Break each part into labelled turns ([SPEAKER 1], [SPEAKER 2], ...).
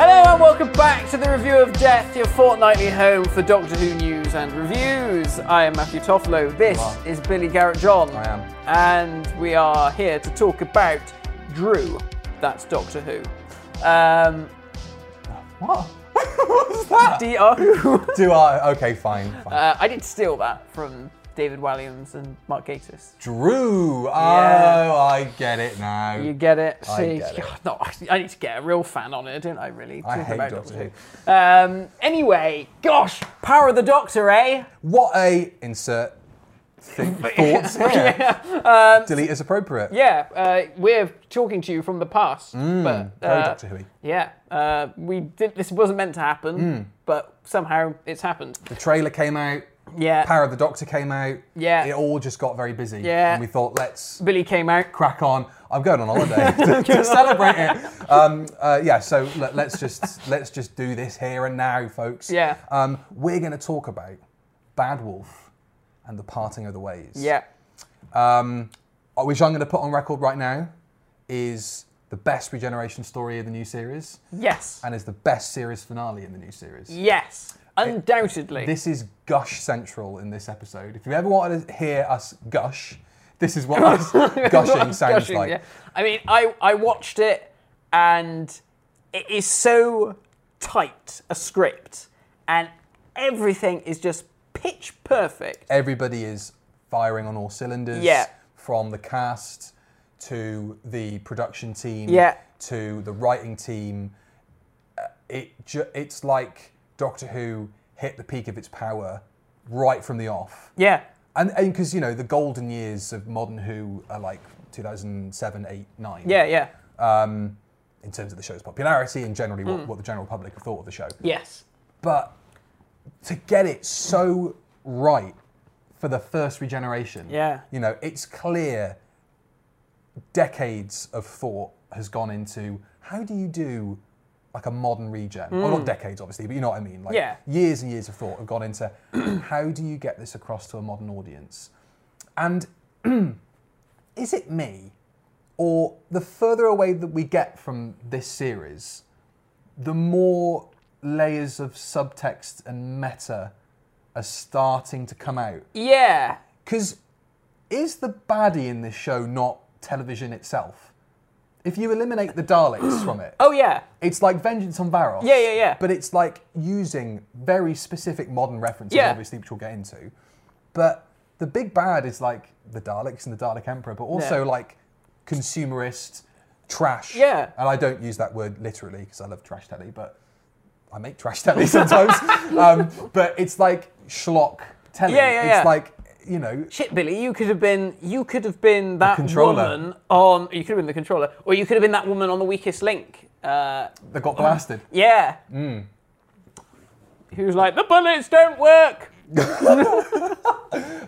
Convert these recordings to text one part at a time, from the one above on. [SPEAKER 1] Hello and welcome back to the Review of Death, your fortnightly home for Doctor Who news and reviews. I am Matthew Tofflow. This is Billy Garrett John. I
[SPEAKER 2] am.
[SPEAKER 1] And we are here to talk about Drew. That's Doctor Who. Um,
[SPEAKER 2] What? what was that?
[SPEAKER 1] DR Who.
[SPEAKER 2] Do I? Okay, fine. fine.
[SPEAKER 1] uh, I did steal that from David Walliams and Mark Gatiss.
[SPEAKER 2] Drew. Oh,
[SPEAKER 1] yeah.
[SPEAKER 2] I get it now.
[SPEAKER 1] You get it.
[SPEAKER 2] I
[SPEAKER 1] See,
[SPEAKER 2] get it.
[SPEAKER 1] God, no, I- I need to get a real fan on it, don't I? Really.
[SPEAKER 2] I
[SPEAKER 1] Talking
[SPEAKER 2] hate
[SPEAKER 1] about
[SPEAKER 2] Doctor
[SPEAKER 1] Who. Um, anyway, gosh, power of the Doctor, eh?
[SPEAKER 2] What a insert thing, thoughts here. Delete as appropriate.
[SPEAKER 1] Um, Yeah, uh, we're talking to you from the past,
[SPEAKER 2] Mm,
[SPEAKER 1] but
[SPEAKER 2] Very
[SPEAKER 1] uh,
[SPEAKER 2] Doctor Who.
[SPEAKER 1] yeah, uh, we did. This wasn't meant to happen,
[SPEAKER 2] Mm.
[SPEAKER 1] but somehow it's happened.
[SPEAKER 2] The trailer came out.
[SPEAKER 1] Yeah,
[SPEAKER 2] Power of the Doctor came out.
[SPEAKER 1] Yeah.
[SPEAKER 2] It all just got very busy.
[SPEAKER 1] Yeah.
[SPEAKER 2] And we thought, let's
[SPEAKER 1] Billy came out.
[SPEAKER 2] crack on. I'm going on holiday to, to celebrate it. Um, uh, yeah, so let, let's just let's just do this here and now, folks.
[SPEAKER 1] Yeah.
[SPEAKER 2] Um, we're going to talk about Bad Wolf and the parting of the ways.
[SPEAKER 1] Yeah,
[SPEAKER 2] Um, which I'm going to put on record right now is the best regeneration story of the new series
[SPEAKER 1] yes,
[SPEAKER 2] and is the best series finale in the new series.
[SPEAKER 1] yes, undoubtedly.
[SPEAKER 2] This is gush central in this episode. If you ever wanted to hear us gush, this is what us gushing sounds
[SPEAKER 1] Gushing,
[SPEAKER 2] like.
[SPEAKER 1] yeah. I mean, I I watched it, and it is so tight a script, and everything is just pitch perfect.
[SPEAKER 2] Eh. everybody is firing on all cylinders.
[SPEAKER 1] Yeah.
[SPEAKER 2] From the cast to the production team
[SPEAKER 1] Yeah.
[SPEAKER 2] to the writing team. Uh, It ju- it's like Doctor Who hit the peak of its power right from the off.
[SPEAKER 1] Yeah,
[SPEAKER 2] And because you know the golden years of modern Who are like 2007, 8, 9.
[SPEAKER 1] yeah, yeah,
[SPEAKER 2] Um, in terms of the show's popularity and generally
[SPEAKER 1] Mm.
[SPEAKER 2] what, what the general public have thought of the show
[SPEAKER 1] yes.
[SPEAKER 2] but to get it so right for the first regeneration,
[SPEAKER 1] Yeah.
[SPEAKER 2] you know, it's clear decades of thought has gone into how do you do like a modern regen? Well, not decades, obviously, but you know what I mean. Like
[SPEAKER 1] Yeah.
[SPEAKER 2] years and years of thought have gone into how do you get this across to a modern audience? And is it me, or the further away that we get from this series, the more layers of subtext and meta are starting to come out?
[SPEAKER 1] Yeah,
[SPEAKER 2] Because is the baddie in this show not television itself? If you eliminate the Daleks from it,
[SPEAKER 1] Oh yeah,
[SPEAKER 2] it's like Vengeance on Varos.
[SPEAKER 1] Yeah, yeah, yeah.
[SPEAKER 2] But it's like using very specific modern references,
[SPEAKER 1] Yeah.
[SPEAKER 2] obviously, which we'll get into. But the big bad is like the Daleks and the Dalek Emperor, but also
[SPEAKER 1] Yeah.
[SPEAKER 2] like consumerist trash.
[SPEAKER 1] Yeah.
[SPEAKER 2] And I don't use that word literally because I love trash telly, but I make trash telly sometimes. um, but it's like schlock telly.
[SPEAKER 1] Yeah, yeah,
[SPEAKER 2] It's
[SPEAKER 1] yeah.
[SPEAKER 2] like, you know,
[SPEAKER 1] shit, Billy. You could have been, you could have been that
[SPEAKER 2] controller.
[SPEAKER 1] woman on. You could have been the controller, or you could have been that woman on the weakest link. Uh,
[SPEAKER 2] they got blasted.
[SPEAKER 1] yeah. Who's like the bullets don't work?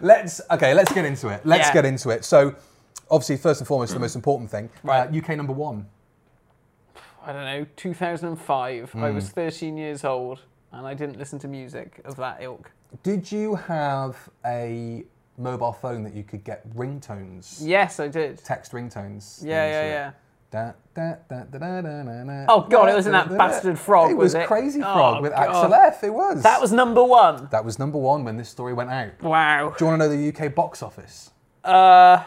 [SPEAKER 2] Let's okay. Let's get into it. Let's
[SPEAKER 1] Yeah.
[SPEAKER 2] get into it. So, obviously, first and foremost, the most important thing.
[SPEAKER 1] Right.
[SPEAKER 2] Uh, UK number one.
[SPEAKER 1] I don't know. 2005. I was 13 years old, and I didn't listen to music of that ilk.
[SPEAKER 2] Did you have a mobile phone that you could get ringtones?
[SPEAKER 1] Yes, I did.
[SPEAKER 2] Text ringtones.
[SPEAKER 1] Yeah, yeah,
[SPEAKER 2] into it?
[SPEAKER 1] yeah.
[SPEAKER 2] Da, da, da, da, da, da, da, da.
[SPEAKER 1] Oh, God, it wasn't that
[SPEAKER 2] Da, da, da, da.
[SPEAKER 1] bastard frog,
[SPEAKER 2] It
[SPEAKER 1] was
[SPEAKER 2] was,
[SPEAKER 1] it?
[SPEAKER 2] Crazy
[SPEAKER 1] Oh,
[SPEAKER 2] Frog with
[SPEAKER 1] God.
[SPEAKER 2] Axel F. It was.
[SPEAKER 1] That was number one.
[SPEAKER 2] that was number one when this story went out. Do
[SPEAKER 1] Wow.
[SPEAKER 2] you want to know the UK box office?
[SPEAKER 1] Uh,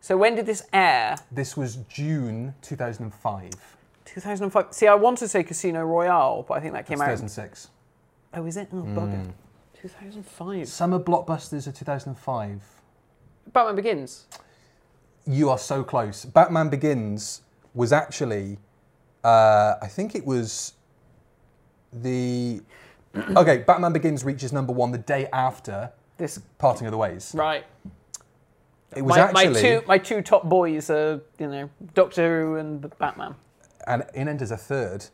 [SPEAKER 1] so when did this air?
[SPEAKER 2] This was June 2005,
[SPEAKER 1] 2005. See, I want to say Casino Royale, but I think that came out
[SPEAKER 2] 2006.
[SPEAKER 1] Oh, is it? Oh, bugger. 2005.
[SPEAKER 2] Summer blockbusters of 2005.
[SPEAKER 1] Batman Begins.
[SPEAKER 2] You are so close. Batman Begins was actually Uh, I think it was the okay. Batman Begins reaches number one the day after
[SPEAKER 1] This
[SPEAKER 2] parting of the ways.
[SPEAKER 1] right.
[SPEAKER 2] It was
[SPEAKER 1] My,
[SPEAKER 2] actually
[SPEAKER 1] my two my two top boys are you know Doctor Who and Batman.
[SPEAKER 2] and in enters a third.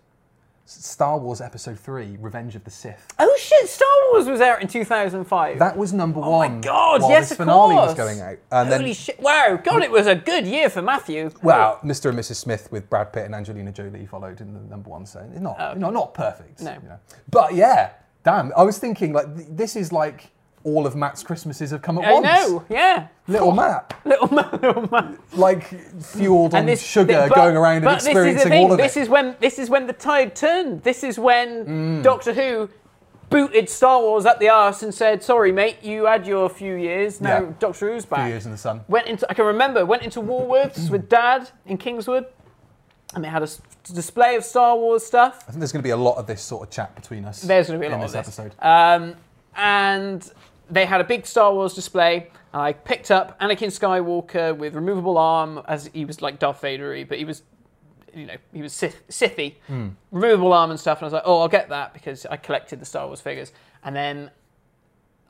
[SPEAKER 2] S- Star Wars Episode Three: Revenge of the Sith.
[SPEAKER 1] Oh shit! Star Wars was out in 2005.
[SPEAKER 2] That was number one.
[SPEAKER 1] my god!
[SPEAKER 2] while
[SPEAKER 1] yes,
[SPEAKER 2] this
[SPEAKER 1] of
[SPEAKER 2] finale
[SPEAKER 1] course.
[SPEAKER 2] was going out, and
[SPEAKER 1] Holy
[SPEAKER 2] then
[SPEAKER 1] shit! Wow, God, it was a good year for Matthew.
[SPEAKER 2] well, Mr. and Mrs. Smith with Brad Pitt and Angelina Jolie followed in the number one. So it's not not not perfect.
[SPEAKER 1] No.
[SPEAKER 2] you know. but yeah, damn. I was thinking like th- this is like all of Matt's Christmases have come at
[SPEAKER 1] I
[SPEAKER 2] once.
[SPEAKER 1] know. Yeah,
[SPEAKER 2] Little Matt.
[SPEAKER 1] little man, little man.
[SPEAKER 2] like fueled on sugar
[SPEAKER 1] thi- but-
[SPEAKER 2] going around and
[SPEAKER 1] but this is the
[SPEAKER 2] experiencing
[SPEAKER 1] thing,
[SPEAKER 2] all of
[SPEAKER 1] this
[SPEAKER 2] it.
[SPEAKER 1] is when this is when the tide turned. This is when
[SPEAKER 2] Mm.
[SPEAKER 1] Doctor Who booted Star Wars up the arse and said, "Sorry, mate, you had your few years. Now
[SPEAKER 2] Yeah.
[SPEAKER 1] Doctor Who's back."
[SPEAKER 2] Few years in the sun.
[SPEAKER 1] Went into I can remember went into Woolworths with Dad in Kingswood, and they had a s- display of Star Wars stuff.
[SPEAKER 2] I think there's going to be a lot of this sort of chat between us.
[SPEAKER 1] There's going to be a lot
[SPEAKER 2] in
[SPEAKER 1] of
[SPEAKER 2] this
[SPEAKER 1] this.
[SPEAKER 2] episode.
[SPEAKER 1] Um, and they had a big Star Wars display. And I picked up Anakin Skywalker with removable arm, as he was like Darth Vader, but he was, you know, he was Sith, Sithy, removable arm and stuff. And I was like, oh, I'll get that because I collected the Star Wars figures. And then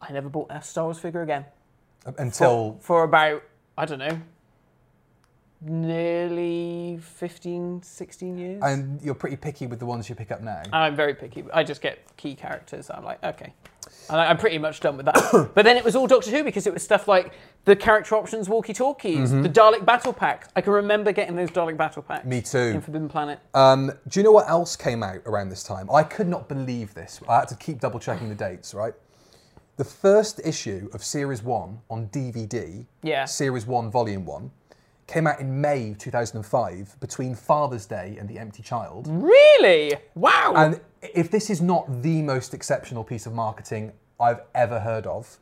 [SPEAKER 1] I never bought a Star Wars figure again
[SPEAKER 2] uh, Until
[SPEAKER 1] for about I don't know, nearly 15, 16 years.
[SPEAKER 2] and you're pretty picky with the ones you pick up now.
[SPEAKER 1] And I'm very picky. I just get key characters. I'm like, okay. And I- I'm pretty much done with that. but then it was all Doctor Who because it was stuff like the character options walkie talkies, the Dalek battle packs. I can remember getting those Dalek battle packs.
[SPEAKER 2] Mm-hmm. Me too.
[SPEAKER 1] In Forbidden Planet.
[SPEAKER 2] Um, do you know what else came out around this time? I could not believe this. I had to keep double checking the dates, right? The first issue of Series 1 on DVD,
[SPEAKER 1] Yeah.
[SPEAKER 2] Series 1 Volume 1, came out in May 2005 between Father's Day and The Empty Child.
[SPEAKER 1] Mm. really? Wow.
[SPEAKER 2] And if this is not the most exceptional piece of marketing I've ever heard of,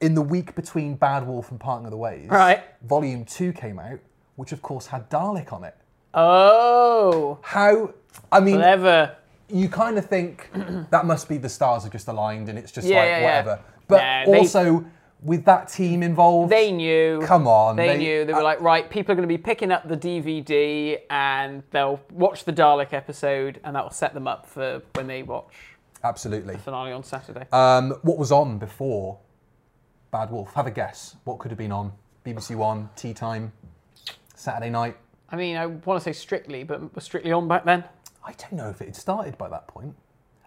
[SPEAKER 2] in the week between Bad Wolf and Parting of the Ways,
[SPEAKER 1] Right.
[SPEAKER 2] Volume 2 came out, which of course had Dalek on it.
[SPEAKER 1] oh,
[SPEAKER 2] How, I mean,
[SPEAKER 1] clever.
[SPEAKER 2] you kind of think that must be the stars are just aligned and it's just
[SPEAKER 1] Yeah,
[SPEAKER 2] like
[SPEAKER 1] yeah, yeah.
[SPEAKER 2] whatever. But
[SPEAKER 1] No, they-
[SPEAKER 2] also, with that team involved,
[SPEAKER 1] They knew.
[SPEAKER 2] Come on,
[SPEAKER 1] They,
[SPEAKER 2] they-
[SPEAKER 1] knew. They were
[SPEAKER 2] I-
[SPEAKER 1] like, right, people are going to be picking up the DVD and they'll watch the Dalek episode and that will set them up for when they watch
[SPEAKER 2] absolutely.
[SPEAKER 1] finale on Saturday.
[SPEAKER 2] Um, what was on before Bad Wolf? Have a guess. What could have been on? BBC One, Tea Time, Saturday night.
[SPEAKER 1] I mean, I want to say strictly, but was strictly on back then?
[SPEAKER 2] I don't know if it had started by that point.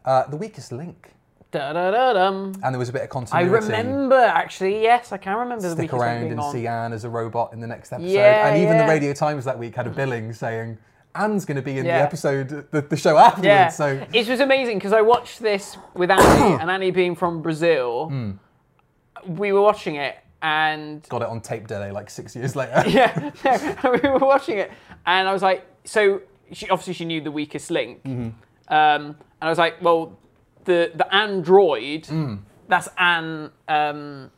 [SPEAKER 2] Uh, the weakest link,
[SPEAKER 1] Da da da dum.
[SPEAKER 2] and there was a bit
[SPEAKER 1] I
[SPEAKER 2] of continuity.
[SPEAKER 1] remember actually. Yes, I can remember the
[SPEAKER 2] Stick
[SPEAKER 1] weekend
[SPEAKER 2] around
[SPEAKER 1] being
[SPEAKER 2] and
[SPEAKER 1] on.
[SPEAKER 2] see Anne as a robot in the next episode.
[SPEAKER 1] Yeah,
[SPEAKER 2] and even
[SPEAKER 1] yeah.
[SPEAKER 2] the Radio Times that week had a billing saying Anne's going to be in
[SPEAKER 1] Yeah.
[SPEAKER 2] the episode, the, the show afterwards.
[SPEAKER 1] yeah,
[SPEAKER 2] So
[SPEAKER 1] it was amazing because I watched this with Annie, and Annie being from Brazil,
[SPEAKER 2] Hmm.
[SPEAKER 1] we were watching it, and
[SPEAKER 2] got it on tape delay like six years later.
[SPEAKER 1] yeah, no, we were watching it, and I was like, so she obviously she knew the weakest link,
[SPEAKER 2] Mm-hmm.
[SPEAKER 1] um, and I was like, well, the the android,
[SPEAKER 2] Mm.
[SPEAKER 1] that's Anne. Um,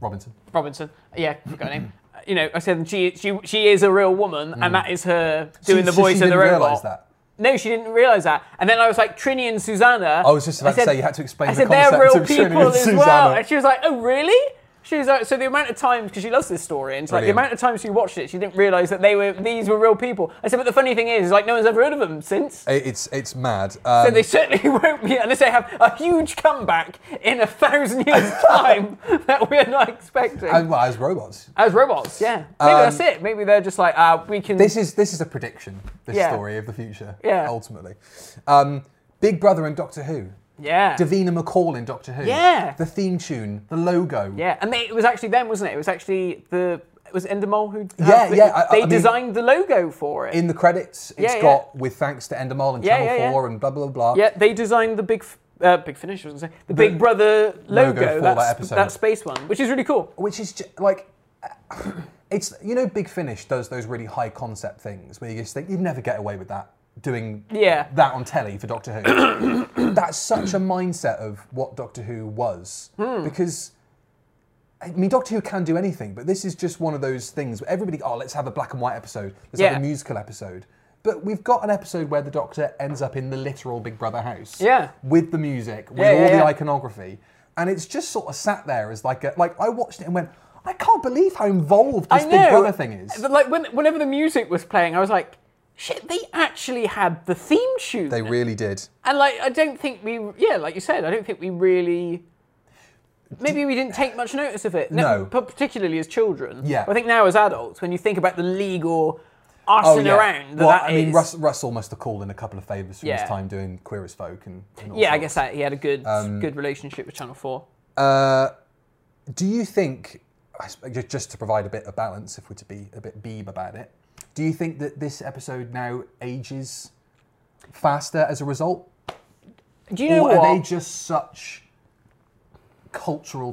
[SPEAKER 2] Robinson.
[SPEAKER 1] Robinson. Yeah, I forgot her name.
[SPEAKER 2] Mm-hmm.
[SPEAKER 1] You know, I said she she she is a real woman, and that is her doing
[SPEAKER 2] Mm. She-
[SPEAKER 1] the
[SPEAKER 2] so
[SPEAKER 1] voice
[SPEAKER 2] she
[SPEAKER 1] of the
[SPEAKER 2] didn't
[SPEAKER 1] robot.
[SPEAKER 2] realise that.
[SPEAKER 1] No, she didn't realize that. And then I was like, Trini and Susanna.
[SPEAKER 2] I was just about to say, you had to explain
[SPEAKER 1] I
[SPEAKER 2] the
[SPEAKER 1] said they're
[SPEAKER 2] concept
[SPEAKER 1] real
[SPEAKER 2] of Trini
[SPEAKER 1] people
[SPEAKER 2] and
[SPEAKER 1] as well,
[SPEAKER 2] Susanna.
[SPEAKER 1] and she was like, oh really? She was like, so the amount of times because she loves this story, and it's like the
[SPEAKER 2] Brilliant.
[SPEAKER 1] amount of times she watched it, she didn't realize that they were these were real people. I said, but the funny thing is, is like no one's ever heard of them since.
[SPEAKER 2] It- It's it's mad.
[SPEAKER 1] So
[SPEAKER 2] Um,
[SPEAKER 1] they certainly won't be unless they have a huge comeback in a thousand years' time that we're not expecting.
[SPEAKER 2] and, well, as robots,
[SPEAKER 1] As robots, yeah. Maybe that's it. Maybe they're just like, uh, we can.
[SPEAKER 2] this is this is a prediction. This
[SPEAKER 1] Yeah.
[SPEAKER 2] story of the future.
[SPEAKER 1] Yeah.
[SPEAKER 2] Ultimately, um, Big Brother and Doctor Who.
[SPEAKER 1] yeah.
[SPEAKER 2] Davina McCall in Doctor Who.
[SPEAKER 1] Yeah.
[SPEAKER 2] The theme tune, the logo.
[SPEAKER 1] yeah. And they, it was actually them, wasn't it? It was actually the. It was Endemol who.
[SPEAKER 2] Yeah,
[SPEAKER 1] they,
[SPEAKER 2] yeah, I- I
[SPEAKER 1] they
[SPEAKER 2] mean-
[SPEAKER 1] designed the logo for it.
[SPEAKER 2] In the credits, it's
[SPEAKER 1] Yeah, yeah.
[SPEAKER 2] got with thanks to Endemol and
[SPEAKER 1] Yeah,
[SPEAKER 2] Channel
[SPEAKER 1] yeah, yeah.
[SPEAKER 2] Four and blah blah blah.
[SPEAKER 1] yeah, they designed the big. F- Uh, big finish, I was going to say. The, Big Brother logo,
[SPEAKER 2] logo for
[SPEAKER 1] that's,
[SPEAKER 2] that episode.
[SPEAKER 1] space one, which is really cool.
[SPEAKER 2] Which is just, like. It's you know Big Finish does those really high concept things where you just think you'd never get away with that doing
[SPEAKER 1] Yeah.
[SPEAKER 2] that on telly for Doctor Who. That's such a mindset of what Doctor Who was
[SPEAKER 1] Hmm.
[SPEAKER 2] because I mean Doctor Who can do anything, but this is just one of those things where everybody oh let's have a black and white episode, let's
[SPEAKER 1] Yeah.
[SPEAKER 2] have a musical episode, but we've got an episode where the Doctor ends up in the literal Big Brother house,
[SPEAKER 1] Yeah.
[SPEAKER 2] with the music, with
[SPEAKER 1] Yeah,
[SPEAKER 2] all
[SPEAKER 1] yeah,
[SPEAKER 2] the
[SPEAKER 1] yeah.
[SPEAKER 2] iconography, and it's just sort of sat there as like a, like I watched it and went, I can't believe how involved
[SPEAKER 1] I
[SPEAKER 2] this
[SPEAKER 1] know.
[SPEAKER 2] Big Brother thing is.
[SPEAKER 1] But like when, whenever the music was playing, I was like, shit, they actually had the theme tune.
[SPEAKER 2] They really did.
[SPEAKER 1] and like, I don't think we, yeah, like you said, I don't think we really. Maybe we didn't take much notice of it.
[SPEAKER 2] No.
[SPEAKER 1] pa- particularly as children.
[SPEAKER 2] Yeah.
[SPEAKER 1] I think now as adults, when you think about the legal
[SPEAKER 2] Oh,
[SPEAKER 1] arson around that,
[SPEAKER 2] Well,
[SPEAKER 1] that
[SPEAKER 2] I mean,
[SPEAKER 1] is-
[SPEAKER 2] Russ, Russell must have called in a couple of favours from
[SPEAKER 1] Yeah.
[SPEAKER 2] his time doing Queer as Folk and. and all
[SPEAKER 1] yeah, I
[SPEAKER 2] sorts.
[SPEAKER 1] guess that he had a good
[SPEAKER 2] Um,
[SPEAKER 1] good relationship with Channel Four.
[SPEAKER 2] Do you think, I sp- ju- just to provide a bit of balance, if we're to be a bit beeb about it, do you think that this episode now ages faster as a result,
[SPEAKER 1] Do you know
[SPEAKER 2] or are they
[SPEAKER 1] what?
[SPEAKER 2] just such cultural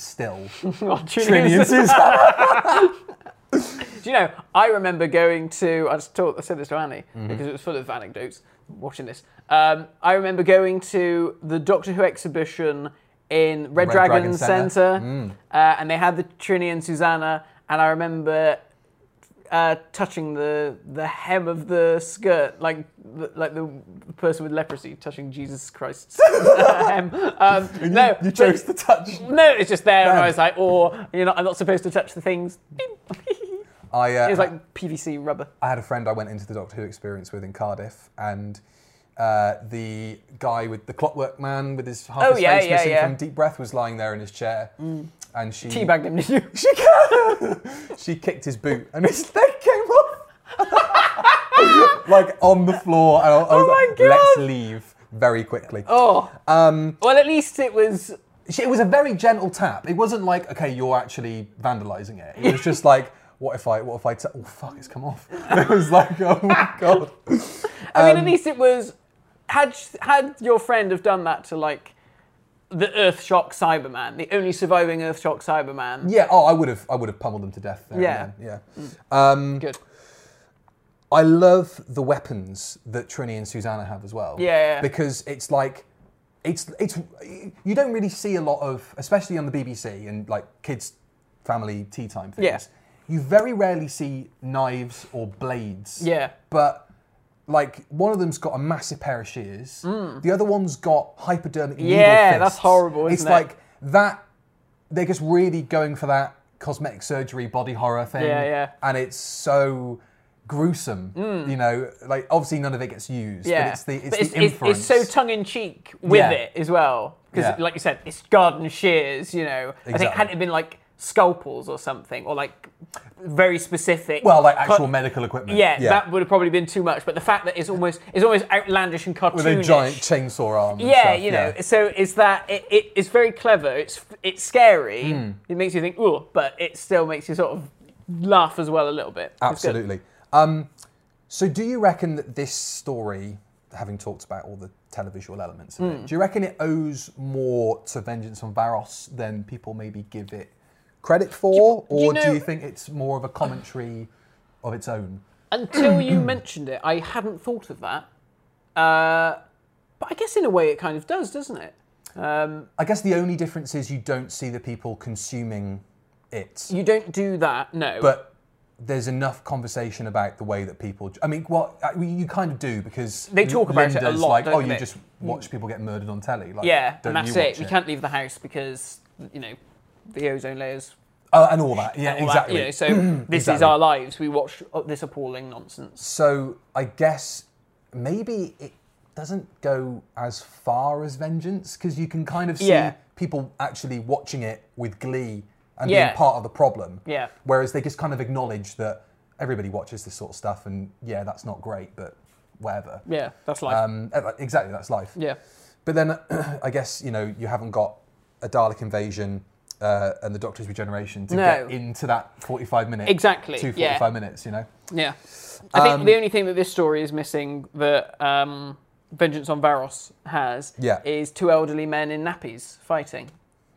[SPEAKER 2] still?
[SPEAKER 1] Oh, Julian's-
[SPEAKER 2] Brilliances.
[SPEAKER 1] Do you know? I remember going to. I just talked. I said this to Annie
[SPEAKER 2] Mm-hmm.
[SPEAKER 1] because it was full of anecdotes. Watching this, um, I remember going to the Doctor Who exhibition in Red,
[SPEAKER 2] Red
[SPEAKER 1] Dragon,
[SPEAKER 2] Dragon
[SPEAKER 1] Centre,
[SPEAKER 2] Centre. Mm.
[SPEAKER 1] uh, and they had the Trini and Susanna, and I remember uh, touching the the hem of the skirt, like the, like the person with leprosy touching Jesus Christ's hem. Um, no,
[SPEAKER 2] you
[SPEAKER 1] but-
[SPEAKER 2] chose to touch.
[SPEAKER 1] No, it's just there, and I
[SPEAKER 2] Bad.
[SPEAKER 1] was like, "Or you're not. I'm not supposed to touch the things."
[SPEAKER 2] I, uh,
[SPEAKER 1] It's like PVC rubber.
[SPEAKER 2] I had a friend I went into the Doctor Who experience with in Cardiff, and uh, the guy with the Clockwork Man with his half
[SPEAKER 1] Oh,
[SPEAKER 2] his
[SPEAKER 1] yeah,
[SPEAKER 2] face
[SPEAKER 1] yeah,
[SPEAKER 2] missing
[SPEAKER 1] yeah. Mm.
[SPEAKER 2] from deep breath was lying there in his chair, and she
[SPEAKER 1] Teabagged him, did you?
[SPEAKER 2] she kicked his boot, and his leg came off, like on the floor. And I, I was
[SPEAKER 1] Oh my
[SPEAKER 2] like,
[SPEAKER 1] God.
[SPEAKER 2] Let's leave very quickly.
[SPEAKER 1] Oh.
[SPEAKER 2] Um,
[SPEAKER 1] Well, at least it was.
[SPEAKER 2] She- It was a very gentle tap. It wasn't like, okay, you're actually vandalising it. It was just like. What if I? What if I? T- oh fuck! It's come off. It was like, oh my god.
[SPEAKER 1] I
[SPEAKER 2] um,
[SPEAKER 1] mean, at least it was. Had had your friend have done that to like the Earthshock Cyberman, the only surviving Earthshock Cyberman?
[SPEAKER 2] Yeah. Oh, I would have. I would have pummeled them to death. There
[SPEAKER 1] Yeah.
[SPEAKER 2] yeah. Yeah.
[SPEAKER 1] Good.
[SPEAKER 2] I love the weapons that Trini and Susanna have as well.
[SPEAKER 1] Yeah, yeah, yeah.
[SPEAKER 2] Because it's like, it's it's you don't really see a lot of, especially on the BBC and like kids' family tea time things.
[SPEAKER 1] Yeah.
[SPEAKER 2] You very rarely see knives or blades.
[SPEAKER 1] Yeah.
[SPEAKER 2] But like one of them's got a massive pair of shears. The other one's got hypodermic needle
[SPEAKER 1] Mm. Yeah,
[SPEAKER 2] fists.
[SPEAKER 1] that's horrible, isn't
[SPEAKER 2] it's
[SPEAKER 1] it?
[SPEAKER 2] like that. They're just really going for that cosmetic surgery body horror thing.
[SPEAKER 1] Yeah, yeah.
[SPEAKER 2] And it's so gruesome. You know, like obviously none of it gets used.
[SPEAKER 1] Mm. Yeah.
[SPEAKER 2] But it's the it's
[SPEAKER 1] But
[SPEAKER 2] the
[SPEAKER 1] it's,
[SPEAKER 2] inference.
[SPEAKER 1] so tongue in cheek with
[SPEAKER 2] Yeah.
[SPEAKER 1] it as well. Because,
[SPEAKER 2] Yeah.
[SPEAKER 1] like you said, it's garden shears, you know. I think had
[SPEAKER 2] Exactly.
[SPEAKER 1] it been like scalpels or something, or like very specific.
[SPEAKER 2] well, like actual
[SPEAKER 1] cut-
[SPEAKER 2] medical equipment.
[SPEAKER 1] Yeah, that would have probably been too much. But the fact that it's almost it's almost outlandish and cartoonish.
[SPEAKER 2] with a giant chainsaw arm. and
[SPEAKER 1] Yeah,
[SPEAKER 2] stuff,
[SPEAKER 1] you know. So it's that it, it, it's very clever. It's it's scary.
[SPEAKER 2] Hmm.
[SPEAKER 1] It makes you think, ooh, but it still makes you sort of laugh as well a little bit. It's good.
[SPEAKER 2] Absolutely. Um, so, do you reckon that this story, having talked about all the televisual elements, of
[SPEAKER 1] Mm.
[SPEAKER 2] it, do you reckon it owes more to Vengeance on Varos than people maybe give it credit for,
[SPEAKER 1] do you
[SPEAKER 2] or do
[SPEAKER 1] know-
[SPEAKER 2] you think it's more of a commentary of its own?
[SPEAKER 1] Until you mentioned it, I hadn't thought of that. Uh, but I guess in a way it kind of does, doesn't it?
[SPEAKER 2] I guess the only difference is you don't see the people consuming it,
[SPEAKER 1] You don't do that, no.
[SPEAKER 2] but there's enough conversation about the way that people. I mean, well, I mean, you kind of do because
[SPEAKER 1] They talk about it a
[SPEAKER 2] Linda's
[SPEAKER 1] lot,
[SPEAKER 2] Like,
[SPEAKER 1] don't
[SPEAKER 2] oh, you
[SPEAKER 1] they? Mm.
[SPEAKER 2] just watch people get murdered on telly. Like,
[SPEAKER 1] yeah,
[SPEAKER 2] don't
[SPEAKER 1] and that's
[SPEAKER 2] you
[SPEAKER 1] it.
[SPEAKER 2] watch
[SPEAKER 1] You can't leave the house because you know the ozone layers.
[SPEAKER 2] Oh, and all that. Yeah,
[SPEAKER 1] all that,
[SPEAKER 2] exactly.
[SPEAKER 1] you know, so this is
[SPEAKER 2] Exactly.
[SPEAKER 1] our lives. We watch uh, this appalling nonsense.
[SPEAKER 2] So I guess maybe it doesn't go as far as Vengeance because you can kind of see
[SPEAKER 1] Yeah.
[SPEAKER 2] people actually watching it with glee and
[SPEAKER 1] Yeah.
[SPEAKER 2] being part of the problem.
[SPEAKER 1] Yeah.
[SPEAKER 2] Whereas they just kind of acknowledge that everybody watches this sort of stuff and yeah, that's not great, but whatever.
[SPEAKER 1] Yeah, that's life.
[SPEAKER 2] Um, exactly, that's life.
[SPEAKER 1] yeah.
[SPEAKER 2] But then I guess, you know, you haven't got a Dalek invasion uh, and the Doctor's regeneration to
[SPEAKER 1] No.
[SPEAKER 2] get into that 45 minutes.
[SPEAKER 1] Exactly,
[SPEAKER 2] Two
[SPEAKER 1] yeah.
[SPEAKER 2] 45 minutes, you know?
[SPEAKER 1] Yeah. I think
[SPEAKER 2] um,
[SPEAKER 1] the only thing that this story is missing that um, Vengeance on Varos has
[SPEAKER 2] Yeah.
[SPEAKER 1] is two elderly men in nappies fighting.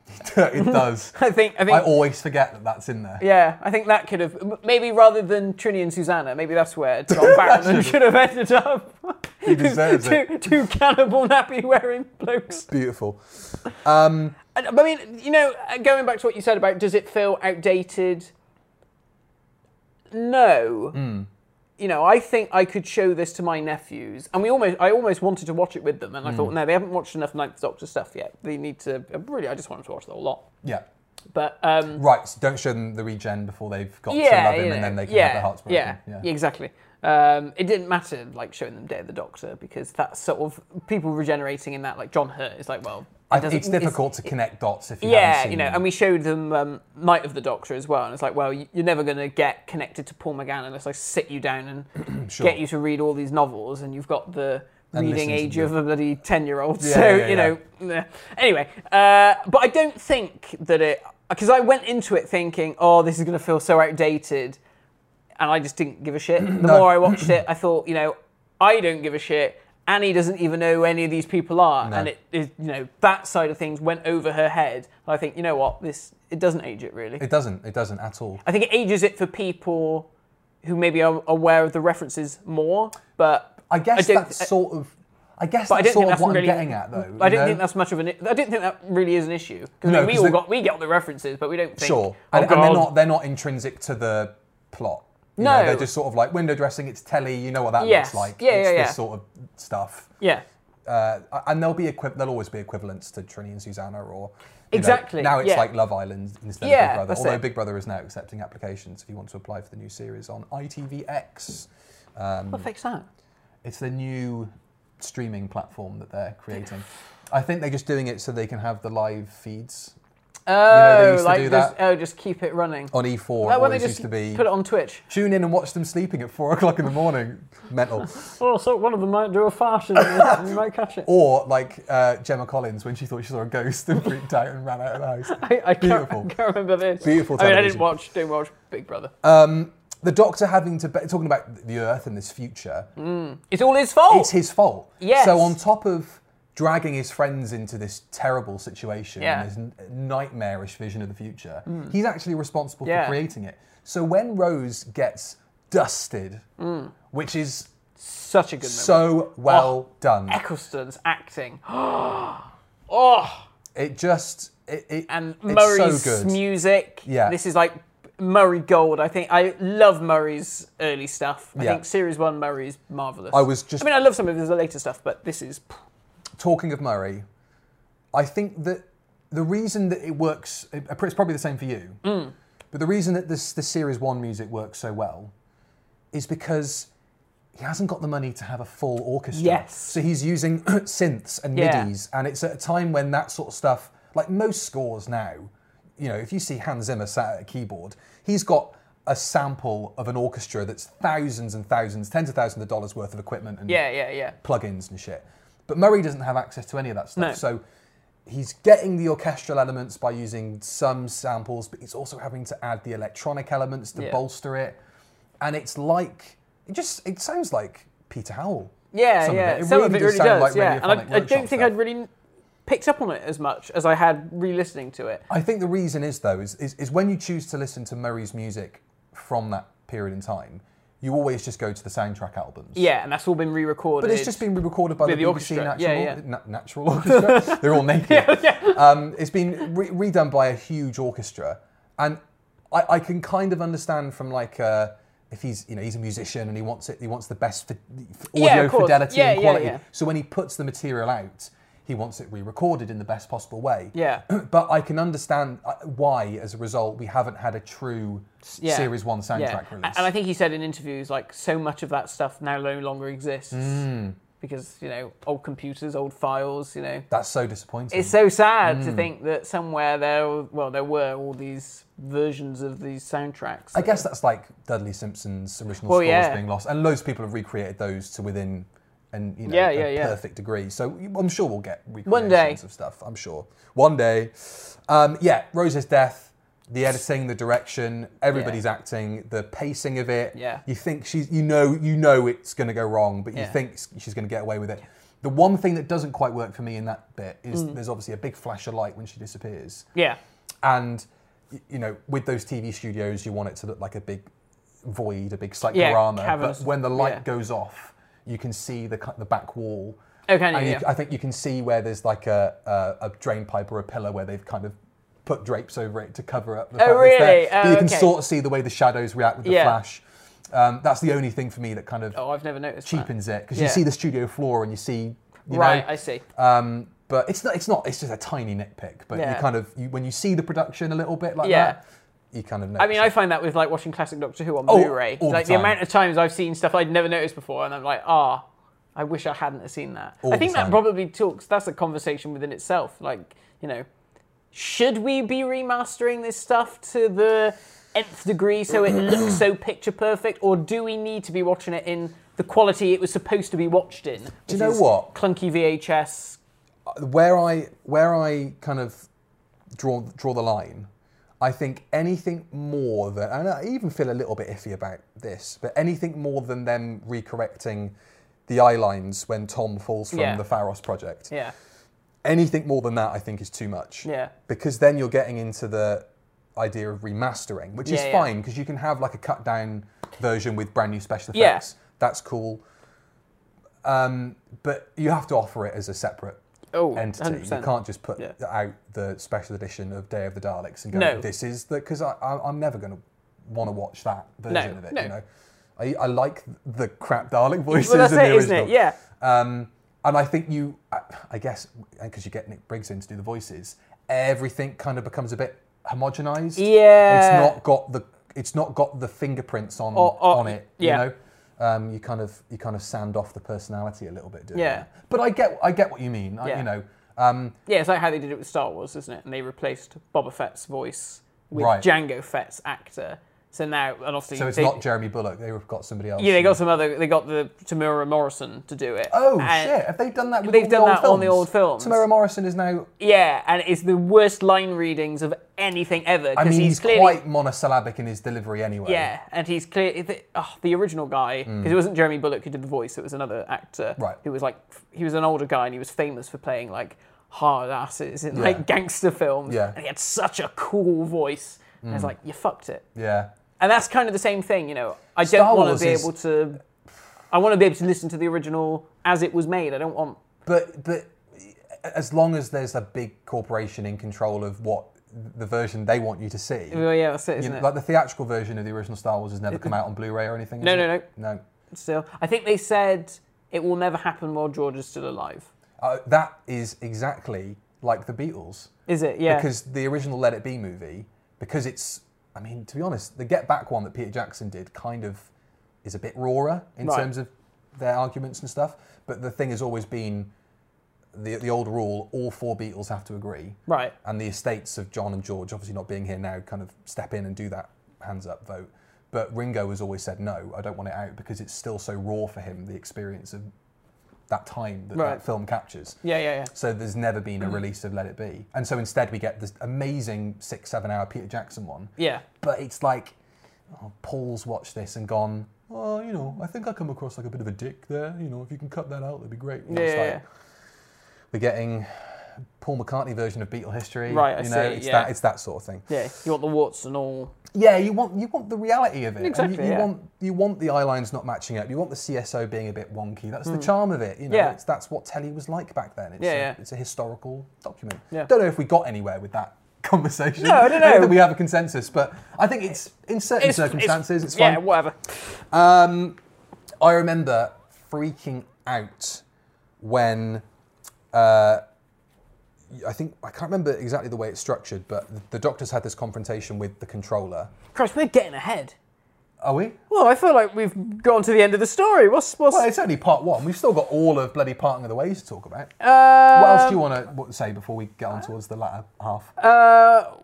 [SPEAKER 2] it does.
[SPEAKER 1] I think I think
[SPEAKER 2] I always forget that that's in there.
[SPEAKER 1] yeah, I think that could have m- maybe rather than Trini and Susanna, maybe that's where John Barrowman should have ended up.
[SPEAKER 2] He deserves
[SPEAKER 1] two,
[SPEAKER 2] it.
[SPEAKER 1] two cannibal nappy wearing blokes.
[SPEAKER 2] Beautiful.
[SPEAKER 1] And, I mean, you know, uh, going back to what you said about does it feel outdated? No.
[SPEAKER 2] Hmm.
[SPEAKER 1] You know, I think I could show this to my nephews, and we almost, I almost wanted to watch it with
[SPEAKER 2] Hmm.
[SPEAKER 1] uh, them, and I thought, no, they haven't watched enough Ninth Doctor stuff yet. They need to. Really, I just want them to watch the whole lot.
[SPEAKER 2] Yeah.
[SPEAKER 1] But um,
[SPEAKER 2] Right, so don't show them the regen before they've got
[SPEAKER 1] yeah,
[SPEAKER 2] to love him
[SPEAKER 1] yeah,
[SPEAKER 2] and then they can
[SPEAKER 1] yeah,
[SPEAKER 2] have their hearts broken.
[SPEAKER 1] Yeah, exactly. Um, it didn't matter like showing them Day of the Doctor because that's sort of people regenerating in that. Like John Hurt is like, well, it
[SPEAKER 2] I,
[SPEAKER 1] doesn't-
[SPEAKER 2] it's difficult to connect dots if you haven't
[SPEAKER 1] yeah,
[SPEAKER 2] seen
[SPEAKER 1] you know,
[SPEAKER 2] them.
[SPEAKER 1] and we showed them um, Night of the Doctor as well, and it's like, well, y- you're never going to get connected to Paul McGann unless I sit you down and
[SPEAKER 2] Sure.
[SPEAKER 1] get you to read all these novels, and you've got the
[SPEAKER 2] And
[SPEAKER 1] reading
[SPEAKER 2] listen to
[SPEAKER 1] age
[SPEAKER 2] them.
[SPEAKER 1] of a bloody ten-year-old.
[SPEAKER 2] Yeah,
[SPEAKER 1] so
[SPEAKER 2] yeah, yeah,
[SPEAKER 1] you know, meh. anyway, uh, but I don't think that it because I went into it thinking, oh, this is going to feel so outdated, and I just didn't give a shit. The more I watched it, I thought, you know, I don't give a shit. Annie doesn't even know who any of these people are, and it is, you know, that side of things went over her head. And I think, you know what, this it doesn't age it really.
[SPEAKER 2] It doesn't. It doesn't at all.
[SPEAKER 1] I think it ages it for people who maybe are aware of the references more, but
[SPEAKER 2] I guess
[SPEAKER 1] don't
[SPEAKER 2] that's
[SPEAKER 1] thi-
[SPEAKER 2] sort of. I guess
[SPEAKER 1] But I
[SPEAKER 2] that's
[SPEAKER 1] don't
[SPEAKER 2] sort
[SPEAKER 1] think
[SPEAKER 2] of
[SPEAKER 1] that's
[SPEAKER 2] what
[SPEAKER 1] really.
[SPEAKER 2] I'm getting at, though.
[SPEAKER 1] I
[SPEAKER 2] you
[SPEAKER 1] don't
[SPEAKER 2] know?
[SPEAKER 1] think that's much of an. I don't think that really is an issue because
[SPEAKER 2] No,
[SPEAKER 1] we
[SPEAKER 2] 'cause
[SPEAKER 1] all
[SPEAKER 2] the-
[SPEAKER 1] got we get all the references, but we don't think.
[SPEAKER 2] sure.
[SPEAKER 1] Oh,
[SPEAKER 2] and, and they're
[SPEAKER 1] God.
[SPEAKER 2] not. They're not intrinsic to the plot. You
[SPEAKER 1] No.
[SPEAKER 2] know, they're just sort of like window dressing. It's telly. You know what that
[SPEAKER 1] Yes.
[SPEAKER 2] looks like.
[SPEAKER 1] Yeah,
[SPEAKER 2] it's
[SPEAKER 1] yeah,
[SPEAKER 2] this
[SPEAKER 1] yeah.
[SPEAKER 2] sort of stuff.
[SPEAKER 1] Yeah.
[SPEAKER 2] Uh, and there'll be equi- there'll always be equivalents to Trini and Susanna or. you know,
[SPEAKER 1] Exactly,
[SPEAKER 2] now it's
[SPEAKER 1] yeah.
[SPEAKER 2] like Love Island instead
[SPEAKER 1] Yeah,
[SPEAKER 2] of Big Brother.
[SPEAKER 1] that's
[SPEAKER 2] Although
[SPEAKER 1] it.
[SPEAKER 2] Big Brother is now accepting applications if you want to apply for the new series on ITVX.
[SPEAKER 1] What the fuck's that?
[SPEAKER 2] It's the new streaming platform that they're creating. I think they're just doing it so they can have the live feeds
[SPEAKER 1] Oh,
[SPEAKER 2] know, they used to
[SPEAKER 1] like
[SPEAKER 2] do
[SPEAKER 1] just,
[SPEAKER 2] that.
[SPEAKER 1] oh, just keep it running.
[SPEAKER 2] on
[SPEAKER 1] Like
[SPEAKER 2] E4. it
[SPEAKER 1] when they
[SPEAKER 2] always
[SPEAKER 1] just
[SPEAKER 2] used to be
[SPEAKER 1] put it on Twitch.
[SPEAKER 2] tune in and watch them sleeping at four o'clock in the morning. Mental.
[SPEAKER 1] Oh, so one of them might do a fart and you might catch it.
[SPEAKER 2] Or like uh, Gemma Collins when she thought she saw a ghost and freaked out and ran out of the house.
[SPEAKER 1] I, I, can't,
[SPEAKER 2] Beautiful.
[SPEAKER 1] I can't remember this.
[SPEAKER 2] Beautiful
[SPEAKER 1] I mean, I
[SPEAKER 2] television.
[SPEAKER 1] didn't watch, didn't watch Big Brother.
[SPEAKER 2] Um, the Doctor having to be- talking about the Earth and this future.
[SPEAKER 1] it's all his fault.
[SPEAKER 2] It's his fault.
[SPEAKER 1] Mm. Yes.
[SPEAKER 2] So on top of dragging his friends into this terrible situation
[SPEAKER 1] Yeah. Mm.
[SPEAKER 2] and his n- nightmarish vision of the future, he's actually responsible
[SPEAKER 1] Yeah.
[SPEAKER 2] for creating it. So when Rose gets dusted,
[SPEAKER 1] Mm.
[SPEAKER 2] which is
[SPEAKER 1] Such a good movie.
[SPEAKER 2] so
[SPEAKER 1] Oh.
[SPEAKER 2] well done,
[SPEAKER 1] Eccleston's acting. oh,
[SPEAKER 2] it just it, it
[SPEAKER 1] and
[SPEAKER 2] it's
[SPEAKER 1] Murray's
[SPEAKER 2] so good.
[SPEAKER 1] music.
[SPEAKER 2] Yeah.
[SPEAKER 1] This is like Murray Gold. I think I love Murray's early stuff. I
[SPEAKER 2] Yeah.
[SPEAKER 1] think series one Murray's marvelous.
[SPEAKER 2] I was just-
[SPEAKER 1] I mean, I love some of his later stuff, but this is.
[SPEAKER 2] talking of Murray, I think that the reason that it works, it- it's probably the same for you,
[SPEAKER 1] Mm.
[SPEAKER 2] but the reason that this the Series 1 music works so well is because he hasn't got the money to have a full orchestra.
[SPEAKER 1] Yes.
[SPEAKER 2] So he's using synths and
[SPEAKER 1] Yeah.
[SPEAKER 2] midis, and it's at a time when that sort of stuff, like most scores now, you know, if you see Hans Zimmer sat at a keyboard, he's got a sample of an orchestra that's thousands and thousands, tens of thousands of dollars worth of equipment and
[SPEAKER 1] Yeah, yeah, yeah.
[SPEAKER 2] plugins and shit. But Murray doesn't have access to any of that stuff.
[SPEAKER 1] No.
[SPEAKER 2] So he's getting the orchestral elements by using some samples, but he's also having to add the electronic elements to
[SPEAKER 1] Yeah.
[SPEAKER 2] bolster it. And it's like it just it sounds like Peter Howell.
[SPEAKER 1] Yeah,
[SPEAKER 2] some
[SPEAKER 1] yeah.
[SPEAKER 2] Of it.
[SPEAKER 1] some of it really
[SPEAKER 2] sound
[SPEAKER 1] does. yeah, and I,
[SPEAKER 2] Radiophonic
[SPEAKER 1] I
[SPEAKER 2] Workshop
[SPEAKER 1] don't think
[SPEAKER 2] stuff.
[SPEAKER 1] I'd really picked up on it as much as I had re-listening to it.
[SPEAKER 2] I think the reason is though is, is is when you choose to listen to Murray's music from that period in time, you always just go to the soundtrack albums.
[SPEAKER 1] Yeah, and that's all been re-recorded.
[SPEAKER 2] But it's just been recorded by
[SPEAKER 1] With
[SPEAKER 2] the,
[SPEAKER 1] the
[SPEAKER 2] BBC
[SPEAKER 1] orchestra,
[SPEAKER 2] Natural,
[SPEAKER 1] yeah, yeah.
[SPEAKER 2] Na- natural Orchestra. They're all naked. Um, it's been re- redone by a huge orchestra, and I, I can kind of understand from like uh, if he's you know he's a musician and he wants it, he wants the best fi-
[SPEAKER 1] Yeah,
[SPEAKER 2] audio
[SPEAKER 1] of course.
[SPEAKER 2] fidelity
[SPEAKER 1] Yeah,
[SPEAKER 2] and
[SPEAKER 1] yeah,
[SPEAKER 2] quality.
[SPEAKER 1] yeah.
[SPEAKER 2] So when he puts the material out, he wants it re-recorded in the best possible way.
[SPEAKER 1] Yeah.
[SPEAKER 2] but I can understand uh, why, as a result, we haven't had a true
[SPEAKER 1] yeah.
[SPEAKER 2] Series One soundtrack
[SPEAKER 1] yeah.
[SPEAKER 2] release.
[SPEAKER 1] And I think he said in interviews like so much of that stuff now no longer exists
[SPEAKER 2] Mm.
[SPEAKER 1] because you know old computers, old files, you know.
[SPEAKER 2] That's so disappointing.
[SPEAKER 1] It's so sad
[SPEAKER 2] Mm.
[SPEAKER 1] to think that somewhere there, well, there were all these versions of these soundtracks.
[SPEAKER 2] I guess that's like Dudley Simpson's original
[SPEAKER 1] Well,
[SPEAKER 2] scores
[SPEAKER 1] yeah.
[SPEAKER 2] being lost, and loads of people have recreated those to within an you know
[SPEAKER 1] Yeah,
[SPEAKER 2] a
[SPEAKER 1] yeah, yeah.
[SPEAKER 2] perfect degree. So I'm sure we'll get recreations
[SPEAKER 1] One day.
[SPEAKER 2] of stuff. I'm sure one day. Um, yeah, Rose's death, the editing, the direction, everybody's acting, the pacing of it.
[SPEAKER 1] Yeah.
[SPEAKER 2] you think she's you know you know it's going to go wrong, but you
[SPEAKER 1] Yeah.
[SPEAKER 2] think s- she's going to get away with it. The one thing that doesn't quite work for me in that bit is
[SPEAKER 1] Mm.
[SPEAKER 2] there's obviously a big flash of light when she disappears
[SPEAKER 1] Yeah.
[SPEAKER 2] and y- you know with those tv studios you want it to look like a big void a big
[SPEAKER 1] Yeah,
[SPEAKER 2] cyclorama but
[SPEAKER 1] cavernous-
[SPEAKER 2] when the light
[SPEAKER 1] yeah.
[SPEAKER 2] goes off you can see the cu- the back wall
[SPEAKER 1] Oh, can you? Yeah.
[SPEAKER 2] and I think you can see where there's like a, a a drain pipe or a pillar where they've kind of put drapes over it to cover up the fact that it's there.
[SPEAKER 1] really?
[SPEAKER 2] But
[SPEAKER 1] Oh,
[SPEAKER 2] you can
[SPEAKER 1] okay.
[SPEAKER 2] sort of see the way the shadows react with the
[SPEAKER 1] Yeah.
[SPEAKER 2] flash um, that's the only thing for me that kind of
[SPEAKER 1] Oh, I've never noticed. that.
[SPEAKER 2] cheapens it because
[SPEAKER 1] Yeah.
[SPEAKER 2] you see the studio floor and you see you
[SPEAKER 1] right,
[SPEAKER 2] know,
[SPEAKER 1] I see.
[SPEAKER 2] um, But it's not. It's not. It's just a tiny nitpick. But
[SPEAKER 1] Yeah.
[SPEAKER 2] you kind of you, when you see the production a little bit like
[SPEAKER 1] Yeah.
[SPEAKER 2] that, you kind of. Notice
[SPEAKER 1] I mean, I find that with like watching classic Doctor Who on
[SPEAKER 2] Oh,
[SPEAKER 1] Blu-ray,
[SPEAKER 2] all the
[SPEAKER 1] like the,
[SPEAKER 2] time.
[SPEAKER 1] amount of times I've seen stuff I'd never noticed before, and I'm like, ah, I wish I hadn't have seen that.
[SPEAKER 2] All
[SPEAKER 1] I
[SPEAKER 2] the
[SPEAKER 1] think that
[SPEAKER 2] time.
[SPEAKER 1] probably talks. That's a conversation within itself. Like, you know, should we be remastering this stuff to the nth degree so it looks so picture perfect, or do we need to be watching it in the quality it was supposed to be watched in? Do
[SPEAKER 2] you know what?
[SPEAKER 1] Clunky VHS.
[SPEAKER 2] where I where I kind of draw draw the line, I think anything more than and I even feel a little bit iffy about this, but anything more than them recorrecting the eye lines when Tom falls from
[SPEAKER 1] Yeah.
[SPEAKER 2] the Pharos project.
[SPEAKER 1] Yeah.
[SPEAKER 2] Anything more than that I think is too much.
[SPEAKER 1] Yeah.
[SPEAKER 2] Because then you're getting into the idea of remastering, which is
[SPEAKER 1] Yeah, yeah.
[SPEAKER 2] fine because you can have like a cut down version with brand new special
[SPEAKER 1] Yeah.
[SPEAKER 2] effects. That's cool. Um, but you have to offer it as a separate
[SPEAKER 1] Oh,
[SPEAKER 2] entity. You
[SPEAKER 1] 100%.
[SPEAKER 2] can't just put
[SPEAKER 1] Yeah.
[SPEAKER 2] out the special edition of Day of the Daleks and go,
[SPEAKER 1] No.
[SPEAKER 2] this is the, because I, I, I'm never going to want to watch that version of it,
[SPEAKER 1] no.
[SPEAKER 2] you know? I, I like the crap Dalek voices
[SPEAKER 1] Well, that's
[SPEAKER 2] in the
[SPEAKER 1] it, isn't
[SPEAKER 2] original.
[SPEAKER 1] it? Yeah.
[SPEAKER 2] Um, and I think you, I, I guess, because you get Nick Briggs in to do the voices, everything kind of becomes a bit homogenized.
[SPEAKER 1] Yeah.
[SPEAKER 2] It's not got the it's not got the fingerprints on
[SPEAKER 1] Or- or-
[SPEAKER 2] on it.
[SPEAKER 1] yeah.
[SPEAKER 2] You know, um, you kind of you kind of sand off the personality a little bit. Doing
[SPEAKER 1] Yeah.
[SPEAKER 2] that. But I get I get what you mean. I,
[SPEAKER 1] Yeah.
[SPEAKER 2] you know. Um,
[SPEAKER 1] Yeah, it's like how they did it with Star Wars, isn't it? And they replaced Boba Fett's voice with
[SPEAKER 2] Right.
[SPEAKER 1] Django Fett's actor. So now, and obviously,
[SPEAKER 2] so it's
[SPEAKER 1] they,
[SPEAKER 2] not Jeremy Bullock. They've got somebody else.
[SPEAKER 1] yeah, they got some other. They got the Tamura Morrison to do it.
[SPEAKER 2] Oh
[SPEAKER 1] And-
[SPEAKER 2] shit! Have they done that? With
[SPEAKER 1] they've
[SPEAKER 2] all
[SPEAKER 1] done
[SPEAKER 2] the old
[SPEAKER 1] that on the old films.
[SPEAKER 2] Tamara Morrison is now.
[SPEAKER 1] Yeah, and it's the worst line readings of anything ever.
[SPEAKER 2] I
[SPEAKER 1] 'cause
[SPEAKER 2] mean,
[SPEAKER 1] he's,
[SPEAKER 2] he's,
[SPEAKER 1] clearly,
[SPEAKER 2] quite monosyllabic in his delivery anyway.
[SPEAKER 1] Yeah, and he's clear. The, oh, the original guy, because it wasn't Jeremy Bullock who did the voice; it was another actor
[SPEAKER 2] Mm. Right.
[SPEAKER 1] who was like, f- he was an older guy, and he was famous for playing like hard asses in
[SPEAKER 2] Yeah.
[SPEAKER 1] like gangster films.
[SPEAKER 2] Yeah. Mm.
[SPEAKER 1] and he had such a cool voice. And I was like, you fucked it.
[SPEAKER 2] Yeah.
[SPEAKER 1] And that's kind of the same thing, you know. I
[SPEAKER 2] Star
[SPEAKER 1] don't want
[SPEAKER 2] Wars
[SPEAKER 1] to be
[SPEAKER 2] is-
[SPEAKER 1] able to. I want to be able to listen to the original as it was made. I don't want.
[SPEAKER 2] But but as long as there's a big corporation in control of what the version they want you to see,
[SPEAKER 1] Well, oh, yeah, that's it,
[SPEAKER 2] you
[SPEAKER 1] isn't
[SPEAKER 2] know,
[SPEAKER 1] it?
[SPEAKER 2] like the theatrical version of the original Star Wars has never come out on Blu-ray or anything.
[SPEAKER 1] No,
[SPEAKER 2] has
[SPEAKER 1] no,
[SPEAKER 2] it? no, no.
[SPEAKER 1] Still, I think they said it will never happen while George is still alive.
[SPEAKER 2] Uh, that is exactly like the Beatles
[SPEAKER 1] Is it? Yeah.
[SPEAKER 2] because the original Let It Be movie, because it's, I mean, to be honest, the Get Back one that Peter Jackson did kind of is a bit rawer in
[SPEAKER 1] Right.
[SPEAKER 2] terms of their arguments and stuff. But the thing has always been the the old rule: all four Beatles have to agree.
[SPEAKER 1] right.
[SPEAKER 2] and the estates of John and George, obviously not being here now, kind of step in and do that hands up vote. But Ringo has always said no, I don't want it out because it's still so raw for him the experience of that time that
[SPEAKER 1] Right.
[SPEAKER 2] that film captures.
[SPEAKER 1] Yeah, yeah, yeah.
[SPEAKER 2] So there's never been a release of Let It Be, and so instead we get this amazing six seven hour Peter Jackson one.
[SPEAKER 1] Yeah.
[SPEAKER 2] But it's like oh, Paul's watched this and gone, oh, you know, I think I come across like a bit of a dick there. You know, if you can cut that out, that'd be great. You know,
[SPEAKER 1] Yeah,
[SPEAKER 2] it's
[SPEAKER 1] yeah,
[SPEAKER 2] like,
[SPEAKER 1] yeah.
[SPEAKER 2] we're getting Paul McCartney version of Beatle history.
[SPEAKER 1] Right, I
[SPEAKER 2] you know,
[SPEAKER 1] see,
[SPEAKER 2] it's
[SPEAKER 1] yeah.
[SPEAKER 2] that it's that sort of thing.
[SPEAKER 1] Yeah, you want the warts and all.
[SPEAKER 2] Yeah, you want you want the reality of it. And you-
[SPEAKER 1] Exactly,
[SPEAKER 2] you,
[SPEAKER 1] yeah.
[SPEAKER 2] want you want the eye lines not matching up. You want the CSO being a bit wonky. That's the charm of it. You know,
[SPEAKER 1] Hmm. Yeah.
[SPEAKER 2] it's, that's what telly was like back then. It's,
[SPEAKER 1] Yeah,
[SPEAKER 2] a,
[SPEAKER 1] yeah.
[SPEAKER 2] it's a historical document.
[SPEAKER 1] Yeah.
[SPEAKER 2] Don't know if we got anywhere with that conversation.
[SPEAKER 1] No, I don't know.
[SPEAKER 2] think we have a consensus, but I think it's in certain circumstances it's, fine.
[SPEAKER 1] Yeah, whatever.
[SPEAKER 2] Um, I remember freaking out when uh, I think I can't remember exactly the way it's structured, but the, the doctors had this confrontation with the controller.
[SPEAKER 1] Christ, we're getting ahead.
[SPEAKER 2] Are we?
[SPEAKER 1] Well, I feel like we've gone to the end of the story. What's what's?
[SPEAKER 2] Well, it's only part one. We've still got all of bloody parting of the ways to talk about.
[SPEAKER 1] uh,
[SPEAKER 2] what else do you want to say before we get on towards the latter half?
[SPEAKER 1] Uh,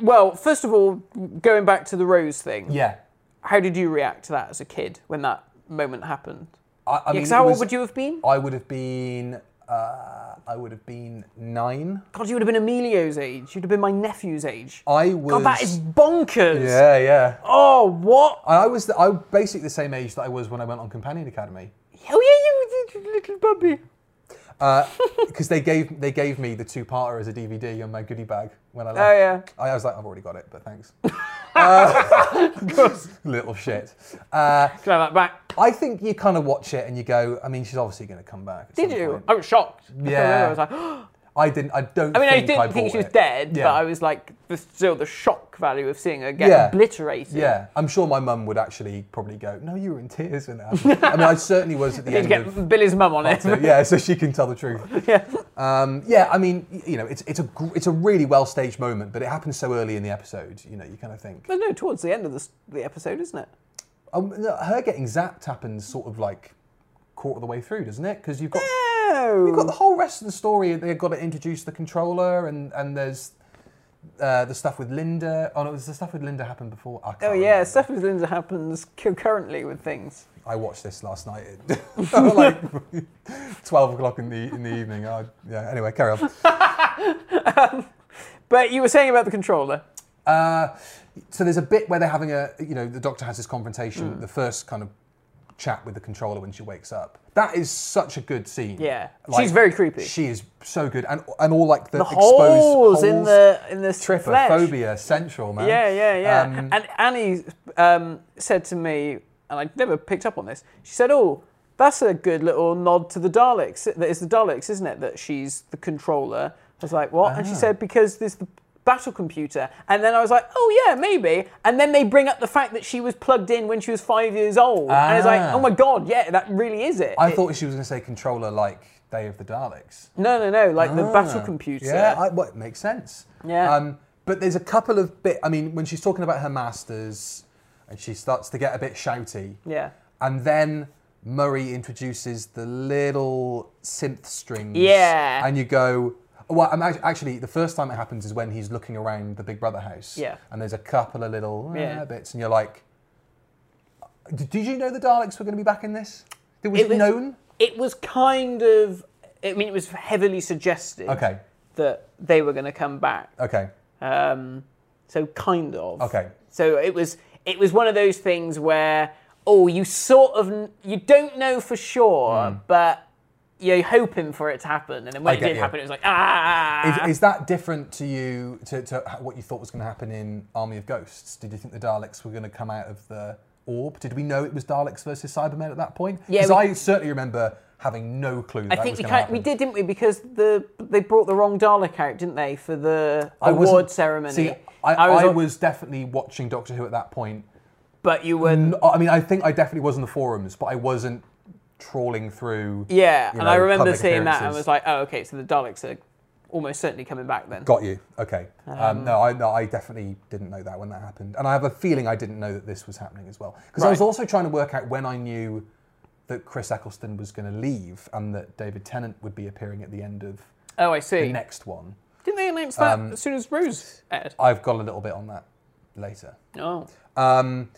[SPEAKER 1] well, first of all, going back to the Rose thing,
[SPEAKER 2] yeah,
[SPEAKER 1] how did you react to that as a kid when that moment happened?
[SPEAKER 2] I, I mean,
[SPEAKER 1] Because
[SPEAKER 2] it
[SPEAKER 1] how old
[SPEAKER 2] was-
[SPEAKER 1] would you have been?
[SPEAKER 2] I would have been. Uh, I would have been nine.
[SPEAKER 1] God, you would have been Emilio's age. You'd have been my nephew's age.
[SPEAKER 2] I was.
[SPEAKER 1] God, that is bonkers.
[SPEAKER 2] yeah, yeah.
[SPEAKER 1] Oh, what?
[SPEAKER 2] I was the, I was basically the same age that I was when I went on Companion Academy
[SPEAKER 1] Oh, yeah, you, you little puppy.
[SPEAKER 2] because Uh, they gave they gave me the two parter as a DVD on my goodie bag when I left.
[SPEAKER 1] Oh, yeah.
[SPEAKER 2] I, I was like, I've already got it, but thanks. uh, little shit. Uh,
[SPEAKER 1] Can I have that back?
[SPEAKER 2] I think you kind of watch it and you go, I mean, she's obviously going to come back. at
[SPEAKER 1] Did
[SPEAKER 2] some
[SPEAKER 1] you?
[SPEAKER 2] point.
[SPEAKER 1] I was shocked. I
[SPEAKER 2] Yeah.
[SPEAKER 1] remember I was like,
[SPEAKER 2] I didn't. I don't.
[SPEAKER 1] I mean, I
[SPEAKER 2] think
[SPEAKER 1] didn't
[SPEAKER 2] I
[SPEAKER 1] think she was
[SPEAKER 2] bought it.
[SPEAKER 1] dead,
[SPEAKER 2] Yeah.
[SPEAKER 1] but I was like, the, still the shock value of seeing her get
[SPEAKER 2] Yeah.
[SPEAKER 1] obliterated.
[SPEAKER 2] Yeah, I'm sure my mum would actually probably go, "No, you were in tears when that happened." I mean, I certainly was at the
[SPEAKER 1] Need
[SPEAKER 2] end.
[SPEAKER 1] to
[SPEAKER 2] of,
[SPEAKER 1] get Billy's mum on it.
[SPEAKER 2] So, yeah, so she can tell the truth.
[SPEAKER 1] Yeah.
[SPEAKER 2] Um, yeah, I mean, y- you know, it's it's a gr- it's a really well staged moment, but it happens so early in the episode. You know, you kind of think
[SPEAKER 1] But no, towards the end of the, s- the episode, isn't it?
[SPEAKER 2] um, no, her getting zapped happens sort of like quarter of the way through, doesn't it? Because you've got
[SPEAKER 1] No.
[SPEAKER 2] you've got the whole rest of the story. They've got to introduce the controller, and and there's uh, the stuff with Linda. Oh no, it was the stuff with Linda happened before. I can't
[SPEAKER 1] Oh yeah,
[SPEAKER 2] remember.
[SPEAKER 1] stuff with Linda happens concurrently with things.
[SPEAKER 2] I watched this last night at like twelve o'clock in the in the evening. Oh, yeah. Anyway, carry on.
[SPEAKER 1] But you were saying about the controller.
[SPEAKER 2] Uh, so there's a bit where they're having a, you know, the doctor has this
[SPEAKER 1] Mm.
[SPEAKER 2] confrontation, the first kind of chat with the controller when she wakes up. That is such a good scene.
[SPEAKER 1] Yeah. She's very creepy.
[SPEAKER 2] She is so good, and and all like the,
[SPEAKER 1] The
[SPEAKER 2] exposed
[SPEAKER 1] holes, in
[SPEAKER 2] holes.
[SPEAKER 1] the in the
[SPEAKER 2] Tripper,
[SPEAKER 1] flesh.
[SPEAKER 2] phobia, central man.
[SPEAKER 1] Yeah, yeah, yeah.
[SPEAKER 2] Um,
[SPEAKER 1] and Annie um, said to me, and I never picked up on this. She said, "Oh, that's a good little nod to the Daleks. That is the Daleks, isn't it? That she's the controller." I was like, "What?" And
[SPEAKER 2] Ah.
[SPEAKER 1] she said, "Because there's the battle computer." And then I was like, "Oh yeah, maybe." And then they bring up the fact that she was plugged in when she was five years old, and it's like,
[SPEAKER 2] Ah.
[SPEAKER 1] "Oh my god, yeah, that really is it."
[SPEAKER 2] I
[SPEAKER 1] It-
[SPEAKER 2] thought she was going to say controller like Day of the Daleks.
[SPEAKER 1] No, no, no. Like the battle
[SPEAKER 2] Ah,
[SPEAKER 1] computer.
[SPEAKER 2] Yeah, I, well, it makes sense.
[SPEAKER 1] Yeah.
[SPEAKER 2] Um, but there's a couple of bit. I mean, when she's talking about her masters, and she starts to get a bit shouty.
[SPEAKER 1] Yeah.
[SPEAKER 2] And then Murray introduces the little synth strings.
[SPEAKER 1] Yeah.
[SPEAKER 2] And you go. Well, I'm act- actually the first time it happens is when he's looking around the Big Brother house.
[SPEAKER 1] Yeah.
[SPEAKER 2] And there's a couple of little uh,
[SPEAKER 1] Yeah.
[SPEAKER 2] bits, and you're like, "Did did you know the Daleks were going to be back in this? Did- Was it,
[SPEAKER 1] It was-
[SPEAKER 2] known?"
[SPEAKER 1] It was kind of. I mean, it was heavily suggested.
[SPEAKER 2] Okay.
[SPEAKER 1] That they were going to come back.
[SPEAKER 2] Okay.
[SPEAKER 1] Um, so kind of.
[SPEAKER 2] Okay.
[SPEAKER 1] So it was. It was one of those things where oh, you sort of kn- you don't know for sure, but you're hoping for it to happen, and then when
[SPEAKER 2] Hmm. I
[SPEAKER 1] it
[SPEAKER 2] get
[SPEAKER 1] did
[SPEAKER 2] you.
[SPEAKER 1] happen, it was like ah.
[SPEAKER 2] Is, is that different to you to, to h- what you thought was going to happen in Army of Ghosts? Did you think the Daleks were going to come out of the orb? Did we know it was Daleks versus Cybermen at that point?
[SPEAKER 1] Yeah,
[SPEAKER 2] Because
[SPEAKER 1] we-
[SPEAKER 2] I certainly remember having no clue. That
[SPEAKER 1] I
[SPEAKER 2] that
[SPEAKER 1] think
[SPEAKER 2] was
[SPEAKER 1] we
[SPEAKER 2] gonna
[SPEAKER 1] kind we
[SPEAKER 2] happen.
[SPEAKER 1] did, didn't we? Because the they brought the wrong Dalek out, didn't they, for the
[SPEAKER 2] I wasn't-
[SPEAKER 1] award ceremony?
[SPEAKER 2] See, I,
[SPEAKER 1] I was
[SPEAKER 2] I
[SPEAKER 1] on-
[SPEAKER 2] was definitely watching Doctor Who at that point.
[SPEAKER 1] but you were
[SPEAKER 2] N- I mean, I think I definitely was in the forums, but I wasn't trawling through.
[SPEAKER 1] Yeah,
[SPEAKER 2] you
[SPEAKER 1] and I
[SPEAKER 2] know,
[SPEAKER 1] remember
[SPEAKER 2] public
[SPEAKER 1] seeing that and
[SPEAKER 2] appearances.
[SPEAKER 1] was like, oh, okay, so the Daleks are almost certainly coming back then.
[SPEAKER 2] Got you. Okay. Um, no, I, no, I definitely didn't know that when that happened, and I have a feeling I didn't know that this was happening as well. Because I was
[SPEAKER 1] Right.
[SPEAKER 2] also trying to work out when I knew that Chris Eccleston was going to leave and that David Tennant would be appearing at the end of
[SPEAKER 1] oh, I
[SPEAKER 2] the
[SPEAKER 1] see.
[SPEAKER 2] next um, uh, one.
[SPEAKER 1] Didn't they announce that as soon as Rose aired?
[SPEAKER 2] I've got a little bit on that later.
[SPEAKER 1] Oh,
[SPEAKER 2] Um,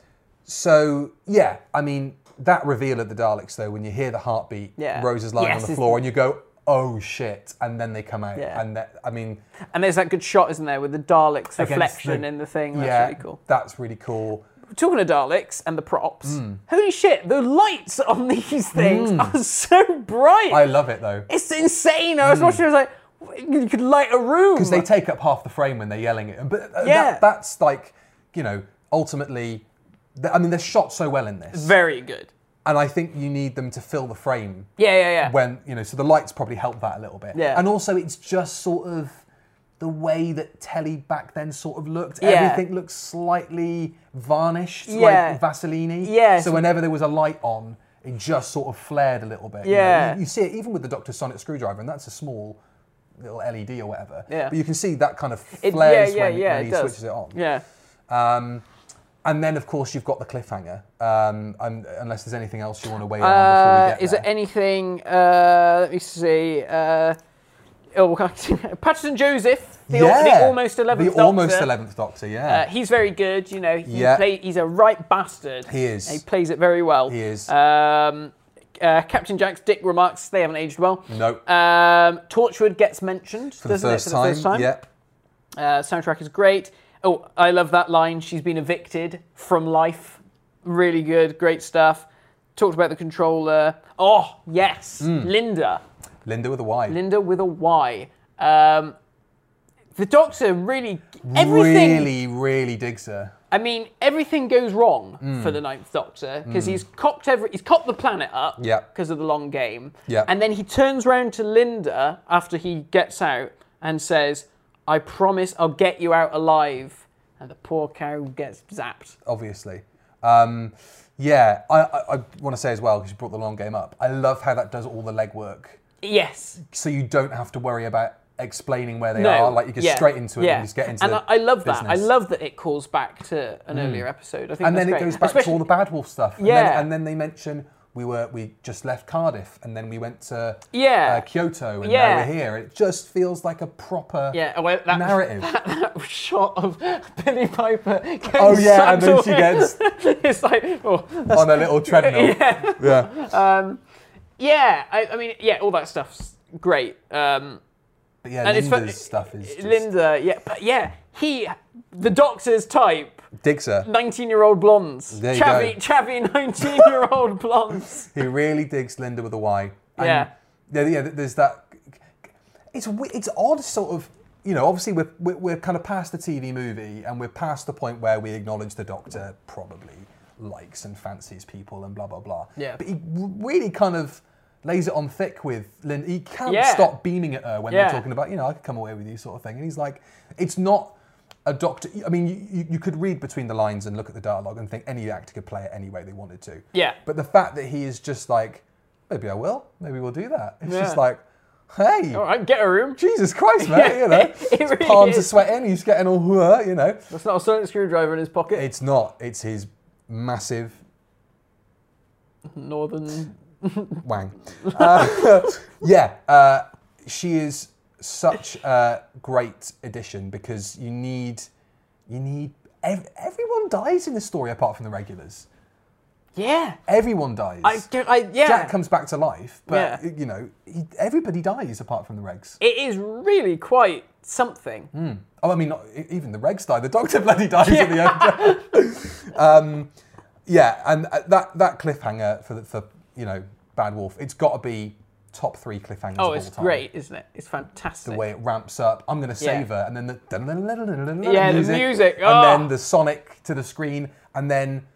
[SPEAKER 2] so yeah, I mean that reveal of the Daleks though, when you hear the heartbeat,
[SPEAKER 1] Yeah.
[SPEAKER 2] Rose is lying
[SPEAKER 1] Yes,
[SPEAKER 2] on the
[SPEAKER 1] it's-
[SPEAKER 2] floor, and you go, "Oh shit!" And then they come out,
[SPEAKER 1] Yeah.
[SPEAKER 2] and that, I mean,
[SPEAKER 1] and there's that good shot, isn't there, with the Daleks
[SPEAKER 2] against
[SPEAKER 1] reflection in the thing. That's
[SPEAKER 2] yeah,
[SPEAKER 1] really cool.
[SPEAKER 2] That's really cool.
[SPEAKER 1] Talking of Daleks and the props,
[SPEAKER 2] Hmm.
[SPEAKER 1] holy shit, the lights on these things are so bright.
[SPEAKER 2] I love it though.
[SPEAKER 1] it's insane. I was watching, I was like, w- you could light a room.
[SPEAKER 2] because they take up half the frame when they're yelling at them. But uh,
[SPEAKER 1] Yeah.
[SPEAKER 2] that, that's like, you know, ultimately, th- I mean, they're shot so well in this,
[SPEAKER 1] Very good.
[SPEAKER 2] and I think you need them to fill the frame
[SPEAKER 1] Yeah, yeah, yeah.
[SPEAKER 2] when you know. So the lights probably help that a little bit.
[SPEAKER 1] Yeah.
[SPEAKER 2] And also, it's just sort of the way that telly back then sort of looked.
[SPEAKER 1] Yeah.
[SPEAKER 2] Everything looks slightly varnished,
[SPEAKER 1] Yeah.
[SPEAKER 2] like Vaseline.
[SPEAKER 1] Yes.
[SPEAKER 2] So whenever there was a light on. It just sort of flared a little bit. you know.
[SPEAKER 1] Yeah.
[SPEAKER 2] You, you see it even with the Doctor Sonic screwdriver, and that's a small little LED or whatever.
[SPEAKER 1] Yeah.
[SPEAKER 2] But you can see that kind of
[SPEAKER 1] It-
[SPEAKER 2] flares
[SPEAKER 1] yeah, yeah,
[SPEAKER 2] when,
[SPEAKER 1] yeah,
[SPEAKER 2] when
[SPEAKER 1] it
[SPEAKER 2] he
[SPEAKER 1] does.
[SPEAKER 2] switches it on.
[SPEAKER 1] yeah.
[SPEAKER 2] Um, and then, of course, you've got the cliffhanger. Um, and, unless there's anything else you want to weigh in on before we
[SPEAKER 1] Uh,
[SPEAKER 2] get
[SPEAKER 1] is
[SPEAKER 2] there.
[SPEAKER 1] there anything? Uh, let me see. Uh, oh, Patterson Joseph, the, al- the almost eleventh.
[SPEAKER 2] The almost
[SPEAKER 1] Doctor.
[SPEAKER 2] 11th Doctor,
[SPEAKER 1] Uh,
[SPEAKER 2] yeah.
[SPEAKER 1] he's very good. You know, he
[SPEAKER 2] Yeah.
[SPEAKER 1] play, he's a right bastard.
[SPEAKER 2] He is.
[SPEAKER 1] And he plays it very well.
[SPEAKER 2] He is.
[SPEAKER 1] Um, uh, Captain Jack's dick remarks they haven't aged well.
[SPEAKER 2] No.
[SPEAKER 1] Um, Torchwood gets mentioned,
[SPEAKER 2] for the
[SPEAKER 1] doesn't
[SPEAKER 2] first
[SPEAKER 1] it? For
[SPEAKER 2] time.
[SPEAKER 1] the first time.
[SPEAKER 2] Yeah.
[SPEAKER 1] Uh, soundtrack is great. Oh, I love that line. She's been evicted from life. Really good, great stuff. Talked about the controller. Oh, yes, Linda.
[SPEAKER 2] Linda with a Y.
[SPEAKER 1] Linda with a Y. Um, the doctor really everything.
[SPEAKER 2] Really, really digs her.
[SPEAKER 1] I mean, everything goes wrong
[SPEAKER 2] Hmm.
[SPEAKER 1] for the Ninth Doctor because he's cocked every, he's cocked the planet up
[SPEAKER 2] Yeah.
[SPEAKER 1] because of the long game.
[SPEAKER 2] Yeah.
[SPEAKER 1] And then he turns round to Linda after he gets out and says, "I promise I'll get you out alive." And the poor cow gets zapped.
[SPEAKER 2] obviously. Um, yeah, I, I, I want to say as well because you brought the long game up. I love how that does all the legwork,
[SPEAKER 1] Yes.
[SPEAKER 2] so you don't have to worry about explaining where they
[SPEAKER 1] no.
[SPEAKER 2] are. Like you get
[SPEAKER 1] yeah,
[SPEAKER 2] straight into it
[SPEAKER 1] yeah.
[SPEAKER 2] and just get into
[SPEAKER 1] And
[SPEAKER 2] the
[SPEAKER 1] I, I love that. I
[SPEAKER 2] business. Hmm.
[SPEAKER 1] love that it calls back to an earlier episode. I think
[SPEAKER 2] and
[SPEAKER 1] that's
[SPEAKER 2] then it
[SPEAKER 1] great.
[SPEAKER 2] goes back to all
[SPEAKER 1] Especially-
[SPEAKER 2] the bad wolf stuff. And
[SPEAKER 1] Yeah.
[SPEAKER 2] Then, and then they mention we were we just left Cardiff and then we went to
[SPEAKER 1] Yeah.
[SPEAKER 2] uh, Kyoto and now
[SPEAKER 1] Yeah.
[SPEAKER 2] we're here. It just feels like a proper
[SPEAKER 1] Yeah, well, that,
[SPEAKER 2] narrative.
[SPEAKER 1] That, that shot of Billy Piper getting
[SPEAKER 2] Oh, yeah, and then
[SPEAKER 1] sucked
[SPEAKER 2] she
[SPEAKER 1] away.
[SPEAKER 2] gets-
[SPEAKER 1] it's like, oh, that's-
[SPEAKER 2] on a little treadmill.
[SPEAKER 1] yeah,
[SPEAKER 2] yeah.
[SPEAKER 1] yeah. I, I mean, yeah, all that stuff's great. Um,
[SPEAKER 2] But yeah,
[SPEAKER 1] and it's
[SPEAKER 2] Linda's
[SPEAKER 1] fun-
[SPEAKER 2] stuff is just
[SPEAKER 1] Linda, yeah, but yeah, he, the Doctor's type,
[SPEAKER 2] digs her.
[SPEAKER 1] nineteen-year-old blondes,
[SPEAKER 2] There you
[SPEAKER 1] chavvy,
[SPEAKER 2] go.
[SPEAKER 1] chavvy nineteen-year-old blondes.
[SPEAKER 2] He really digs Linda with a Y. And
[SPEAKER 1] Yeah.
[SPEAKER 2] there- yeah. There's that. It's we- it's odd, sort of. You know, obviously we're, we're we're kind of past the TV movie and we're past the point where we acknowledge the Doctor probably likes and fancies people and blah blah blah.
[SPEAKER 1] Yeah.
[SPEAKER 2] But he r- really kind of lays it on thick with Linda. He can't
[SPEAKER 1] Yeah.
[SPEAKER 2] stop beaming at her when
[SPEAKER 1] Yeah.
[SPEAKER 2] they're talking about you know I could come away with you sort of thing, and he's like, it's not. A doctor. I mean, you- you, you could read between the lines and look at the dialogue and think any actor could play it any way they wanted to.
[SPEAKER 1] Yeah.
[SPEAKER 2] But the fact that he is just like, maybe I will, maybe we'll do that. It's just
[SPEAKER 1] Yeah.
[SPEAKER 2] like, hey,
[SPEAKER 1] All right, get a room.
[SPEAKER 2] Jesus Christ, mate, you know,
[SPEAKER 1] it
[SPEAKER 2] his
[SPEAKER 1] really
[SPEAKER 2] palms
[SPEAKER 1] is.
[SPEAKER 2] are sweating, he's getting all, "Huh," you know.
[SPEAKER 1] That's not a sonic screwdriver in his pocket.
[SPEAKER 2] It's not. It's his massive
[SPEAKER 1] Northern.
[SPEAKER 2] wang. Uh, yeah, uh, she is such a great addition because you need, you need. Ev- everyone dies in this story apart from the regulars.
[SPEAKER 1] Yeah.
[SPEAKER 2] Everyone dies.
[SPEAKER 1] I, don't- I yeah.
[SPEAKER 2] Jack comes back to life, but
[SPEAKER 1] Yeah.
[SPEAKER 2] you know, he, everybody dies apart from the regs.
[SPEAKER 1] it is really quite something.
[SPEAKER 2] Oh, I mean, not, e- even the Regs die. The Doctor bloody dies at the end. um, yeah, and uh, that that cliffhanger for the, for you know Bad Wolf, it's got to be top three cliffhangers.
[SPEAKER 1] Oh,
[SPEAKER 2] of
[SPEAKER 1] it's
[SPEAKER 2] all time.
[SPEAKER 1] great, isn't it? It's fantastic.
[SPEAKER 2] The way it ramps up, I'm gonna save
[SPEAKER 1] Yeah.
[SPEAKER 2] her, and then the dun-dun-dun-dun-dun-dun
[SPEAKER 1] Yeah, the music,
[SPEAKER 2] and
[SPEAKER 1] oh.
[SPEAKER 2] then the Sonic to the screen, and then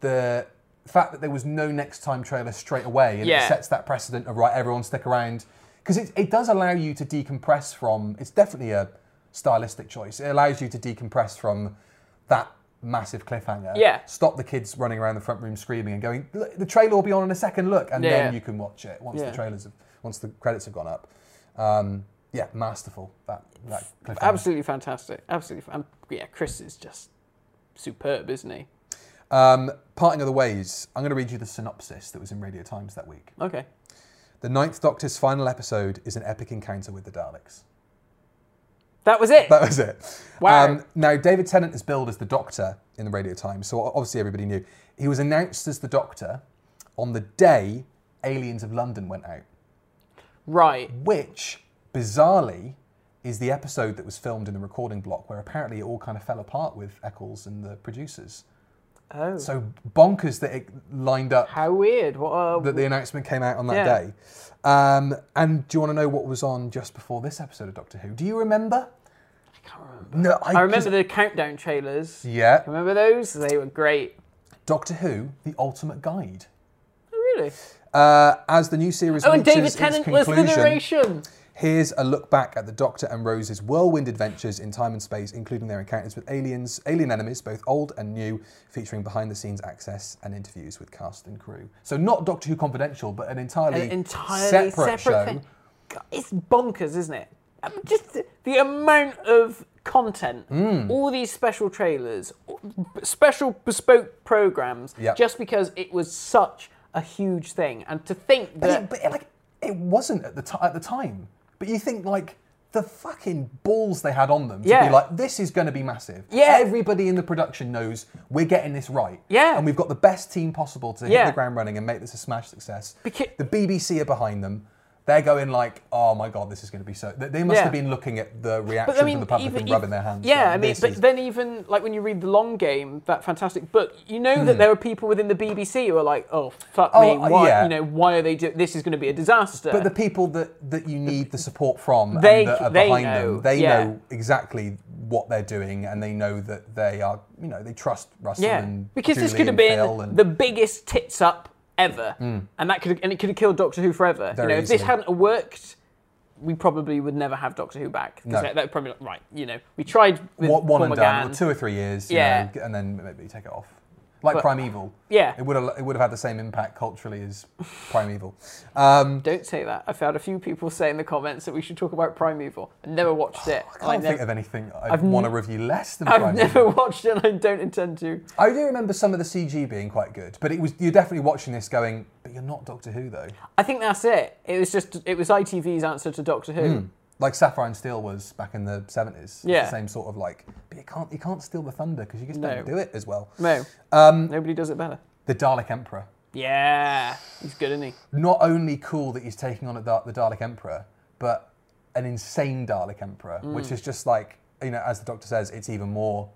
[SPEAKER 2] the fact that there was no next time trailer straight away, and
[SPEAKER 1] Yeah.
[SPEAKER 2] it sets that precedent of right, everyone stick around because it it does allow you to decompress from. It's definitely a stylistic choice. It allows you to decompress from that massive cliffhanger.
[SPEAKER 1] Yeah.
[SPEAKER 2] Stop the kids running around the front room screaming and going. "Look, The trailer will be on in a second. Look, and
[SPEAKER 1] Yeah.
[SPEAKER 2] then you can watch it once
[SPEAKER 1] Yeah.
[SPEAKER 2] the trailers have, once the credits have gone up. Um, yeah, masterful. That that cliffhanger.
[SPEAKER 1] Absolutely fantastic. Absolutely. Fan- yeah, Chris is just superb, isn't he?
[SPEAKER 2] Um, parting of the ways. I'm going to read you the synopsis that was in Radio Times that week.
[SPEAKER 1] Okay.
[SPEAKER 2] The Ninth Doctor's final episode is an epic encounter with the Daleks.
[SPEAKER 1] That was it.
[SPEAKER 2] That was it. Um,
[SPEAKER 1] Wow.
[SPEAKER 2] now, David Tennant is billed as the Doctor in the Radio Times, so obviously everybody knew. He was announced as the Doctor on the day Aliens of London went out,
[SPEAKER 1] right.
[SPEAKER 2] which, bizarrely, is the episode that was filmed in the recording block where apparently it all kind of fell apart with Eccles and the producers.
[SPEAKER 1] Oh.
[SPEAKER 2] So bonkers that it lined up
[SPEAKER 1] How weird. What a,
[SPEAKER 2] that the announcement came out on that
[SPEAKER 1] Yeah.
[SPEAKER 2] day. Um, and do you want to know what was on just before this episode of Doctor Who? Do you remember?
[SPEAKER 1] I can't remember.
[SPEAKER 2] No,
[SPEAKER 1] I remember the countdown trailers.
[SPEAKER 2] Yeah,
[SPEAKER 1] Remember those? They were great.
[SPEAKER 2] Doctor Who: The Ultimate Guide.
[SPEAKER 1] Oh, really?
[SPEAKER 2] Uh, as the new series
[SPEAKER 1] Oh, and
[SPEAKER 2] reaches
[SPEAKER 1] David
[SPEAKER 2] its
[SPEAKER 1] Tennant was the
[SPEAKER 2] conclusion,
[SPEAKER 1] narration.
[SPEAKER 2] Here's a look back at the Doctor and Rose's whirlwind adventures in time and space, including their encounters with aliens, alien enemies, both old and new, featuring behind-the-scenes access and interviews with cast and crew. So not Doctor Who Confidential, but an entirely,
[SPEAKER 1] An entirely
[SPEAKER 2] separate,
[SPEAKER 1] separate,
[SPEAKER 2] show.
[SPEAKER 1] thing. God, it's bonkers, isn't it? I mean, Just the- the amount of content,
[SPEAKER 2] Mm.
[SPEAKER 1] all these special trailers, all- b- special bespoke programs,
[SPEAKER 2] Yep.
[SPEAKER 1] just because it was such a huge thing. And to think
[SPEAKER 2] But,
[SPEAKER 1] that
[SPEAKER 2] it, but it, like, it wasn't at the ti at the time. But you think like the fucking balls they had on them to
[SPEAKER 1] Yeah.
[SPEAKER 2] be like, this is going to be massive.
[SPEAKER 1] Yeah.
[SPEAKER 2] Everybody in the production knows we're getting this right.
[SPEAKER 1] Yeah.
[SPEAKER 2] And we've got the best team possible to hit
[SPEAKER 1] Yeah.
[SPEAKER 2] the ground running and make this a smash success.
[SPEAKER 1] Becau-
[SPEAKER 2] the BBC are behind them. They're going like, oh my god, this is going to be so. They they must
[SPEAKER 1] Yeah.
[SPEAKER 2] have been looking at the reaction
[SPEAKER 1] But I mean,
[SPEAKER 2] from the public
[SPEAKER 1] even,
[SPEAKER 2] and
[SPEAKER 1] even-
[SPEAKER 2] rubbing their hands.
[SPEAKER 1] Yeah,
[SPEAKER 2] going,
[SPEAKER 1] I mean,
[SPEAKER 2] "This
[SPEAKER 1] but
[SPEAKER 2] is
[SPEAKER 1] then even like when you read the long game, that fantastic book, you know that there are people within the BBC who are like, "Oh fuck me,
[SPEAKER 2] Hmm. Oh, uh,
[SPEAKER 1] why?
[SPEAKER 2] yeah.
[SPEAKER 1] You know, why are they doing? This is going to be a disaster."
[SPEAKER 2] But the people that, that you need the support from
[SPEAKER 1] They-
[SPEAKER 2] and that are
[SPEAKER 1] they
[SPEAKER 2] behind
[SPEAKER 1] know,
[SPEAKER 2] them, they
[SPEAKER 1] yeah.
[SPEAKER 2] know exactly what they're doing and they know that they are, you know, they trust Russell
[SPEAKER 1] Yeah,
[SPEAKER 2] and
[SPEAKER 1] because this
[SPEAKER 2] Julie
[SPEAKER 1] could have
[SPEAKER 2] and
[SPEAKER 1] been
[SPEAKER 2] Phil and- Hmm.
[SPEAKER 1] the biggest tits up ever, and that could and it could have killed Doctor Who forever.
[SPEAKER 2] Very
[SPEAKER 1] you know, if this
[SPEAKER 2] easily.
[SPEAKER 1] hadn't worked, we probably would never have Doctor Who back. 'Cause
[SPEAKER 2] No.
[SPEAKER 1] that, that would probably not- right. You know, we tried with
[SPEAKER 2] one, one
[SPEAKER 1] Paul
[SPEAKER 2] and done,
[SPEAKER 1] McGann.
[SPEAKER 2] or two or three years, you
[SPEAKER 1] Yeah.
[SPEAKER 2] know, and then maybe take it off. Like
[SPEAKER 1] But-
[SPEAKER 2] Primeval.
[SPEAKER 1] Yeah.
[SPEAKER 2] It would have it would have had the same impact culturally as Primeval. Um,
[SPEAKER 1] Don't say that. I found a few people say in the comments that we should talk about Primeval. I never watched it.
[SPEAKER 2] Oh, I can't
[SPEAKER 1] never,
[SPEAKER 2] think of anything I want to review less than
[SPEAKER 1] I've
[SPEAKER 2] Primeval.
[SPEAKER 1] never watched it. and I don't intend to.
[SPEAKER 2] I do remember some of the CG being quite good, but it was you're definitely watching this going, but you're not Doctor Who though.
[SPEAKER 1] I think that's it. It was just it was ITV's answer to Doctor Who.
[SPEAKER 2] Hmm. Like Sapphire and Steel was back in the seventies.
[SPEAKER 1] Yeah.
[SPEAKER 2] The same sort of like, but you can't you can't steal the thunder because you just
[SPEAKER 1] No.
[SPEAKER 2] don't do it as well.
[SPEAKER 1] No,
[SPEAKER 2] Um,
[SPEAKER 1] nobody does it better.
[SPEAKER 2] The Dalek Emperor.
[SPEAKER 1] Yeah, he's good, isn't he?
[SPEAKER 2] not only cool that he's taking on a Dar- the Dalek Emperor, but an insane Dalek Emperor,
[SPEAKER 1] Mm.
[SPEAKER 2] which is just like, you know, as the Doctor says, it's even more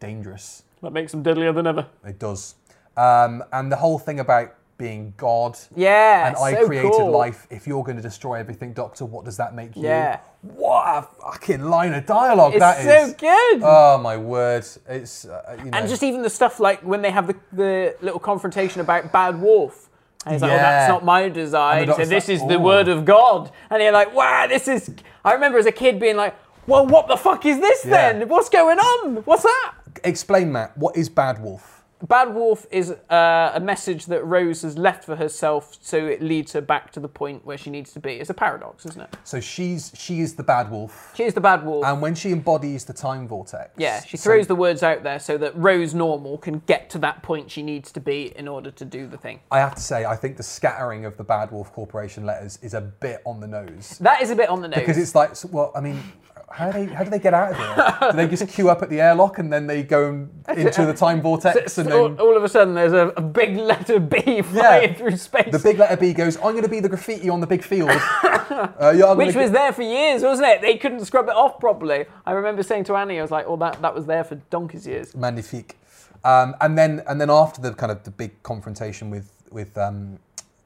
[SPEAKER 2] dangerous.
[SPEAKER 1] That makes him deadlier than ever.
[SPEAKER 2] It does. Um, and the whole thing about being God.
[SPEAKER 1] Yeah,
[SPEAKER 2] And I
[SPEAKER 1] so
[SPEAKER 2] created
[SPEAKER 1] cool.
[SPEAKER 2] life. If you're going to destroy everything, Doctor, what does that make you?
[SPEAKER 1] Yeah.
[SPEAKER 2] What a fucking line of dialogue
[SPEAKER 1] It's
[SPEAKER 2] that is.
[SPEAKER 1] so good.
[SPEAKER 2] Oh my word! It's uh, you know.
[SPEAKER 1] and just even the stuff like when they have the, the little confrontation about Bad Wolf. And he's like, oh,
[SPEAKER 2] Yeah.
[SPEAKER 1] that's not my design.
[SPEAKER 2] And the
[SPEAKER 1] So
[SPEAKER 2] doctor's
[SPEAKER 1] this
[SPEAKER 2] like,
[SPEAKER 1] is the
[SPEAKER 2] "Oh."
[SPEAKER 1] word of God. And you're like, wow, this is. I remember as a kid being like, well, what the fuck is this
[SPEAKER 2] Yeah.
[SPEAKER 1] then? What's going on? What's that?
[SPEAKER 2] explain, Matt. What is Bad Wolf?
[SPEAKER 1] Bad Wolf is uh, a message that Rose has left for herself, so it leads her back to the point where she needs to be. It's a paradox, isn't it?
[SPEAKER 2] So she's she is the Bad Wolf,
[SPEAKER 1] She's the Bad Wolf.
[SPEAKER 2] and when she embodies the time vortex,
[SPEAKER 1] Yeah, she
[SPEAKER 2] so
[SPEAKER 1] throws the words out there so that Rose Normal can get to that point she needs to be in order to do the thing.
[SPEAKER 2] I have to say, I think the scattering of the Bad Wolf Corporation letters is a bit on the nose
[SPEAKER 1] That is a bit on the nose.
[SPEAKER 2] because it's like, so- well, I mean, how do they how do they get out of here? do they just queue up at the airlock and then they go in- into the time vortex and
[SPEAKER 1] all,
[SPEAKER 2] then
[SPEAKER 1] all of a sudden, there's a, a big letter B flying
[SPEAKER 2] yeah,
[SPEAKER 1] through space,
[SPEAKER 2] the big letter B goes, I'm going to be the graffiti on the big field, uh, yeah, I'm
[SPEAKER 1] which
[SPEAKER 2] gonna
[SPEAKER 1] was there for years, wasn't it? They couldn't scrub it off properly. I remember saying to Annie, I was like, "Oh, that that was there for donkey's years."
[SPEAKER 2] magnifique. Um, and then and then after the kind of the big confrontation with with um,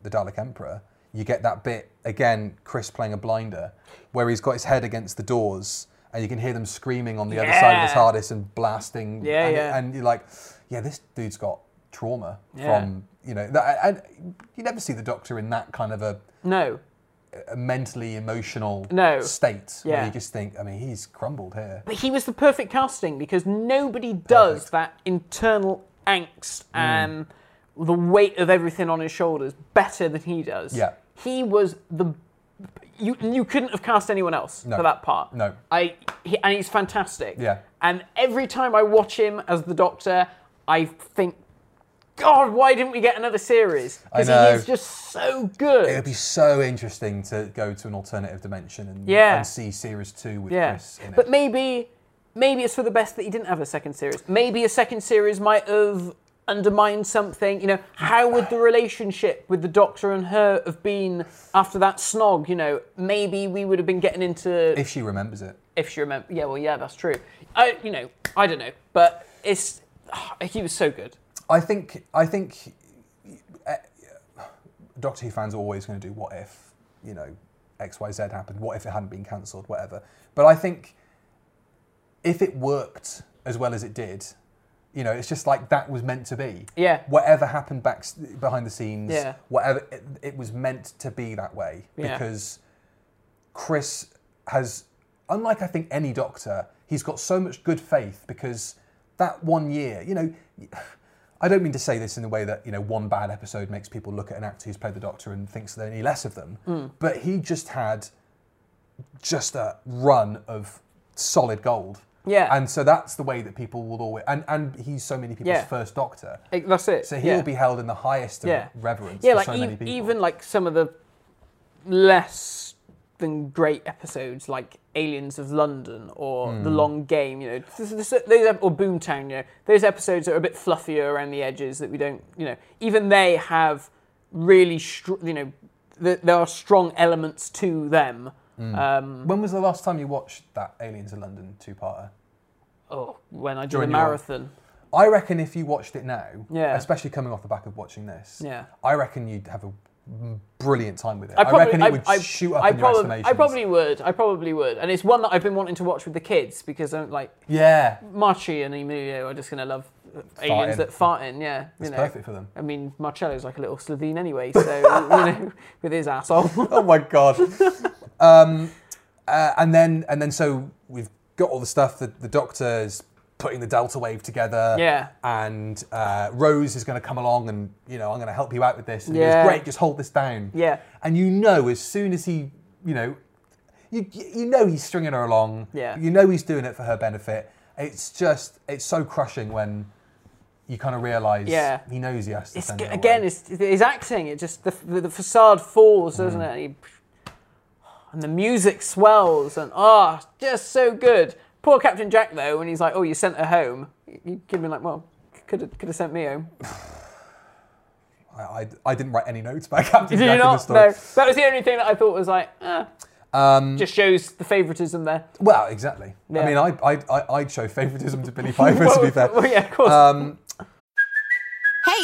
[SPEAKER 2] the Dalek Emperor, you get that bit again, Chris playing a blinder, where he's got his head against the doors, and you can hear them screaming on the other side of the TARDIS and blasting.
[SPEAKER 1] Yeah,
[SPEAKER 2] and,
[SPEAKER 1] yeah.
[SPEAKER 2] and you're like, yeah, this dude's got trauma
[SPEAKER 1] Yeah.
[SPEAKER 2] from you know, that, and you never see the Doctor in that kind of a,
[SPEAKER 1] No,
[SPEAKER 2] a mentally emotional
[SPEAKER 1] No.
[SPEAKER 2] state
[SPEAKER 1] Yeah.
[SPEAKER 2] where you just think, I mean, he's crumbled here.
[SPEAKER 1] but he was the perfect casting because nobody does that internal angst
[SPEAKER 2] Hmm.
[SPEAKER 1] and the weight of everything on his shoulders better than he does.
[SPEAKER 2] Yeah.
[SPEAKER 1] he was the you you couldn't have cast anyone else
[SPEAKER 2] No.
[SPEAKER 1] for that part.
[SPEAKER 2] No.
[SPEAKER 1] I he, and he's fantastic.
[SPEAKER 2] Yeah.
[SPEAKER 1] And every time I watch him as the Doctor, I think. God, why didn't we get another series? Because he
[SPEAKER 2] know.
[SPEAKER 1] is just so good.
[SPEAKER 2] It would be so interesting to go to an alternative dimension and,
[SPEAKER 1] Yeah.
[SPEAKER 2] and see series two with
[SPEAKER 1] Yeah.
[SPEAKER 2] Chris in it.
[SPEAKER 1] But maybe maybe it's for the best that he didn't have a second series. Maybe a second series might have undermined something. You know, how would the relationship with the Doctor and her have been after that snog? You know, maybe we would have been getting into
[SPEAKER 2] if she remembers it,
[SPEAKER 1] if she remember. Yeah, well, yeah, that's true. I, you know, I don't know, but it's he was so good.
[SPEAKER 2] I think I think uh, Doctor Who fans are always going to do what if you know X Y Z happened, what if it hadn't been cancelled, whatever. But I think if it worked as well as it did, you know, it's just like that was meant to be.
[SPEAKER 1] Yeah.
[SPEAKER 2] Whatever happened back s- behind the scenes,
[SPEAKER 1] Yeah.
[SPEAKER 2] whatever it, it was meant to be that way
[SPEAKER 1] Yeah.
[SPEAKER 2] because Chris has, unlike I think any doctor, he's got so much good faith because that one year, you know, I don't mean to say this in the way that you know one bad episode makes people look at an actor who's played the Doctor and thinks they're any less of them,
[SPEAKER 1] Hmm.
[SPEAKER 2] but he just had just a run of solid gold.
[SPEAKER 1] Yeah.
[SPEAKER 2] and so that's the way that people will always and and he's so many people's
[SPEAKER 1] Yeah.
[SPEAKER 2] first Doctor,
[SPEAKER 1] Like, that's it.
[SPEAKER 2] so he'll
[SPEAKER 1] yeah.
[SPEAKER 2] be held in the highest of
[SPEAKER 1] yeah.
[SPEAKER 2] reverence.
[SPEAKER 1] Yeah,
[SPEAKER 2] for
[SPEAKER 1] like
[SPEAKER 2] so
[SPEAKER 1] e-
[SPEAKER 2] many people.
[SPEAKER 1] even like some of the less than great episodes, like Aliens of London or The
[SPEAKER 2] Hmm.
[SPEAKER 1] Long Game, you know, th- th- th- those ep- or Boomtown, you know, those episodes that are a bit fluffier around the edges that we don't, you know, even they have really, str- you know, th- there are strong elements to them.
[SPEAKER 2] Hmm.
[SPEAKER 1] Um,
[SPEAKER 2] When was the last time you watched that Aliens of London two-parter?
[SPEAKER 1] oh, when I did a
[SPEAKER 2] During your-
[SPEAKER 1] marathon,
[SPEAKER 2] I reckon if you watched it now,
[SPEAKER 1] Yeah.
[SPEAKER 2] especially coming off the back of watching this,
[SPEAKER 1] Yeah.
[SPEAKER 2] I reckon you'd have a brilliant time with it.
[SPEAKER 1] I
[SPEAKER 2] I,
[SPEAKER 1] probably,
[SPEAKER 2] reckon
[SPEAKER 1] I,
[SPEAKER 2] it would
[SPEAKER 1] I-
[SPEAKER 2] shoot up
[SPEAKER 1] I
[SPEAKER 2] in your
[SPEAKER 1] probably,
[SPEAKER 2] estimations.
[SPEAKER 1] I probably would. I probably would. And it's one that I've been wanting to watch with the kids because I'm like
[SPEAKER 2] yeah,
[SPEAKER 1] Marchi and Emilio are just gonna love
[SPEAKER 2] Farting.
[SPEAKER 1] aliens that fart in. Yeah, you
[SPEAKER 2] it's
[SPEAKER 1] know.
[SPEAKER 2] perfect for them.
[SPEAKER 1] I mean, Marcello's like a little Slovene anyway, so you know, with his asshole.
[SPEAKER 2] Oh my god. um, uh, and then and then so we've got all the stuff. The, the doctor's putting the delta wave together.
[SPEAKER 1] Yeah.
[SPEAKER 2] And uh, Rose is going to come along and you know I'm going to help you out with this. And he
[SPEAKER 1] Yeah.
[SPEAKER 2] goes, great. Just hold this down.
[SPEAKER 1] Yeah.
[SPEAKER 2] And you know as soon as he you know you you know he's stringing her along.
[SPEAKER 1] Yeah.
[SPEAKER 2] You know he's doing it for her benefit. It's just it's so crushing when. You kind of realise
[SPEAKER 1] Yeah.
[SPEAKER 2] he knows he has to
[SPEAKER 1] it's,
[SPEAKER 2] send
[SPEAKER 1] g-
[SPEAKER 2] her away.
[SPEAKER 1] again, it's, it's acting. It just the, the, the facade falls,
[SPEAKER 2] Mm.
[SPEAKER 1] doesn't it? And, he- and the music swells, and ah, just so good. Poor Captain Jack though, when he's like, "Oh, you sent her home," you could have been like, "Well, could have could have sent me home."
[SPEAKER 2] I, I, I didn't write any notes about Captain
[SPEAKER 1] Did
[SPEAKER 2] Jack
[SPEAKER 1] you
[SPEAKER 2] in the
[SPEAKER 1] not?
[SPEAKER 2] story. Um,
[SPEAKER 1] No, that was the only thing that I thought was like, eh. just shows the favoritism there.
[SPEAKER 2] Well, exactly. I
[SPEAKER 1] Yeah.
[SPEAKER 2] mean, I, I, I, I'd show favouritism to Billy Piper, to be fair.
[SPEAKER 1] well, yeah, of course.
[SPEAKER 2] Um,
[SPEAKER 3] Hey,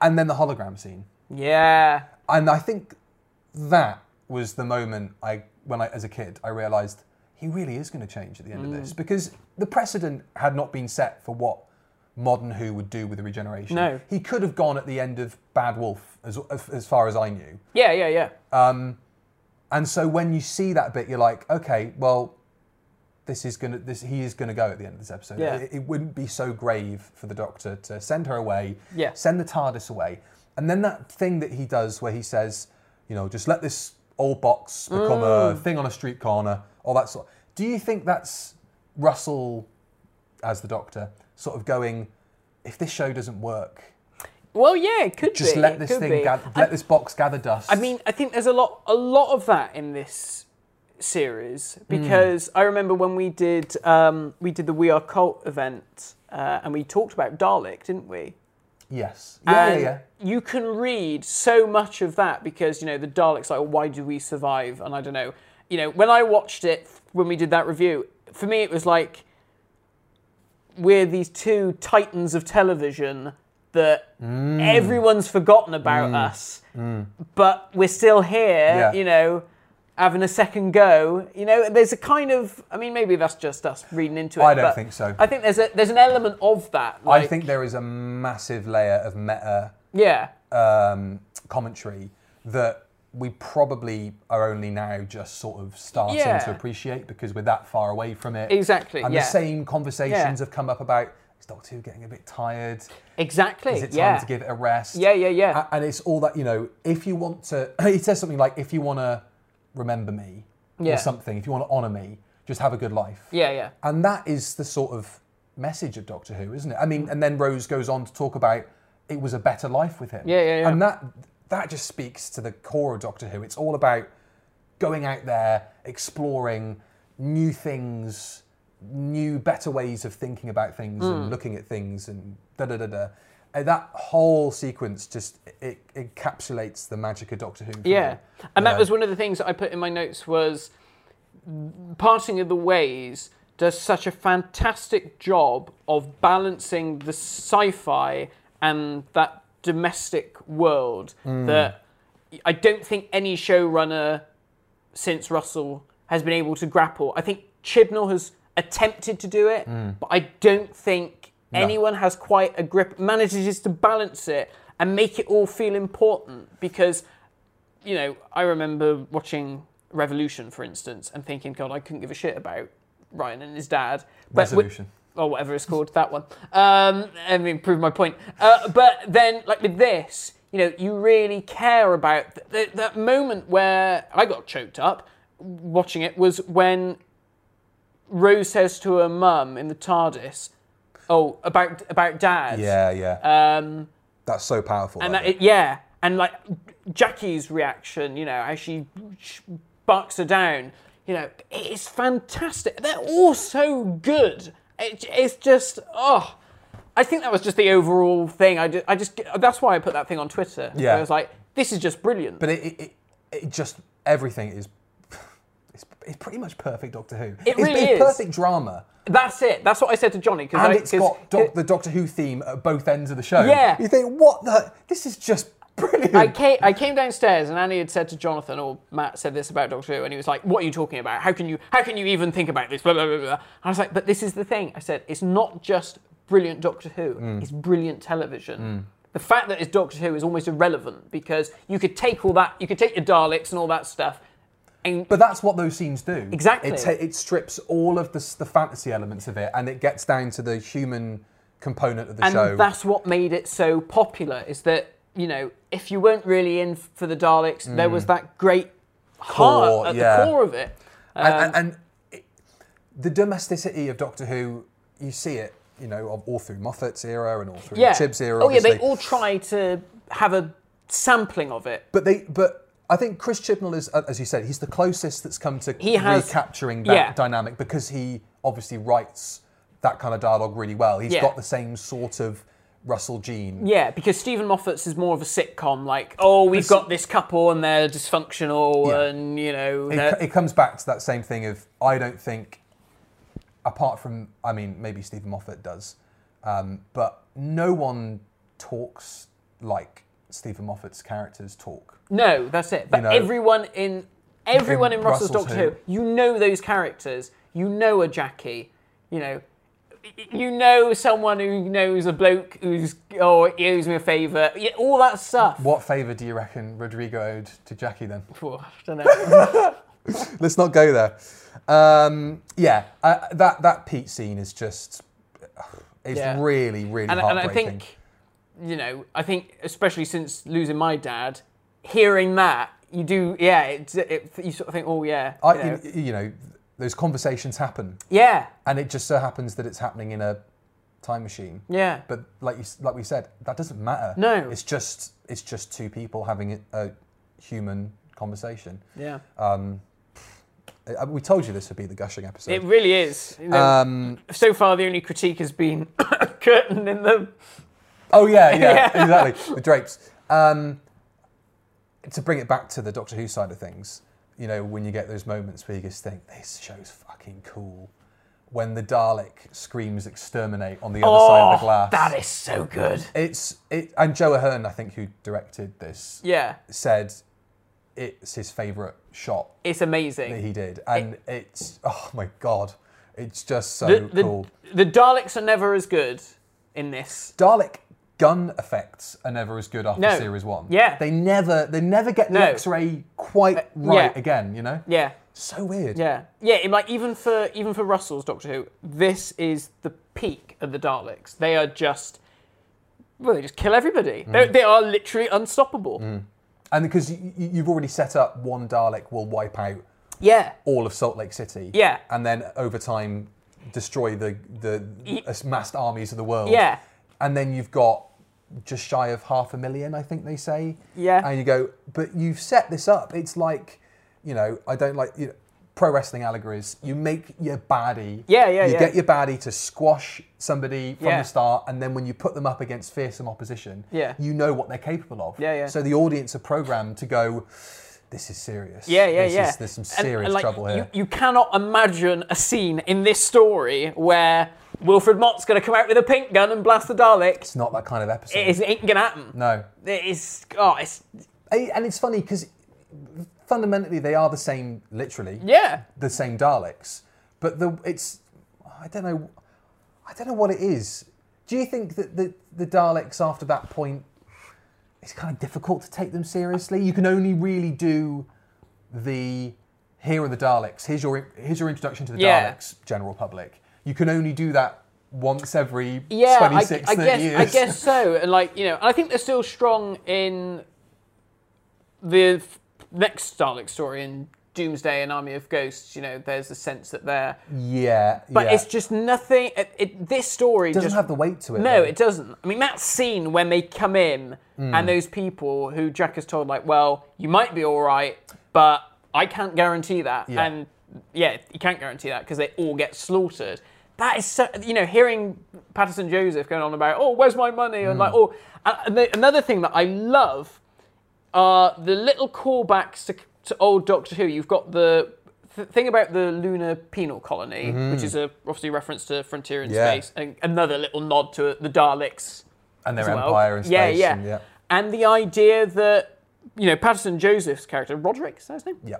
[SPEAKER 2] and then the hologram scene.
[SPEAKER 1] yeah,
[SPEAKER 2] And I think that was the moment I, when I, as a kid, I realised he really is going to change at the
[SPEAKER 1] Mm.
[SPEAKER 2] end of this because the precedent had not been set for what modern Who would do with the regeneration.
[SPEAKER 1] No.
[SPEAKER 2] He could have gone at the end of Bad Wolf, as, as far as I knew.
[SPEAKER 1] yeah, yeah, yeah.
[SPEAKER 2] And so when you see that bit, you're like, okay, well, this is gonna, this he is gonna go at the end of this episode.
[SPEAKER 1] Yeah.
[SPEAKER 2] It, it wouldn't be so grave for the Doctor to send her away,
[SPEAKER 1] Yeah.
[SPEAKER 2] send the TARDIS away, and then that thing that he does where he says, you know, just let this old box become
[SPEAKER 1] Mm.
[SPEAKER 2] a thing on a street corner, all that sort. Do you think that's Russell as the Doctor sort of going, if this show doesn't work,
[SPEAKER 1] well, yeah, it could
[SPEAKER 2] just
[SPEAKER 1] be.
[SPEAKER 2] let
[SPEAKER 1] it
[SPEAKER 2] this
[SPEAKER 1] could
[SPEAKER 2] thing,
[SPEAKER 1] be.
[SPEAKER 2] gather, let this box gather dust?
[SPEAKER 1] I mean, I think there's a lot, a lot of that in this
[SPEAKER 2] Hmm.
[SPEAKER 1] series because I remember when we did, um, we did the We Are Cult event, uh, and we talked about Dalek, didn't we?
[SPEAKER 2] yes, yeah, yeah,
[SPEAKER 1] And
[SPEAKER 2] yeah.
[SPEAKER 1] You can read so much of that because you know the Daleks like, why do we survive? And I don't know. You know, when I watched it when we did that review, for me it was like we're these two titans of television that
[SPEAKER 2] Mm.
[SPEAKER 1] everyone's forgotten about us, but we're still here.
[SPEAKER 2] Yeah.
[SPEAKER 1] You know. Having a second go, you know, there's a kind of, I mean, maybe that's just us reading into it.
[SPEAKER 2] I don't
[SPEAKER 1] but
[SPEAKER 2] think so.
[SPEAKER 1] I think there's a there's an element of that. Like,
[SPEAKER 2] I think there is a massive layer of meta
[SPEAKER 1] yeah,
[SPEAKER 2] um, commentary that we probably are only now just sort of starting
[SPEAKER 1] Yeah.
[SPEAKER 2] to appreciate because we're that far away from it.
[SPEAKER 1] Exactly,
[SPEAKER 2] And
[SPEAKER 1] yeah.
[SPEAKER 2] the same conversations
[SPEAKER 1] Yeah.
[SPEAKER 2] have come up about is Doctor Who getting a bit tired?
[SPEAKER 1] exactly.
[SPEAKER 2] Is it time
[SPEAKER 1] yeah.
[SPEAKER 2] to give it a rest?
[SPEAKER 1] Yeah, yeah, yeah.
[SPEAKER 2] A- And it's all that you know. If you want to, he says something like, "If you want to remember me
[SPEAKER 1] Yeah.
[SPEAKER 2] or something, if you want to honour me, just have a good life."
[SPEAKER 1] Yeah, yeah.
[SPEAKER 2] And that is the sort of message of Doctor Who, isn't it? I
[SPEAKER 1] Mm.
[SPEAKER 2] mean, and then Rose goes on to talk about it was a better life with him.
[SPEAKER 1] Yeah, yeah, yeah.
[SPEAKER 2] And that that just speaks to the core of Doctor Who. It's all about going out there, exploring new things, new better ways of thinking about things
[SPEAKER 1] Mm.
[SPEAKER 2] and looking at things and da da da da. And that whole sequence just it, it encapsulates the magic of Doctor Who. for me.
[SPEAKER 1] Yeah. And
[SPEAKER 2] Yeah.
[SPEAKER 1] that was one of the things that I put in my notes was Parting of the Ways does such a fantastic job of balancing the sci-fi and that domestic world that I don't think any showrunner since Russell has been able to grapple. I think Chibnall has attempted to do it, but I don't think anyone has quite a grip, manages to balance it and make it all feel important because, you know, I remember watching Revolution, for instance, and thinking, God, I couldn't give a shit about Ryan and his dad. But wi-
[SPEAKER 2] Resolution.
[SPEAKER 1] or whatever it's called, that one. Um, I mean, prove my point. Uh, but then, like with this, you know, you really care about th- th- that moment where I got choked up watching it was when Rose says to her mum in the TARDIS, "Oh, about about dad."
[SPEAKER 2] Yeah, yeah.
[SPEAKER 1] Um,
[SPEAKER 2] That's so powerful.
[SPEAKER 1] and
[SPEAKER 2] that
[SPEAKER 1] that, yeah, and like Jackie's reaction, you know, how she sh- barks her down, you know, it is fantastic. They're all so good. It, it's just, oh, I think that was just the overall thing. I just, I just, that's why I put that thing on Twitter.
[SPEAKER 2] Yeah.
[SPEAKER 1] I was like, this is just brilliant.
[SPEAKER 2] But it, it, it, it just everything is it's, it's pretty much perfect Doctor Who. It
[SPEAKER 1] really
[SPEAKER 2] it's
[SPEAKER 1] is.
[SPEAKER 2] perfect drama,
[SPEAKER 1] that's it. That's what I said to Johnny. Cause
[SPEAKER 2] and
[SPEAKER 1] I,
[SPEAKER 2] it's
[SPEAKER 1] 'cause-
[SPEAKER 2] got doc, the Doctor Who theme at both ends of the show.
[SPEAKER 1] Yeah.
[SPEAKER 2] you think what the? This is just brilliant.
[SPEAKER 1] I came, I came downstairs and Annie had said to Jonathan or Matt said this about Doctor Who and he was like, "What are you talking about? How can you how can you even think about this?" Blah blah blah. blah. And I was like, "But this is the thing." I said, "It's not just brilliant Doctor Who.
[SPEAKER 2] Mm.
[SPEAKER 1] It's brilliant television." The fact that it's Doctor Who is almost irrelevant because you could take all that, you could take your Daleks and all that stuff, and
[SPEAKER 2] But that's what those scenes do.
[SPEAKER 1] Exactly.
[SPEAKER 2] It, ta- it strips all of the, s- the fantasy elements of it, and it gets down to the human component of the
[SPEAKER 1] and
[SPEAKER 2] show.
[SPEAKER 1] that's what made it so popular is that you know if you weren't really in for the Daleks, there was that great heart
[SPEAKER 2] Mm. Core,
[SPEAKER 1] at
[SPEAKER 2] yeah.
[SPEAKER 1] the core of it.
[SPEAKER 2] and
[SPEAKER 1] uh,
[SPEAKER 2] and, and it, the domesticity of Doctor Who, you see it, you know, of- all through Moffat's era and all through
[SPEAKER 1] yeah.
[SPEAKER 2] Chib's era.
[SPEAKER 1] Oh yeah, they
[SPEAKER 2] obviously.
[SPEAKER 1] all try to have a sampling of it.
[SPEAKER 2] But they, but I think Chris Chibnall is, uh, as you said, he's the closest that's come to
[SPEAKER 1] He has-
[SPEAKER 2] recapturing that
[SPEAKER 1] yeah.
[SPEAKER 2] dynamic because he obviously writes that kind of dialogue really well. He's
[SPEAKER 1] Yeah.
[SPEAKER 2] got the same sort of Russell Gene.
[SPEAKER 1] Yeah, because Stephen Moffat's is more of a sitcom, like, oh, we've got this couple and they're dysfunctional,
[SPEAKER 2] Yeah.
[SPEAKER 1] and you know,
[SPEAKER 2] It,
[SPEAKER 1] they're-
[SPEAKER 2] co- it comes back to that same thing of I don't think, apart from I mean maybe Stephen Moffat does, um, but no one talks like Stephen Moffat's characters talk.
[SPEAKER 1] no, that's it. But
[SPEAKER 2] know-
[SPEAKER 1] everyone in everyone in,
[SPEAKER 2] In
[SPEAKER 1] Russell's,
[SPEAKER 2] Russell's
[SPEAKER 1] Doctor Who, you know those characters, you know a Jackie, you know. You know someone who knows a bloke who's oh he owes me a favour, yeah, all that stuff.
[SPEAKER 2] What favour do you reckon Rodrigo owed to Jackie then?
[SPEAKER 1] Phew, I don't know.
[SPEAKER 2] Let's not go there. Um, yeah, uh, that that Pete scene is just it's
[SPEAKER 1] Yeah.
[SPEAKER 2] really really
[SPEAKER 1] and, and I
[SPEAKER 2] heartbreaking.
[SPEAKER 1] think, you know, I think especially since losing my dad, hearing that you do, yeah, it, it you sort of think, oh yeah,
[SPEAKER 2] I-
[SPEAKER 1] you
[SPEAKER 2] you,
[SPEAKER 1] know.
[SPEAKER 2] you know. those conversations happen,
[SPEAKER 1] yeah,
[SPEAKER 2] and it just so happens that it's happening in a time machine.
[SPEAKER 1] yeah,
[SPEAKER 2] But like you s- like we said, that doesn't matter.
[SPEAKER 1] No.
[SPEAKER 2] it's just it's just two people having a, a human conversation.
[SPEAKER 1] yeah.
[SPEAKER 2] Uh, We told you this would be the gushing episode.
[SPEAKER 1] it really is. You know,
[SPEAKER 2] Um,
[SPEAKER 1] so far, the only critique has been curtain in the
[SPEAKER 2] Oh yeah, yeah, exactly. The drapes. Um, to bring it back to the Doctor Who side of things, you know, when you get those moments where you just think this show's fucking cool, when the Dalek screams "exterminate" on the other side of the glass.
[SPEAKER 1] Oh, That is so good.
[SPEAKER 2] It's it, and Joe Ahern, I think, who directed this,
[SPEAKER 1] Yeah,
[SPEAKER 2] said it's his favourite shot
[SPEAKER 1] it's
[SPEAKER 2] that
[SPEAKER 1] amazing.
[SPEAKER 2] he did, and it's oh my god, it's just so
[SPEAKER 1] The, the,
[SPEAKER 2] cool.
[SPEAKER 1] the Daleks are never as good in this.
[SPEAKER 2] Dalek gun effects are never as good after
[SPEAKER 1] No.
[SPEAKER 2] series one.
[SPEAKER 1] Yeah.
[SPEAKER 2] They never they never get the
[SPEAKER 1] No. Uh,
[SPEAKER 2] X-ray quite right
[SPEAKER 1] yeah.
[SPEAKER 2] again, you know?
[SPEAKER 1] Yeah.
[SPEAKER 2] So weird.
[SPEAKER 1] Yeah, yeah. and, Like even for even for Russell's Doctor Who, this is the peak of the Daleks. They are just well, they just kill
[SPEAKER 2] Mm.
[SPEAKER 1] everybody. They're They are literally unstoppable.
[SPEAKER 2] And because you, you've already set up one Dalek will wipe out
[SPEAKER 1] Yeah,
[SPEAKER 2] all of Salt Lake City.
[SPEAKER 1] Yeah.
[SPEAKER 2] And then over time destroy the the massed armies of the world.
[SPEAKER 1] Yeah.
[SPEAKER 2] And then you've got just shy of half a million, I think they say.
[SPEAKER 1] Yeah.
[SPEAKER 2] And you go, but you've set this up. It's like, you know, I don't like you know, pro wrestling allegories. You make your baddie.
[SPEAKER 1] Yeah, yeah,
[SPEAKER 2] You
[SPEAKER 1] yeah.
[SPEAKER 2] get your baddie to squash somebody from
[SPEAKER 1] Yeah.
[SPEAKER 2] the start, and then when you put them up against fearsome opposition,
[SPEAKER 1] Yeah.
[SPEAKER 2] you know what they're capable of.
[SPEAKER 1] Yeah, yeah.
[SPEAKER 2] So the audience are programmed to go. This is serious.
[SPEAKER 1] yeah, yeah,
[SPEAKER 2] this
[SPEAKER 1] yeah.
[SPEAKER 2] Is, there's some
[SPEAKER 1] And-
[SPEAKER 2] serious
[SPEAKER 1] and, like,
[SPEAKER 2] trouble here.
[SPEAKER 1] You, you cannot imagine a scene in this story where Wilfred Mott's going to come out with a pink gun and blast the Daleks.
[SPEAKER 2] It's not that kind of episode.
[SPEAKER 1] It, is, it ain't going to happen.
[SPEAKER 2] No.
[SPEAKER 1] It is. Oh, it's
[SPEAKER 2] I- And it's funny because fundamentally they are the same, literally.
[SPEAKER 1] yeah.
[SPEAKER 2] The same Daleks, but the it's I don't know, I don't know what it is. Do you think that the the Daleks after that point, it's kind of difficult to take them seriously? You can only really do the here are the Daleks. Here's your here's your introduction to the
[SPEAKER 1] Yeah.
[SPEAKER 2] Daleks, general public. You can only do that once every
[SPEAKER 1] yeah, I-
[SPEAKER 2] 26,
[SPEAKER 1] I,
[SPEAKER 2] 30
[SPEAKER 1] guess,
[SPEAKER 2] years.
[SPEAKER 1] I guess so. And like you know, and I think they're still strong in the f- next Dalek story in Doomsday and Army of Ghosts, you know, there's a sense that they're.
[SPEAKER 2] Yeah,
[SPEAKER 1] But
[SPEAKER 2] yeah.
[SPEAKER 1] it's just nothing. It, it, this story
[SPEAKER 2] doesn't
[SPEAKER 1] just-
[SPEAKER 2] have the weight to it.
[SPEAKER 1] No,
[SPEAKER 2] though.
[SPEAKER 1] it doesn't. I mean, that scene when they come in and those people who Jack has told, like, well, you might be all right, but I can't guarantee that.
[SPEAKER 2] Yeah.
[SPEAKER 1] And yeah, you can't guarantee that because they all get slaughtered. That is so, you know, hearing Patterson Joseph going on about, oh, where's my money? And like, oh, and and the, another thing that I love are the little callbacks to, to old Doctor Who. You've got the th- thing about the lunar penal colony, which is a, obviously a reference to Frontier in
[SPEAKER 2] Mm-hmm. Yeah.
[SPEAKER 1] Space, and another little nod to the Daleks
[SPEAKER 2] and their
[SPEAKER 1] as well.
[SPEAKER 2] empire and space.
[SPEAKER 1] Yeah, yeah.
[SPEAKER 2] And, yeah,
[SPEAKER 1] And the idea that you know Patterson Joseph's character, Roderick, is that his name?
[SPEAKER 2] yeah.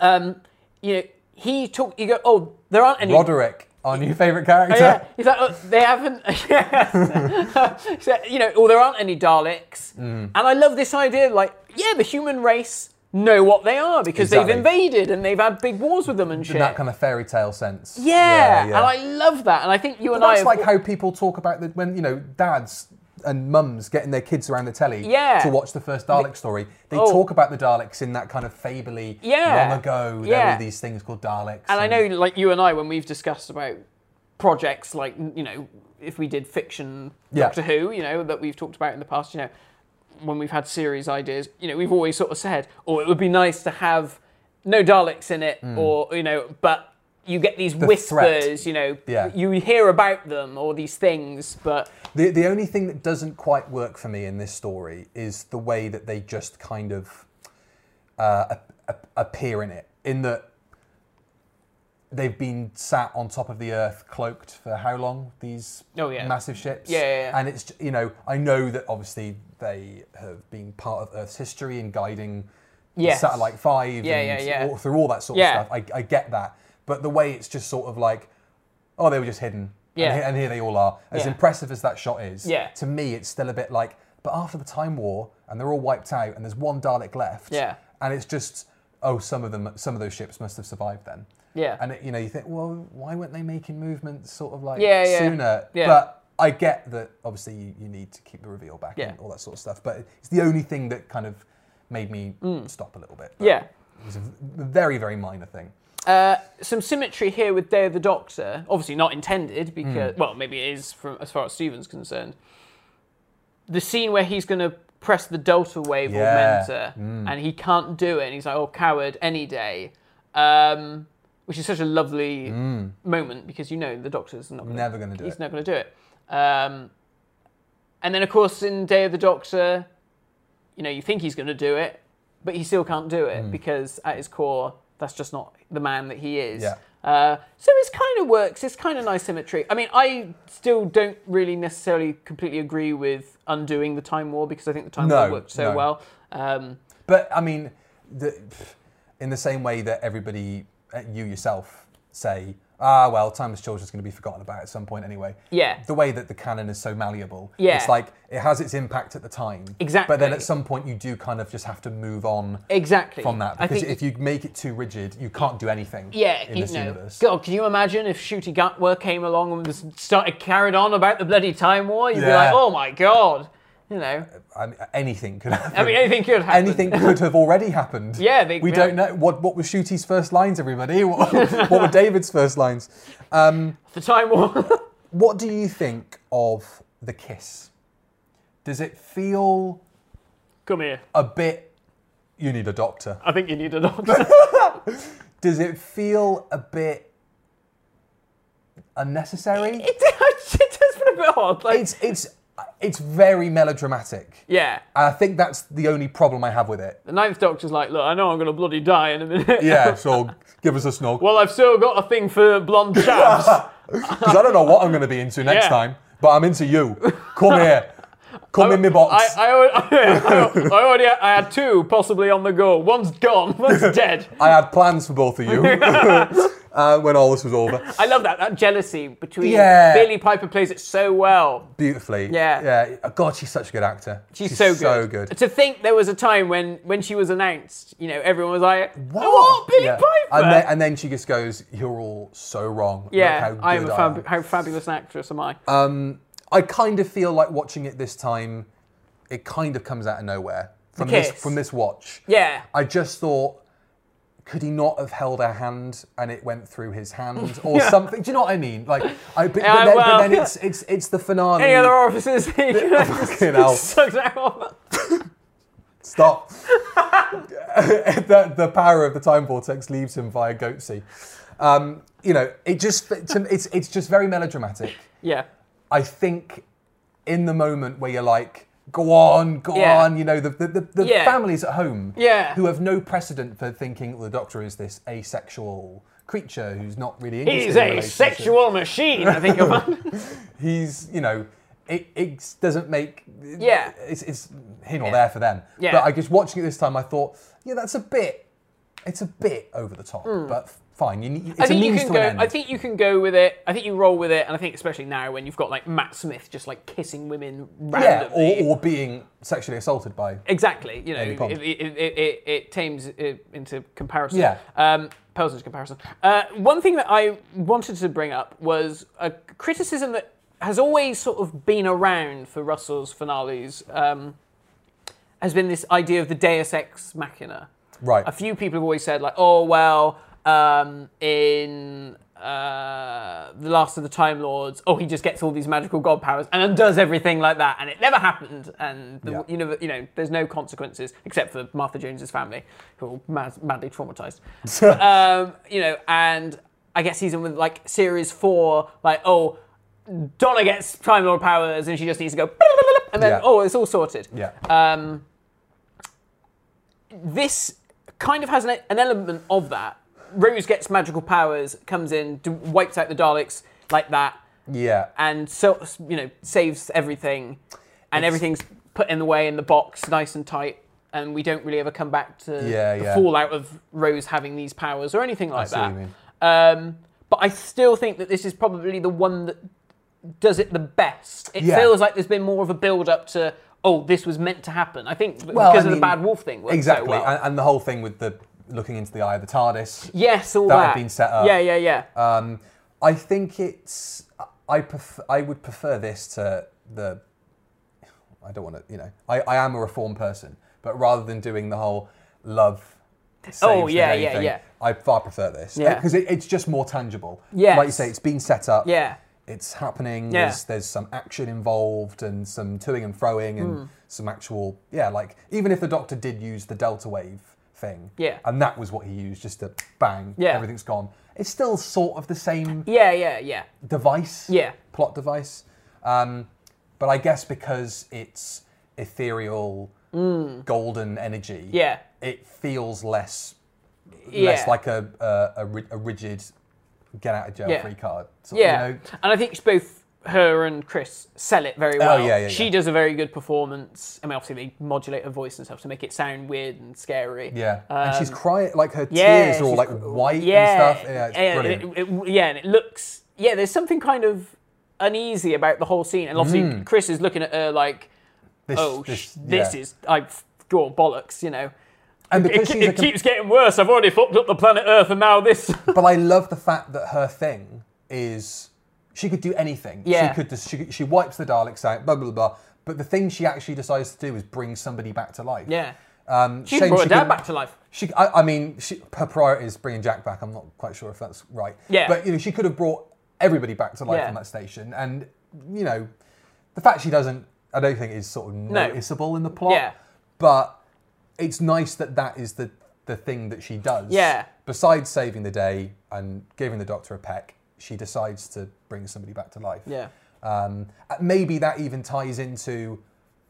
[SPEAKER 1] Um, you know, he talk. You go, oh, there aren't any.
[SPEAKER 2] Roderick, our new favourite character.
[SPEAKER 1] Oh, yeah, he's like, oh, they haven't. Yes. He's like, you know, well, there aren't any Daleks.
[SPEAKER 2] Mm.
[SPEAKER 1] And I love this idea, like, yeah, the human race know what they are because
[SPEAKER 2] Exactly.
[SPEAKER 1] they've invaded and they've had big wars with them and shit.
[SPEAKER 2] In that kind of fairy tale sense.
[SPEAKER 1] yeah. and I love that. And I think you and I
[SPEAKER 2] That's
[SPEAKER 1] have
[SPEAKER 2] like how people talk about the, when you know dads and mums getting their kids around the telly
[SPEAKER 1] Yeah.
[SPEAKER 2] to watch the first Dalek story. They
[SPEAKER 1] Oh.
[SPEAKER 2] talk about the Daleks in that kind of fably
[SPEAKER 1] Yeah.
[SPEAKER 2] long ago. There
[SPEAKER 1] Yeah.
[SPEAKER 2] were these things called Daleks.
[SPEAKER 1] And I know, like you and I, when we've discussed about projects, like you know, if we did fiction
[SPEAKER 2] Yeah.
[SPEAKER 1] Doctor Who, you know, that we've talked about in the past, you know, when we've had series ideas, you know, we've always sort of said, oh, it would be nice to have no Daleks in it, or you know, but you get these
[SPEAKER 2] Mm. threat.
[SPEAKER 1] whispers, you know,
[SPEAKER 2] Yeah.
[SPEAKER 1] you hear about them or these things, but
[SPEAKER 2] The, the only thing that doesn't quite work for me in this story is the way that they just kind of uh, ap- ap- appear in it. In that they've been sat on top of the earth, cloaked for how long? These
[SPEAKER 1] Oh, yeah.
[SPEAKER 2] massive ships.
[SPEAKER 1] Yeah, yeah, yeah.
[SPEAKER 2] And it's j- you know I know that obviously they have been part of Earth's history and guiding the
[SPEAKER 1] Yes.
[SPEAKER 2] Satellite Five.
[SPEAKER 1] Yeah,
[SPEAKER 2] and
[SPEAKER 1] yeah, yeah.
[SPEAKER 2] All, through all that sort
[SPEAKER 1] Yeah.
[SPEAKER 2] of stuff. I, I get that, but the way it's just sort of like, oh, they were just hidden.
[SPEAKER 1] Yeah.
[SPEAKER 2] And, he- and here they all are. As
[SPEAKER 1] Yeah.
[SPEAKER 2] impressive as that shot is,
[SPEAKER 1] Yeah.
[SPEAKER 2] to me it's still a bit like but after the time war and they're all wiped out and there's one dalek left
[SPEAKER 1] Yeah.
[SPEAKER 2] and it's just oh some of them some of those ships must have survived then
[SPEAKER 1] Yeah.
[SPEAKER 2] and it, you know you think well why weren't they making movements sort of like
[SPEAKER 1] Yeah, yeah.
[SPEAKER 2] sooner
[SPEAKER 1] Yeah.
[SPEAKER 2] but i get that obviously you, you need to keep the reveal back
[SPEAKER 1] Yeah.
[SPEAKER 2] and all that sort of stuff but it's the only thing that kind of made me stop a little bit But
[SPEAKER 1] Mm. yeah.
[SPEAKER 2] it was a v- very very minor thing
[SPEAKER 1] Uh, some symmetry here with Day of the Doctor. Obviously, not
[SPEAKER 2] Hmm.
[SPEAKER 1] intended because, well, maybe it is from as far as Steven's concerned. The scene where he's going to press the Delta Wave
[SPEAKER 2] Yeah. Hmm.
[SPEAKER 1] augmenter and he can't do it, and he's like, "Oh, coward, any day," um, which is such a lovely moment because you know the Doctor's not gonna,
[SPEAKER 2] Hmm. Never gonna do
[SPEAKER 1] he's
[SPEAKER 2] it.
[SPEAKER 1] not going to do it. Um, and then, of course, in Day of the Doctor, you know, you think he's going to do it, but he still can't do
[SPEAKER 2] Mm.
[SPEAKER 1] it because at his core, that's just not the man that he is.
[SPEAKER 2] Yeah.
[SPEAKER 1] Uh, so it's kind of works. It's kind of nice symmetry. I mean, I still don't really necessarily completely agree with undoing the Time War because I think the Time
[SPEAKER 2] No,
[SPEAKER 1] War worked so
[SPEAKER 2] no.
[SPEAKER 1] well. Um,
[SPEAKER 2] But I mean, the, in the same way that everybody, uh, you yourself, say, ah, well, Time as Children is going to be forgotten about at some point anyway.
[SPEAKER 1] Yeah.
[SPEAKER 2] The way that the canon is so malleable.
[SPEAKER 1] Yeah.
[SPEAKER 2] It's like it has its impact at the time. But then
[SPEAKER 1] Exactly.
[SPEAKER 2] at some point, you do kind of just have to move on
[SPEAKER 1] exactly.
[SPEAKER 2] from that.
[SPEAKER 1] I
[SPEAKER 2] Because
[SPEAKER 1] think
[SPEAKER 2] if you make it too rigid, you can't do anything
[SPEAKER 1] Yeah,
[SPEAKER 2] in
[SPEAKER 1] you
[SPEAKER 2] this
[SPEAKER 1] know.
[SPEAKER 2] universe.
[SPEAKER 1] God, can you imagine if Shooty Gatwa came along and was- started carried on about the bloody Time War? You'd be
[SPEAKER 2] Yeah.
[SPEAKER 1] like, oh my god, you know.
[SPEAKER 2] I mean, anything could happen.
[SPEAKER 1] I mean, anything could happen.
[SPEAKER 2] Anything could have already happened.
[SPEAKER 1] Yeah, they-
[SPEAKER 2] we
[SPEAKER 1] yeah.
[SPEAKER 2] don't know what what were Shooty's first lines, everybody. What, what were David's first lines?
[SPEAKER 1] The Time War.
[SPEAKER 2] What do you think of the kiss? Does it feel
[SPEAKER 1] Come here.
[SPEAKER 2] a bit. You need a doctor.
[SPEAKER 1] I think you need a doctor.
[SPEAKER 2] Does it feel a bit unnecessary?
[SPEAKER 1] it, does- it does feel a bit odd. Like,
[SPEAKER 2] It's it's it's very melodramatic.
[SPEAKER 1] yeah.
[SPEAKER 2] I think that's the only problem I have with it.
[SPEAKER 1] The Ninth Doctor's like, look, I know I'm going to bloody die in a minute.
[SPEAKER 2] Yeah, so give us a snog.
[SPEAKER 1] well, I've still got a thing for blonde chaps.
[SPEAKER 2] Because I don't know what I'm going to be into next
[SPEAKER 1] Yeah.
[SPEAKER 2] time, but I'm into you. Come here. Come in my box.
[SPEAKER 1] I, I, al- I already had, I had two possibly on the go. One's gone. One's dead.
[SPEAKER 2] I had plans for both of you uh, when all this was over.
[SPEAKER 1] I love that. That jealousy between
[SPEAKER 2] Yeah.
[SPEAKER 1] Billy Piper plays it so well.
[SPEAKER 2] beautifully.
[SPEAKER 1] Yeah.
[SPEAKER 2] Yeah. Oh, God, she's such a good actor.
[SPEAKER 1] She's, so good.
[SPEAKER 2] So good.
[SPEAKER 1] To think there was a time when when she was announced, you know, everyone was like, Oh, "What, Billy
[SPEAKER 2] Yeah.
[SPEAKER 1] Piper?"
[SPEAKER 2] And then, and then she just goes, "You're all so wrong." Look
[SPEAKER 1] yeah,
[SPEAKER 2] how
[SPEAKER 1] I am a
[SPEAKER 2] good I
[SPEAKER 1] fab-
[SPEAKER 2] am." Uh,
[SPEAKER 1] how fabulous an actress am I?
[SPEAKER 2] I kind of feel like watching it this time. It kind of comes out of nowhere from
[SPEAKER 1] The
[SPEAKER 2] this
[SPEAKER 1] kiss.
[SPEAKER 2] from this watch.
[SPEAKER 1] yeah,
[SPEAKER 2] I just thought, could he not have held a hand and it went through his hand or something? Do you know what I mean? Like, I, but,
[SPEAKER 1] Yeah,
[SPEAKER 2] but
[SPEAKER 1] well,
[SPEAKER 2] then, but then it's it's it's the finale.
[SPEAKER 1] Any other officers? He could have just
[SPEAKER 2] Fucking hell.
[SPEAKER 1] sucked out.
[SPEAKER 2] Stop. the, the power of the time vortex leaves him via Goatsy. Um, you know, it just to, it's it's just very melodramatic.
[SPEAKER 1] Yeah.
[SPEAKER 2] I think in the moment where you're like, go on, go
[SPEAKER 1] Yeah.
[SPEAKER 2] on, you know, the, the, the, the
[SPEAKER 1] Yeah.
[SPEAKER 2] families at home
[SPEAKER 1] Yeah.
[SPEAKER 2] who have no precedent for thinking the doctor is this asexual creature who's not really interested
[SPEAKER 1] He's
[SPEAKER 2] in
[SPEAKER 1] a
[SPEAKER 2] relationships."
[SPEAKER 1] sexual machine, I think of one.
[SPEAKER 2] He's, you know, it, it doesn't make.
[SPEAKER 1] Yeah.
[SPEAKER 2] It's, it's here nor there for them.
[SPEAKER 1] Yeah.
[SPEAKER 2] But I just watching it this time, I thought, yeah, that's a bit, it's a bit over the top, but f- fine. You need, it's
[SPEAKER 1] Mm. I think
[SPEAKER 2] a
[SPEAKER 1] you
[SPEAKER 2] means
[SPEAKER 1] can
[SPEAKER 2] to
[SPEAKER 1] go.
[SPEAKER 2] an end.
[SPEAKER 1] I think you can go with it. I think you roll with it, and I think especially now when you've got like Matt Smith just like kissing women
[SPEAKER 2] yeah,
[SPEAKER 1] randomly.
[SPEAKER 2] or, or being sexually assaulted by.
[SPEAKER 1] Exactly. You know,
[SPEAKER 2] Any
[SPEAKER 1] it,
[SPEAKER 2] problem.
[SPEAKER 1] it, it, it, it tames it into comparison.
[SPEAKER 2] Yeah.
[SPEAKER 1] Um, pales into comparison. Uh, one thing that I wanted to bring up was a criticism that has always sort of been around for Russell's finales um, has been this idea of the deus ex machina.
[SPEAKER 2] Right.
[SPEAKER 1] A few people have always said, like, oh, well, um, in uh, The Last of the Time Lords, oh, he just gets all these magical god powers and undoes everything like that, and it never happened. And, the,
[SPEAKER 2] Yeah.
[SPEAKER 1] you, know, you know, there's no consequences except for Martha Jones's family, who are all mad, madly traumatized. um, you know, and I guess he's in with like series four, like, oh, Donna gets Time Lord powers and she just needs to go, and then,
[SPEAKER 2] Yeah.
[SPEAKER 1] oh, it's all sorted
[SPEAKER 2] Yeah.
[SPEAKER 1] uh, this kind of has an, an element of that. Rose gets magical powers, comes in, d- wipes out the Daleks like that,
[SPEAKER 2] yeah.
[SPEAKER 1] and so you know saves everything, and everything's put in the way in the box, nice and tight, and we don't really ever come back to
[SPEAKER 2] Yeah,
[SPEAKER 1] the
[SPEAKER 2] yeah.
[SPEAKER 1] fallout of Rose having these powers or anything like
[SPEAKER 2] see what
[SPEAKER 1] that.
[SPEAKER 2] you mean.
[SPEAKER 1] Um, but I still think that this is probably the one that does it the best. It
[SPEAKER 2] Yeah.
[SPEAKER 1] feels like there's been more of a build up to. Oh, this was meant to happen. I think
[SPEAKER 2] Well,
[SPEAKER 1] because
[SPEAKER 2] I
[SPEAKER 1] of the
[SPEAKER 2] mean,
[SPEAKER 1] bad wolf thing. worked so
[SPEAKER 2] Exactly,
[SPEAKER 1] well.
[SPEAKER 2] and, and the whole thing with the looking into the eye of the TARDIS.
[SPEAKER 1] Yes, all that.
[SPEAKER 2] That had been set up.
[SPEAKER 1] Yeah, yeah, yeah.
[SPEAKER 2] Um, I think it's. I pref- I would prefer this to the. I don't want to. You know, I, I am a reform person, but rather than doing the whole love. Saves
[SPEAKER 1] Oh,
[SPEAKER 2] the
[SPEAKER 1] yeah,
[SPEAKER 2] day
[SPEAKER 1] yeah,
[SPEAKER 2] thing,
[SPEAKER 1] yeah.
[SPEAKER 2] I far prefer this
[SPEAKER 1] Yeah.
[SPEAKER 2] because it, it's just more tangible.
[SPEAKER 1] Yes.
[SPEAKER 2] like you say, it's been set up.
[SPEAKER 1] Yeah.
[SPEAKER 2] it's happening.
[SPEAKER 1] Yeah.
[SPEAKER 2] There's, there's some action involved and some toing and froing
[SPEAKER 1] Hmm.
[SPEAKER 2] and some actual yeah. Like even if the Doctor did use the delta wave thing,
[SPEAKER 1] Yeah.
[SPEAKER 2] and that was what he used just to bang,
[SPEAKER 1] Yeah.
[SPEAKER 2] everything's gone. It's still sort of the same
[SPEAKER 1] yeah, yeah, yeah.
[SPEAKER 2] device,
[SPEAKER 1] Yeah.
[SPEAKER 2] plot device. Um, but I guess because it's ethereal, golden energy,
[SPEAKER 1] Mm. Yeah.
[SPEAKER 2] it feels less
[SPEAKER 1] Yeah.
[SPEAKER 2] less like a a, a, ri- a rigid get out of jail
[SPEAKER 1] Yeah.
[SPEAKER 2] free card. So,
[SPEAKER 1] yeah.
[SPEAKER 2] you know,
[SPEAKER 1] And I think it's both her and Chris sell it very well.
[SPEAKER 2] Oh, yeah, yeah,
[SPEAKER 1] she
[SPEAKER 2] yeah.
[SPEAKER 1] does a very good performance. I mean, obviously they modulate her voice and stuff to make it sound weird and scary.
[SPEAKER 2] yeah, and she's crying like her
[SPEAKER 1] Um, yeah,
[SPEAKER 2] tears are all
[SPEAKER 1] she's
[SPEAKER 2] like
[SPEAKER 1] cr-
[SPEAKER 2] white
[SPEAKER 1] Yeah.
[SPEAKER 2] and stuff. Yeah, it's
[SPEAKER 1] and
[SPEAKER 2] brilliant.
[SPEAKER 1] It, it- yeah, and it looks. Yeah, there's something kind of uneasy about the whole scene, and obviously Chris is looking at her like,
[SPEAKER 2] this,
[SPEAKER 1] "Oh, this,
[SPEAKER 2] Mm. this-
[SPEAKER 1] sh- this
[SPEAKER 2] yeah.
[SPEAKER 1] is I draw bollocks," you know.
[SPEAKER 2] and
[SPEAKER 1] It,
[SPEAKER 2] because
[SPEAKER 1] ke-
[SPEAKER 2] she's a
[SPEAKER 1] it
[SPEAKER 2] com-
[SPEAKER 1] keeps getting worse. I've already fucked up the planet Earth, and now this.
[SPEAKER 2] but I love the fact that her thing is she could do anything.
[SPEAKER 1] Yeah.
[SPEAKER 2] She could just, she, she wipes the Daleks out, blah blah blah. But the thing she actually decides to do is bring somebody back to life.
[SPEAKER 1] yeah.
[SPEAKER 2] Um,
[SPEAKER 1] She
[SPEAKER 2] shame
[SPEAKER 1] brought her dad
[SPEAKER 2] couldn't-
[SPEAKER 1] back to life.
[SPEAKER 2] She, I, I mean, she, her priority is bringing Jack back. I'm not quite sure if that's right.
[SPEAKER 1] Yeah.
[SPEAKER 2] But you know, she could have brought everybody back to life
[SPEAKER 1] Yeah.
[SPEAKER 2] on that station, and you know, the fact she doesn't, I don't think is sort of noticeable in the plot.
[SPEAKER 1] Yeah.
[SPEAKER 2] But it's nice that that is the the thing that she does.
[SPEAKER 1] Yeah.
[SPEAKER 2] Besides saving the day and giving the doctor a peck, she decides to bring somebody back to life.
[SPEAKER 1] Yeah.
[SPEAKER 2] Um, maybe that even ties into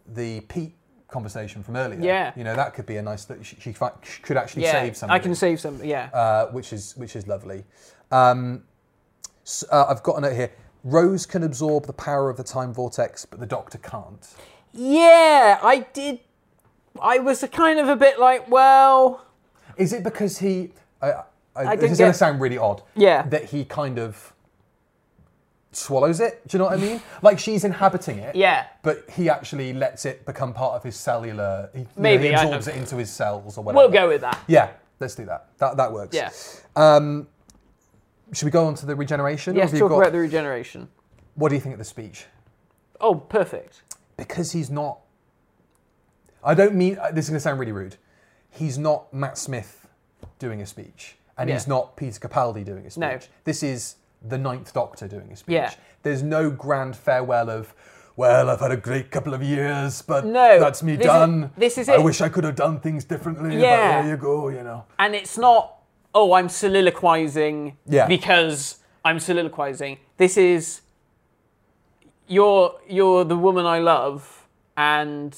[SPEAKER 2] the Pete conversation from earlier.
[SPEAKER 1] Yeah.
[SPEAKER 2] You know, that could be a nice that she, she fi- she could actually
[SPEAKER 1] Yeah,
[SPEAKER 2] save something.
[SPEAKER 1] I can save some. Yeah,
[SPEAKER 2] uh, which is which is lovely. Um, s- uh, I've got a note here. Rose can absorb the power of the time vortex, but the Doctor can't.
[SPEAKER 1] yeah. I did. I was kind of a bit like, well,
[SPEAKER 2] Is it because he? I, I,
[SPEAKER 1] didn't
[SPEAKER 2] this is going
[SPEAKER 1] get-
[SPEAKER 2] to sound really odd.
[SPEAKER 1] Yeah.
[SPEAKER 2] That he kind of swallows it. Do you know what I mean? like she's inhabiting it.
[SPEAKER 1] Yeah.
[SPEAKER 2] But he actually lets it become part of his cellular. He, you know,
[SPEAKER 1] Maybe,
[SPEAKER 2] he
[SPEAKER 1] I
[SPEAKER 2] absorbs
[SPEAKER 1] don't-
[SPEAKER 2] it into his cells or whatever.
[SPEAKER 1] we'll go with that.
[SPEAKER 2] Yeah. Let's do that. That that works.
[SPEAKER 1] Yeah.
[SPEAKER 2] Um, should we go on to the regeneration?
[SPEAKER 1] Yes,
[SPEAKER 2] Have you
[SPEAKER 1] talk
[SPEAKER 2] got-
[SPEAKER 1] about the regeneration.
[SPEAKER 2] What do you think of the speech?
[SPEAKER 1] Oh, perfect.
[SPEAKER 2] because he's not. uh, I don't mean this is going to sound really rude. He's not Matt Smith doing a speech, and
[SPEAKER 1] Yeah.
[SPEAKER 2] he's not Peter Capaldi doing a speech.
[SPEAKER 1] No.
[SPEAKER 2] This is the Ninth Doctor doing a speech.
[SPEAKER 1] Yeah.
[SPEAKER 2] There's no grand farewell of. Well, I've had a great couple of years, but
[SPEAKER 1] No,
[SPEAKER 2] that's me
[SPEAKER 1] this is-
[SPEAKER 2] done.
[SPEAKER 1] this is
[SPEAKER 2] I
[SPEAKER 1] it.
[SPEAKER 2] wish I could have done things differently.
[SPEAKER 1] Yeah.
[SPEAKER 2] But there you go, you know.
[SPEAKER 1] and it's not oh i'm soliloquizing
[SPEAKER 2] Yeah.
[SPEAKER 1] because i'm soliloquizing this is you're you're the woman i love and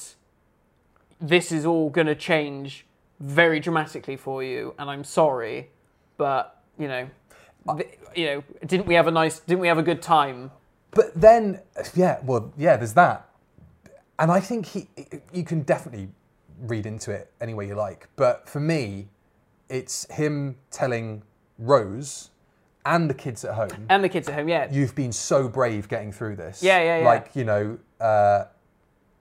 [SPEAKER 1] this is all going to change very dramatically for you and i'm sorry but you know
[SPEAKER 2] Uh,
[SPEAKER 1] th- you know didn't we have a nice didn't we have a good time
[SPEAKER 2] But then, yeah, well, yeah, there's that. And I think he, you can definitely read into it any way you like. But for me, it's him telling Rose and the kids at home,
[SPEAKER 1] and the kids at home yeah
[SPEAKER 2] you've been so brave getting through this.
[SPEAKER 1] Yeah, yeah, yeah.
[SPEAKER 2] Like, you know, uh,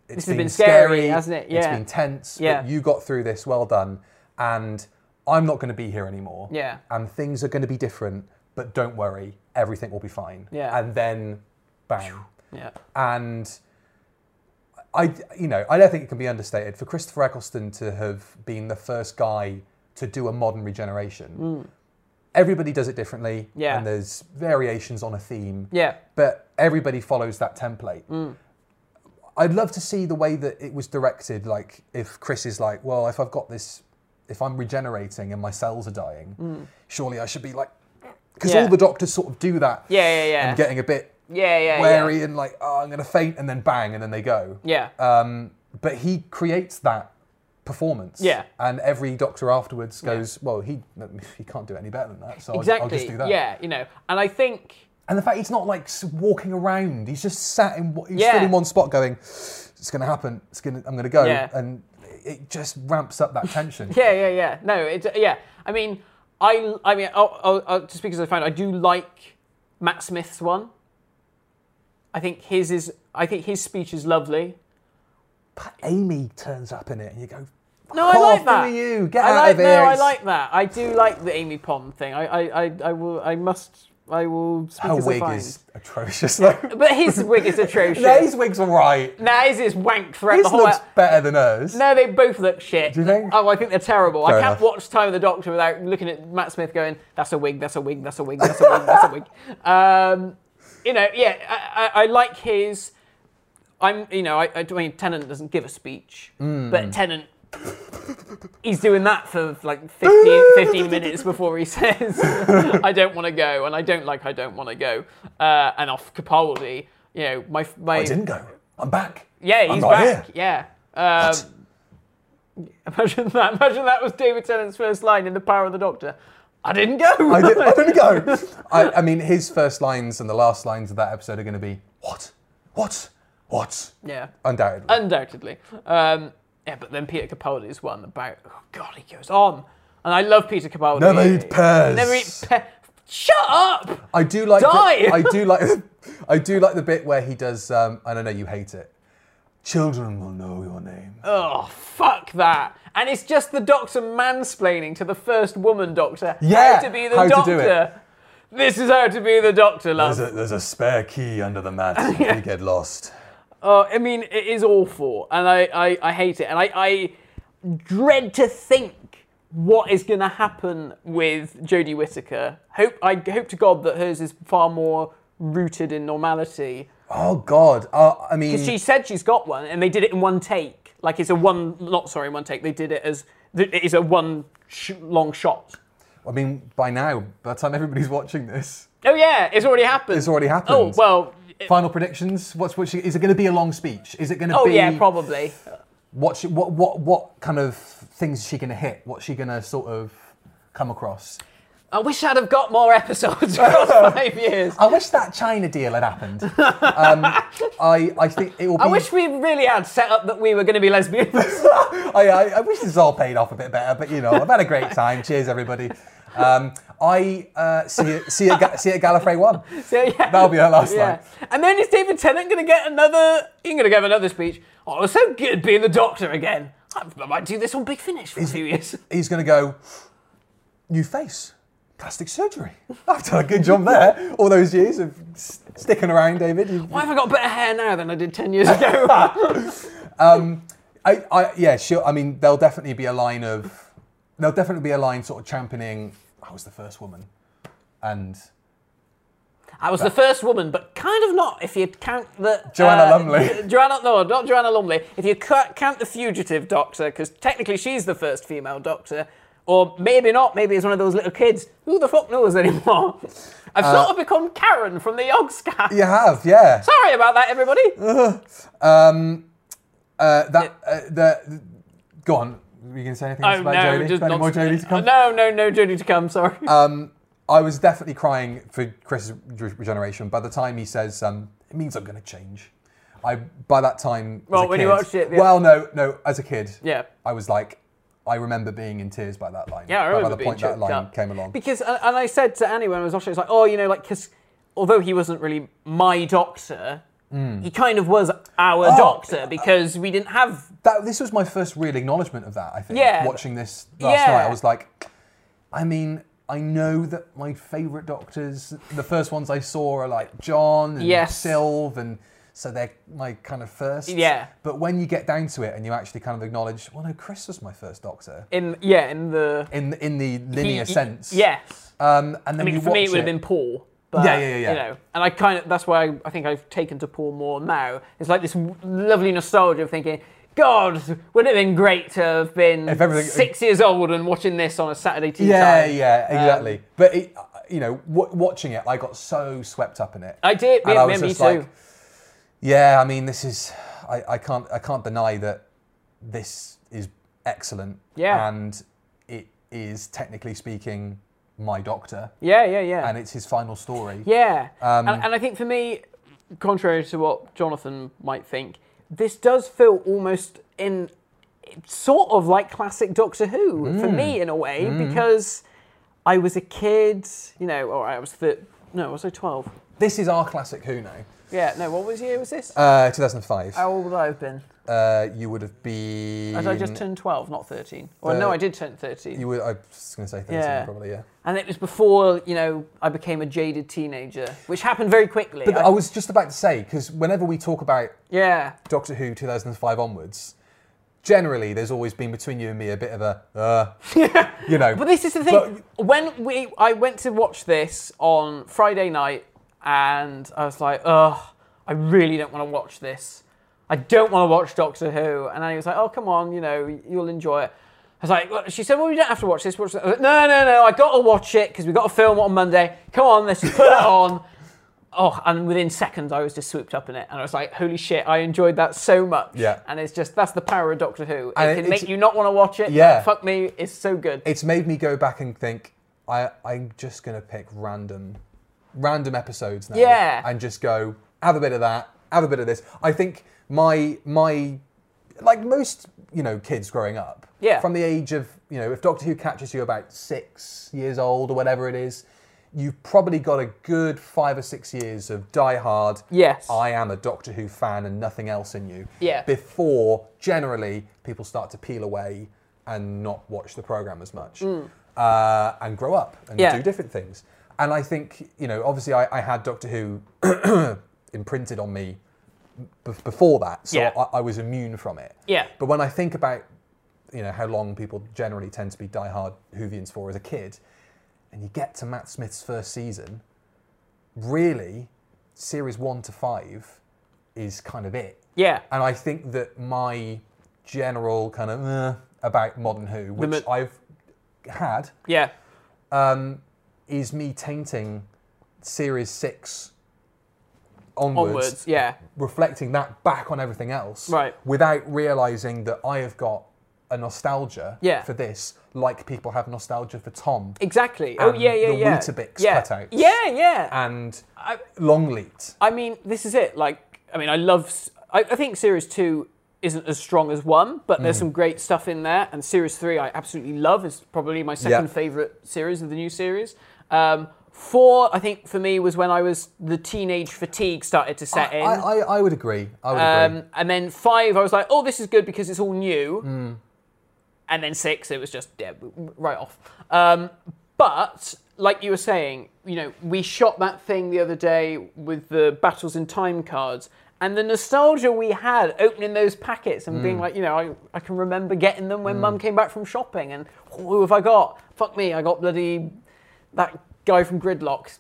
[SPEAKER 1] this
[SPEAKER 2] it's
[SPEAKER 1] has been scary, hasn't it
[SPEAKER 2] It's
[SPEAKER 1] yeah
[SPEAKER 2] been tense.
[SPEAKER 1] Yeah.
[SPEAKER 2] But you got through this. Well done. And I'm not going to be here anymore.
[SPEAKER 1] Yeah.
[SPEAKER 2] And things are going to be different. But don't worry, everything will be fine.
[SPEAKER 1] Yeah.
[SPEAKER 2] And then, bang
[SPEAKER 1] yeah
[SPEAKER 2] and I, you know, I don't think it can be understated for Christopher Eccleston to have been the first guy to do a modern regeneration. Everybody does it differently,
[SPEAKER 1] Hmm. Yeah.
[SPEAKER 2] and there's variations on a theme,
[SPEAKER 1] yeah Hmm.
[SPEAKER 2] but everybody follows that template. I'd love to see the way that it was directed. Like, if Chris is like, "Well, if I've got this, if I'm regenerating and my cells are dying, surely I should be like," because
[SPEAKER 1] Hmm. Yeah.
[SPEAKER 2] all the doctors sort of do that.
[SPEAKER 1] Yeah, yeah, yeah.
[SPEAKER 2] And getting a bit
[SPEAKER 1] yeah yeah
[SPEAKER 2] wary
[SPEAKER 1] yeah.
[SPEAKER 2] and like, oh, I'm going to faint, and then bang, and then they go.
[SPEAKER 1] yeah
[SPEAKER 2] Um, but he creates that performance.
[SPEAKER 1] Yeah.
[SPEAKER 2] And every doctor afterwards goes, well, he he can't do it any better than that, so I'll-
[SPEAKER 1] exactly
[SPEAKER 2] I'll, just do that.
[SPEAKER 1] yeah you know and i think
[SPEAKER 2] And the fact he's not like s- walking around, he's just sat in, what- he's
[SPEAKER 1] Yeah.
[SPEAKER 2] stood in one spot going, it's going to happen, it's gonna, I'm going to go.
[SPEAKER 1] Yeah.
[SPEAKER 2] And it just ramps up that tension.
[SPEAKER 1] Yeah, yeah, yeah. No, it, yeah. I mean, I, I mean, I'll, I'll, I'll, just because I found I do like Matt Smith's one. I think his is. I think his speech is lovely.
[SPEAKER 2] But Amy turns up in it, and you go,
[SPEAKER 1] No,
[SPEAKER 2] "Fuck
[SPEAKER 1] I
[SPEAKER 2] off,
[SPEAKER 1] like that.
[SPEAKER 2] Who are you? Get
[SPEAKER 1] I
[SPEAKER 2] out
[SPEAKER 1] like,
[SPEAKER 2] of here.
[SPEAKER 1] No, I
[SPEAKER 2] It's-
[SPEAKER 1] like that. I do like the Amy Pond thing. I, I, I, I will. I must. I will. Speak
[SPEAKER 2] Her
[SPEAKER 1] as I
[SPEAKER 2] wig
[SPEAKER 1] find.
[SPEAKER 2] is atrocious, though.
[SPEAKER 1] But his wig is atrocious.
[SPEAKER 2] Yeah, his wig's all right.
[SPEAKER 1] Nah, his is wank throughout
[SPEAKER 2] His
[SPEAKER 1] the whole.
[SPEAKER 2] looks better than hers.
[SPEAKER 1] No, they both look shit.
[SPEAKER 2] Do you think?
[SPEAKER 1] Oh, I think they're terrible. I
[SPEAKER 2] Fair
[SPEAKER 1] can't
[SPEAKER 2] enough.
[SPEAKER 1] watch Time of the Doctor without looking at Matt Smith going, "That's a wig. That's a wig. That's a wig. That's a wig. That's a wig." Um, you know, yeah, I, I, I like his. I'm, you know, I, I mean, Tennant doesn't give a speech,
[SPEAKER 2] Mm.
[SPEAKER 1] but Tennant, he's doing that for like 15, 15 minutes before he says, "I don't want to go," and I don't like, "I don't want to go," uh, and off Capaldi. You know, my my
[SPEAKER 2] I didn't go. I'm back.
[SPEAKER 1] yeah,
[SPEAKER 2] I'm
[SPEAKER 1] he's
[SPEAKER 2] not
[SPEAKER 1] back.
[SPEAKER 2] here.
[SPEAKER 1] Yeah. Um, imagine that. Imagine that was David Tennant's first line in The Power of the Doctor. I didn't go.
[SPEAKER 2] I, did, I didn't go. I, I mean, his first lines and the last lines of that episode are going to be what, what, what.
[SPEAKER 1] yeah.
[SPEAKER 2] Undoubtedly.
[SPEAKER 1] Undoubtedly. Um, yeah, but then Peter Capaldi's one about. Oh God, he goes on, and I love Peter Capaldi.
[SPEAKER 2] Never eat pears.
[SPEAKER 1] Never eat pears. Shut up.
[SPEAKER 2] I do like.
[SPEAKER 1] Die!
[SPEAKER 2] The, I do like. I do like the bit where he does. Um, I don't know. You hate it. Children will know your name.
[SPEAKER 1] Oh fuck that. And it's just the doctor mansplaining to the first woman doctor
[SPEAKER 2] Yeah,
[SPEAKER 1] how to be the
[SPEAKER 2] how to
[SPEAKER 1] doctor.
[SPEAKER 2] do it.
[SPEAKER 1] This is how to be the doctor, love.
[SPEAKER 2] there's, a, there's a spare key under the mat. If you get lost.
[SPEAKER 1] Uh, I mean, it is awful, and I, I, I hate it, and I, I dread to think what is going to happen with Jodie Whittaker. Hope I hope to God that hers is far more rooted in normality.
[SPEAKER 2] Oh God. Uh, I mean.
[SPEAKER 1] She said she's got one, and they did it in one take. Like it's a one, not sorry, one take. They did it as it is a one sh- long shot.
[SPEAKER 2] I mean. By now, by the time everybody's watching this,
[SPEAKER 1] Oh yeah, it's already happened.
[SPEAKER 2] it's already happened.
[SPEAKER 1] Oh well. it-
[SPEAKER 2] Final predictions. What's what? Is it going to be a long speech? Is it going to
[SPEAKER 1] oh
[SPEAKER 2] be?
[SPEAKER 1] yeah, probably.
[SPEAKER 2] what she, what what what kind of things is she gonna hit? What's she gonna sort of come across?
[SPEAKER 1] I wish I'd have got more episodes across five years.
[SPEAKER 2] I wish that China deal had happened. Um, I I think it will be.
[SPEAKER 1] I wish we really had set up that we were going to be lesbians.
[SPEAKER 2] I, I, I wish this all paid off a bit better, but you know, I've had a great time. Cheers, everybody. Um, I uh, see it, see it, Ga- see it Gallifrey one.
[SPEAKER 1] So, yeah.
[SPEAKER 2] That'll be our last
[SPEAKER 1] yeah. And then is David Tennant going to get another? He's going to give another speech. Oh, it was so good being the Doctor again. I, I might do this on Big Finish for a few years.
[SPEAKER 2] He's gonna go. New face, plastic surgery. I've done a good job there. All those years of s- sticking around, David. You've,
[SPEAKER 1] Why have I got better hair now than I did ten years ago?
[SPEAKER 2] Um, I, I yeah, sure. I mean, there'll definitely be a line of there'll definitely be a line sort of championing. I was the first woman, and
[SPEAKER 1] I was the first woman, but kind of not if you count the uh,
[SPEAKER 2] Joanna Lumley.
[SPEAKER 1] Joanna, no, not Joanna Lumley. If you cu- count the fugitive doctor, because technically she's the first female doctor, or maybe not. Maybe it's one of those little kids. Who the fuck knows anymore? I've sort of become Karen from the Yogscast.
[SPEAKER 2] you have, Uh, yeah.
[SPEAKER 1] Sorry about that, everybody.
[SPEAKER 2] Um, uh, that uh, the go on. Were you going to say anything else
[SPEAKER 1] Oh,
[SPEAKER 2] about Jodie? Is there any more Jodie to come?
[SPEAKER 1] No, no, no, Jodie to come. Sorry.
[SPEAKER 2] I was definitely crying for Chris's re- regeneration. By the time he says, um, "It means I'm going to change," I by that time. as
[SPEAKER 1] Well,
[SPEAKER 2] a
[SPEAKER 1] when you
[SPEAKER 2] kid-
[SPEAKER 1] watched it, yeah.
[SPEAKER 2] Well, no, no. As a kid,
[SPEAKER 1] Yeah.
[SPEAKER 2] I was like, I remember being in tears by that line.
[SPEAKER 1] Yeah, I
[SPEAKER 2] By-
[SPEAKER 1] remember
[SPEAKER 2] By the
[SPEAKER 1] being
[SPEAKER 2] point that
[SPEAKER 1] choked
[SPEAKER 2] line
[SPEAKER 1] up.
[SPEAKER 2] came along.
[SPEAKER 1] Because, uh, and and I said to Annie when I was watching, it, it's like, oh, you know, like, because although he wasn't really my doctor,
[SPEAKER 2] Hmm.
[SPEAKER 1] he kind of was our
[SPEAKER 2] Oh, uh,
[SPEAKER 1] doctor because we didn't have.
[SPEAKER 2] that this was my first real acknowledgement of that. I think.
[SPEAKER 1] Yeah.
[SPEAKER 2] Watching this last
[SPEAKER 1] Yeah.
[SPEAKER 2] night, I was like, I mean. I know that my favourite doctors, the first ones I saw are like John and
[SPEAKER 1] Yes.
[SPEAKER 2] Sylv, and so they're my kind of first.
[SPEAKER 1] Yeah.
[SPEAKER 2] But when you get down to it and you actually kind of acknowledge, well, no, Chris was my first doctor
[SPEAKER 1] In, yeah, in the.
[SPEAKER 2] in in the linear
[SPEAKER 1] he-
[SPEAKER 2] sense.
[SPEAKER 1] Yes.
[SPEAKER 2] Um, and then
[SPEAKER 1] I mean,
[SPEAKER 2] you
[SPEAKER 1] for me, it
[SPEAKER 2] watch
[SPEAKER 1] would have been Paul. But,
[SPEAKER 2] Yeah, yeah, yeah, yeah.
[SPEAKER 1] You know, and I kind of that's why I, I think I've taken to Paul more now. It's like this w- lovely nostalgia of thinking, God, would it have been great to have been
[SPEAKER 2] If everything-
[SPEAKER 1] six years old and watching this on a Saturday tea
[SPEAKER 2] Yeah,
[SPEAKER 1] time?
[SPEAKER 2] yeah, exactly. but it, uh, you know, w- watching it, I got so swept up in it.
[SPEAKER 1] I did.
[SPEAKER 2] And
[SPEAKER 1] yeah,
[SPEAKER 2] I was
[SPEAKER 1] me
[SPEAKER 2] just
[SPEAKER 1] too.
[SPEAKER 2] like, yeah. I mean, this is. I, I can't. I can't deny that this is excellent.
[SPEAKER 1] Yeah.
[SPEAKER 2] And it is technically speaking my doctor,
[SPEAKER 1] yeah, yeah, yeah.
[SPEAKER 2] and it's his final story.
[SPEAKER 1] Yeah.
[SPEAKER 2] Um,
[SPEAKER 1] and, and I think for me, contrary to what Jonathan might think, this does feel almost in sort of like classic Doctor Who for
[SPEAKER 2] Mm.
[SPEAKER 1] me in a way because I was a kid, you know, or I was the no, was I 12?
[SPEAKER 2] This is our classic Who now.
[SPEAKER 1] Yeah, no, what was year was this?
[SPEAKER 2] Uh, 2005.
[SPEAKER 1] How old would I have been?
[SPEAKER 2] Uh, you would have been.
[SPEAKER 1] Had Oh. I just turned 12, not 13? Or no,
[SPEAKER 2] Uh,
[SPEAKER 1] I did turn 13.
[SPEAKER 2] You were. I was going to say 13,
[SPEAKER 1] Yeah.
[SPEAKER 2] probably. Yeah.
[SPEAKER 1] and it was before, you know, I became a jaded teenager, which happened very quickly.
[SPEAKER 2] But
[SPEAKER 1] I-
[SPEAKER 2] I was just about to say because whenever we talk about
[SPEAKER 1] yeah.
[SPEAKER 2] Doctor Who 2005 onwards, generally there's always been between you and me a bit of a, uh, you know.
[SPEAKER 1] But this is the thing. when we, I went to watch this on Friday night, and I was like, ugh, I really don't want to watch this. I don't want to watch Doctor Who. And I was like, oh, come on, you know, you'll enjoy it. I was like, well, she said, well, we don't have to watch this. Watch that. I was like, no, no, no, I got to watch it because we got to film it on Monday. Come on, let's just put it on. Oh, and within seconds, I was just swooped up in it, and I was like, "Holy shit! I enjoyed that so much."
[SPEAKER 2] Yeah.
[SPEAKER 1] And it's just that's the power of Doctor Who. It
[SPEAKER 2] And
[SPEAKER 1] can
[SPEAKER 2] it's-
[SPEAKER 1] make you not want to watch it. but
[SPEAKER 2] Yeah.
[SPEAKER 1] Fuck me, it's so good.
[SPEAKER 2] it's made me go back and think. I I'm just gonna pick random, random episodes now.
[SPEAKER 1] Yeah.
[SPEAKER 2] And just go have a bit of that, have a bit of this. I think my my, like most you know kids growing up.
[SPEAKER 1] Yeah.
[SPEAKER 2] From the age of you know if Doctor Who catches you about six years old or whatever it is. You've probably got a good five or six years of Die Hard.
[SPEAKER 1] Yes.
[SPEAKER 2] I am a Doctor Who fan and nothing else in you.
[SPEAKER 1] Yeah.
[SPEAKER 2] Before generally people start to peel away and not watch the program as much uh, and grow up and
[SPEAKER 1] Mm. Yeah.
[SPEAKER 2] do different things. And I think you know, obviously, I, I had Doctor Who imprinted on me b- before that, so
[SPEAKER 1] Yeah.
[SPEAKER 2] I, I was immune from it.
[SPEAKER 1] Yeah.
[SPEAKER 2] But when I think about you know how long people generally tend to be diehard Whovians for as a kid, and you get to Matt Smith's first season, really, series one to five is kind of it.
[SPEAKER 1] Yeah.
[SPEAKER 2] And I think that my general kind of uh, about modern Who, which
[SPEAKER 1] mo-
[SPEAKER 2] I've had,
[SPEAKER 1] Yeah.
[SPEAKER 2] um, is me tainting series six onwards,
[SPEAKER 1] Onwards. Yeah.
[SPEAKER 2] reflecting that back on everything else,
[SPEAKER 1] Right.
[SPEAKER 2] Without realizing that I have got a nostalgia
[SPEAKER 1] Yeah.
[SPEAKER 2] for this, like people have nostalgia for Tom
[SPEAKER 1] Exactly. oh
[SPEAKER 2] And
[SPEAKER 1] yeah, yeah,
[SPEAKER 2] the
[SPEAKER 1] yeah.
[SPEAKER 2] Weetabix
[SPEAKER 1] yeah.
[SPEAKER 2] cutouts.
[SPEAKER 1] Yeah, yeah.
[SPEAKER 2] and Longleat.
[SPEAKER 1] I mean, this is it. Like, I mean, I love. s- I, I think series two isn't as strong as one, but there's
[SPEAKER 2] Mm.
[SPEAKER 1] some great stuff in there. And series three, I absolutely love. Is probably my second favorite series of the new series. Um, four, I think for me was when I was the teenage fatigue started to set
[SPEAKER 2] I,
[SPEAKER 1] in.
[SPEAKER 2] I, I would agree. I would agree.
[SPEAKER 1] Um, and then five, I was like, oh, this is good because it's all new.
[SPEAKER 2] Mm.
[SPEAKER 1] And then six, it was just yeah, w- w- right off. Um, but like you were saying, you know, we shot that thing the other day with the battles in time cards, And the nostalgia we had opening those packets and
[SPEAKER 2] Mm.
[SPEAKER 1] being like, you know, I, I can remember getting them when mum came back from shopping and "Oh, who have I got? Fuck me, I got bloody that guy from Gridlock,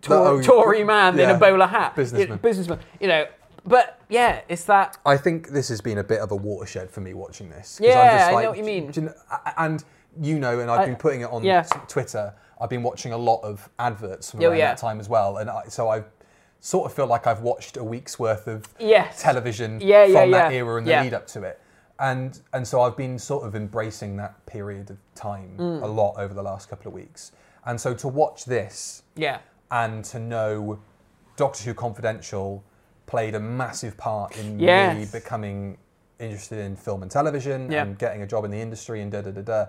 [SPEAKER 1] Tor-
[SPEAKER 2] oh,
[SPEAKER 1] Tory man in
[SPEAKER 2] yeah.
[SPEAKER 1] a bowler hat.
[SPEAKER 2] Businessman.
[SPEAKER 1] You, businessman. You know, but yeah, it's that.
[SPEAKER 2] I think this has been a bit of a watershed for me watching this. 'cause
[SPEAKER 1] Yeah, I know what you mean.
[SPEAKER 2] do kn- a- and you know, and I've
[SPEAKER 1] I-
[SPEAKER 2] been putting it on
[SPEAKER 1] yeah.
[SPEAKER 2] s- Twitter. I've been watching a lot of adverts from
[SPEAKER 1] Oh,
[SPEAKER 2] around
[SPEAKER 1] yeah.
[SPEAKER 2] that time as well, and I, so I sort of feel like I've watched a week's worth of
[SPEAKER 1] Yes.
[SPEAKER 2] television
[SPEAKER 1] Yeah, yeah,
[SPEAKER 2] from that
[SPEAKER 1] yeah.
[SPEAKER 2] era and the
[SPEAKER 1] Yeah.
[SPEAKER 2] lead up to it. And and so I've been sort of embracing that period of time
[SPEAKER 1] Mm.
[SPEAKER 2] a lot over the last couple of weeks. And so to watch this
[SPEAKER 1] Yeah.
[SPEAKER 2] and to know Doctor Who Confidential played a massive part in me
[SPEAKER 1] Yes.
[SPEAKER 2] becoming interested in film and television
[SPEAKER 1] Yeah.
[SPEAKER 2] and getting a job in the industry and da da da da.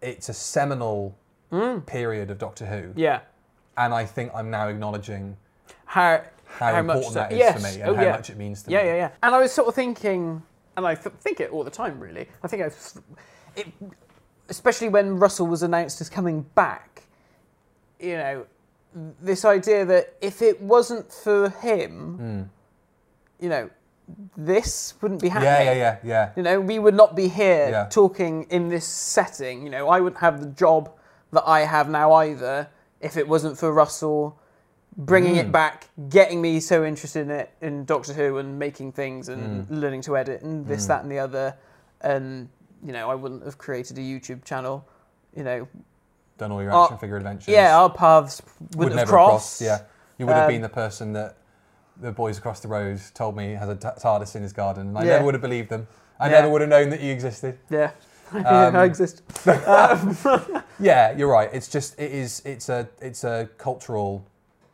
[SPEAKER 2] It's a seminal period of Doctor Who,
[SPEAKER 1] Mm. Yeah.
[SPEAKER 2] and I think I'm now acknowledging
[SPEAKER 1] how
[SPEAKER 2] how,
[SPEAKER 1] much
[SPEAKER 2] important that is
[SPEAKER 1] yes.
[SPEAKER 2] to me and
[SPEAKER 1] oh,
[SPEAKER 2] how
[SPEAKER 1] yeah.
[SPEAKER 2] much it means to
[SPEAKER 1] yeah,
[SPEAKER 2] me.
[SPEAKER 1] Yeah, yeah, And I was sort of thinking, and I th- think it all the time, really. I think I, it, especially when Russell was announced as coming back, you know, this idea that if it wasn't for him, you know, this wouldn't be happening.
[SPEAKER 2] Hmm. Yeah, yeah, yeah, yeah.
[SPEAKER 1] You know, we would not be here
[SPEAKER 2] Yeah.
[SPEAKER 1] talking in this setting. You know, I wouldn't have the job that I have now either if it wasn't for Russell bringing it back, getting me so interested in it, in Doctor Who, and making things and learning to edit and this, that, and the other. And you know, I wouldn't have created a YouTube channel. You know,
[SPEAKER 2] Done all your
[SPEAKER 1] Uh,
[SPEAKER 2] action figure adventures.
[SPEAKER 1] yeah, our paths wouldn't
[SPEAKER 2] would
[SPEAKER 1] have
[SPEAKER 2] never
[SPEAKER 1] crossed.
[SPEAKER 2] cross. Yeah, you would have
[SPEAKER 1] Um,
[SPEAKER 2] been the person that the boys across the road told me has a t- TARDIS in his garden, and I
[SPEAKER 1] Yeah.
[SPEAKER 2] never would have believed them. I
[SPEAKER 1] Yeah.
[SPEAKER 2] never would have known that you existed.
[SPEAKER 1] yeah. I exist.
[SPEAKER 2] Yeah, you're right. It's just it is it's a it's a cultural.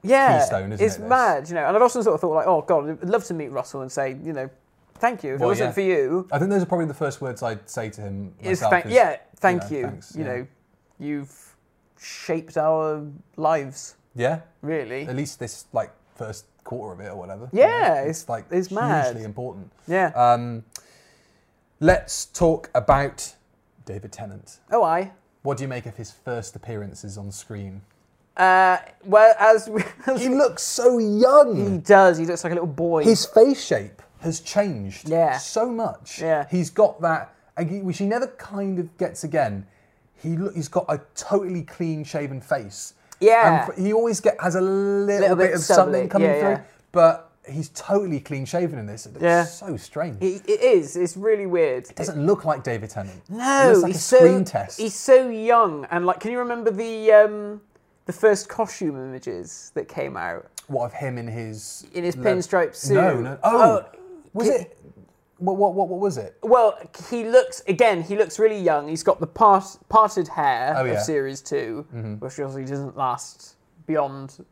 [SPEAKER 1] yeah,
[SPEAKER 2] keystone, isn't
[SPEAKER 1] it's
[SPEAKER 2] it, this?
[SPEAKER 1] mad, you know. And I've often sort of thought like, oh god, I'd love to meet Russell and say, you know, thank you. If
[SPEAKER 2] Well,
[SPEAKER 1] it wasn't
[SPEAKER 2] yeah.
[SPEAKER 1] for you,
[SPEAKER 2] I think those are probably the first words I'd say to him.
[SPEAKER 1] it's
[SPEAKER 2] myself
[SPEAKER 1] thank
[SPEAKER 2] is,
[SPEAKER 1] yeah, thank you. You know,
[SPEAKER 2] thanks,
[SPEAKER 1] you
[SPEAKER 2] yeah.
[SPEAKER 1] have shaped our lives,
[SPEAKER 2] yeah.
[SPEAKER 1] really.
[SPEAKER 2] At least this like first quarter of it or whatever.
[SPEAKER 1] Yeah, it's- it's
[SPEAKER 2] hugely
[SPEAKER 1] mad.
[SPEAKER 2] important.
[SPEAKER 1] yeah.
[SPEAKER 2] Um, let's talk about David Tennant.
[SPEAKER 1] oh, I.
[SPEAKER 2] What do you make of his first appearances on screen?
[SPEAKER 1] Uh, well, as, we, as
[SPEAKER 2] He looks so young.
[SPEAKER 1] he does, he looks like a little boy.
[SPEAKER 2] His face shape has changed
[SPEAKER 1] Yeah.
[SPEAKER 2] so much.
[SPEAKER 1] Yeah.
[SPEAKER 2] He's got that, ag- which he never kind of gets again. He, lo- he's got a totally clean shaven face.
[SPEAKER 1] Yeah.
[SPEAKER 2] And f- he always get, has a little,
[SPEAKER 1] Little
[SPEAKER 2] bit,
[SPEAKER 1] bit
[SPEAKER 2] of
[SPEAKER 1] stubbly.
[SPEAKER 2] something coming
[SPEAKER 1] Yeah,
[SPEAKER 2] through,
[SPEAKER 1] yeah.
[SPEAKER 2] but he's totally clean shaven in this. It looks
[SPEAKER 1] Yeah.
[SPEAKER 2] so strange. It
[SPEAKER 1] He- it is. It's really weird.
[SPEAKER 2] doesn't look like David Tennant.
[SPEAKER 1] No,
[SPEAKER 2] it looks like
[SPEAKER 1] he's
[SPEAKER 2] a
[SPEAKER 1] so
[SPEAKER 2] screen test.
[SPEAKER 1] he's so young, and like, can you remember the um, the first costume images that came out?
[SPEAKER 2] What of him in his
[SPEAKER 1] In his
[SPEAKER 2] le-
[SPEAKER 1] pinstripe suit.
[SPEAKER 2] No, no. Oh,
[SPEAKER 1] Oh,
[SPEAKER 2] was it? What, what, what, what was it?
[SPEAKER 1] Well, he looks again. He looks really young. He's got the part, parted hair
[SPEAKER 2] Oh, yeah. Mm-hmm.
[SPEAKER 1] of series 2 which obviously doesn't last beyond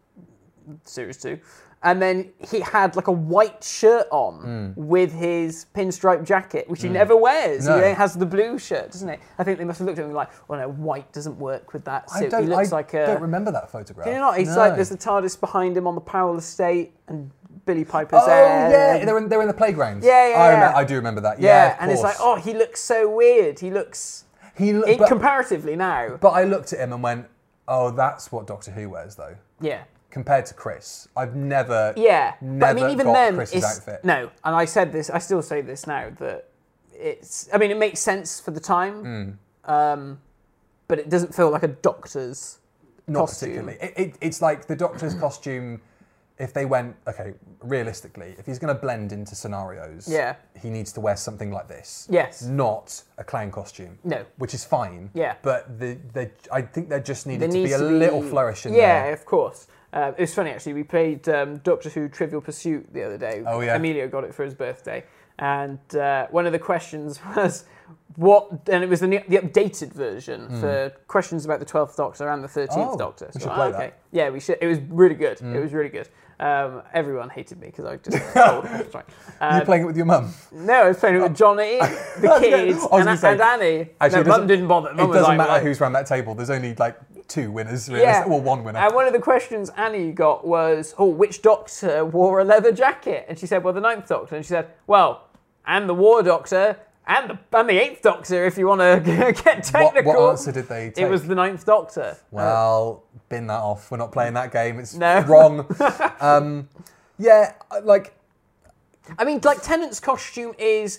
[SPEAKER 1] series two. And then he had like a white shirt
[SPEAKER 2] Mm.
[SPEAKER 1] on with his pinstripe jacket, which he never wears.
[SPEAKER 2] No.
[SPEAKER 1] He only has the blue shirt, doesn't he? I think they must have looked at him like, "Well, no, white doesn't work with that suit."
[SPEAKER 2] I don't.
[SPEAKER 1] he looks
[SPEAKER 2] I
[SPEAKER 1] like a.
[SPEAKER 2] don't remember that photograph.
[SPEAKER 1] Do you not? He's
[SPEAKER 2] No.
[SPEAKER 1] like there's the TARDIS behind him on the Powell estate, and Billy Piper's
[SPEAKER 2] Oh
[SPEAKER 1] there.
[SPEAKER 2] yeah, they're in, they're in the playground.
[SPEAKER 1] Yeah, yeah,
[SPEAKER 2] I, remember,
[SPEAKER 1] yeah.
[SPEAKER 2] I do remember that. Yeah,
[SPEAKER 1] Yeah,
[SPEAKER 2] of
[SPEAKER 1] and it's like,
[SPEAKER 2] course.
[SPEAKER 1] oh, he looks so weird. He looks
[SPEAKER 2] he. Lo-
[SPEAKER 1] it,
[SPEAKER 2] but,
[SPEAKER 1] comparatively now.
[SPEAKER 2] but I looked at him and went, oh, that's what Doctor Who wears though.
[SPEAKER 1] yeah,
[SPEAKER 2] Compared to Chris, I've never.
[SPEAKER 1] yeah. but I
[SPEAKER 2] Never
[SPEAKER 1] mean, even
[SPEAKER 2] got
[SPEAKER 1] then,
[SPEAKER 2] Chris's
[SPEAKER 1] it's
[SPEAKER 2] outfit.
[SPEAKER 1] no. And I said this. I still say this now that it's. I mean, it makes sense for the time,
[SPEAKER 2] Hmm.
[SPEAKER 1] um, but it doesn't feel like a doctor's.
[SPEAKER 2] not
[SPEAKER 1] costume.
[SPEAKER 2] particularly. It, it, it's like the Doctor's costume. If they went okay, realistically, if he's going to blend into scenarios,
[SPEAKER 1] Yeah.
[SPEAKER 2] he needs to wear something like this.
[SPEAKER 1] Yes.
[SPEAKER 2] not a clown costume.
[SPEAKER 1] No.
[SPEAKER 2] which is fine.
[SPEAKER 1] Yeah.
[SPEAKER 2] but the, the I think there just
[SPEAKER 1] There
[SPEAKER 2] needed to
[SPEAKER 1] needs
[SPEAKER 2] be a little flourish in
[SPEAKER 1] yeah,
[SPEAKER 2] there.
[SPEAKER 1] of course. Uh, it was funny actually. We played um, Doctor Who Trivial Pursuit the other day.
[SPEAKER 2] Oh, yeah.
[SPEAKER 1] Emilio got it for his birthday, and uh, one of the questions was what, and it was the, new, the updated version for questions about the twelfth Doctor and the thirteenth
[SPEAKER 2] Hmm. Oh,
[SPEAKER 1] Doctor.
[SPEAKER 2] we
[SPEAKER 1] So,
[SPEAKER 2] should
[SPEAKER 1] ah,
[SPEAKER 2] play that. Hmm.
[SPEAKER 1] okay, yeah, we should. It was really good. It was really good. Um, everyone hated me because I just. oh, told them, sorry. Um,
[SPEAKER 2] You're playing it with your mum.
[SPEAKER 1] No, I was playing it with Johnny, the
[SPEAKER 2] was gonna- I
[SPEAKER 1] kids,
[SPEAKER 2] was
[SPEAKER 1] and,
[SPEAKER 2] gonna say,
[SPEAKER 1] and Annie.
[SPEAKER 2] Actually, it
[SPEAKER 1] no, Mum
[SPEAKER 2] doesn't-
[SPEAKER 1] didn't bother. Mum
[SPEAKER 2] it
[SPEAKER 1] was
[SPEAKER 2] doesn't
[SPEAKER 1] like,
[SPEAKER 2] matter
[SPEAKER 1] "Well,
[SPEAKER 2] who's around that table. There's only like two winners, really.
[SPEAKER 1] yeah.
[SPEAKER 2] Well, one winner.
[SPEAKER 1] And one of the questions Annie got was, "Oh, which doctor wore a leather jacket?" And she said, "Well, the ninth doctor." And she said, "Well, and the war doctor, and the and the eighth doctor, if you want to get
[SPEAKER 2] what,
[SPEAKER 1] technical."
[SPEAKER 2] what answer did they take?
[SPEAKER 1] It was the ninth doctor.
[SPEAKER 2] well, bin that off. We're not playing that game. It's
[SPEAKER 1] No.
[SPEAKER 2] wrong. um, yeah, I- like
[SPEAKER 1] I mean, like Tennant's costume is,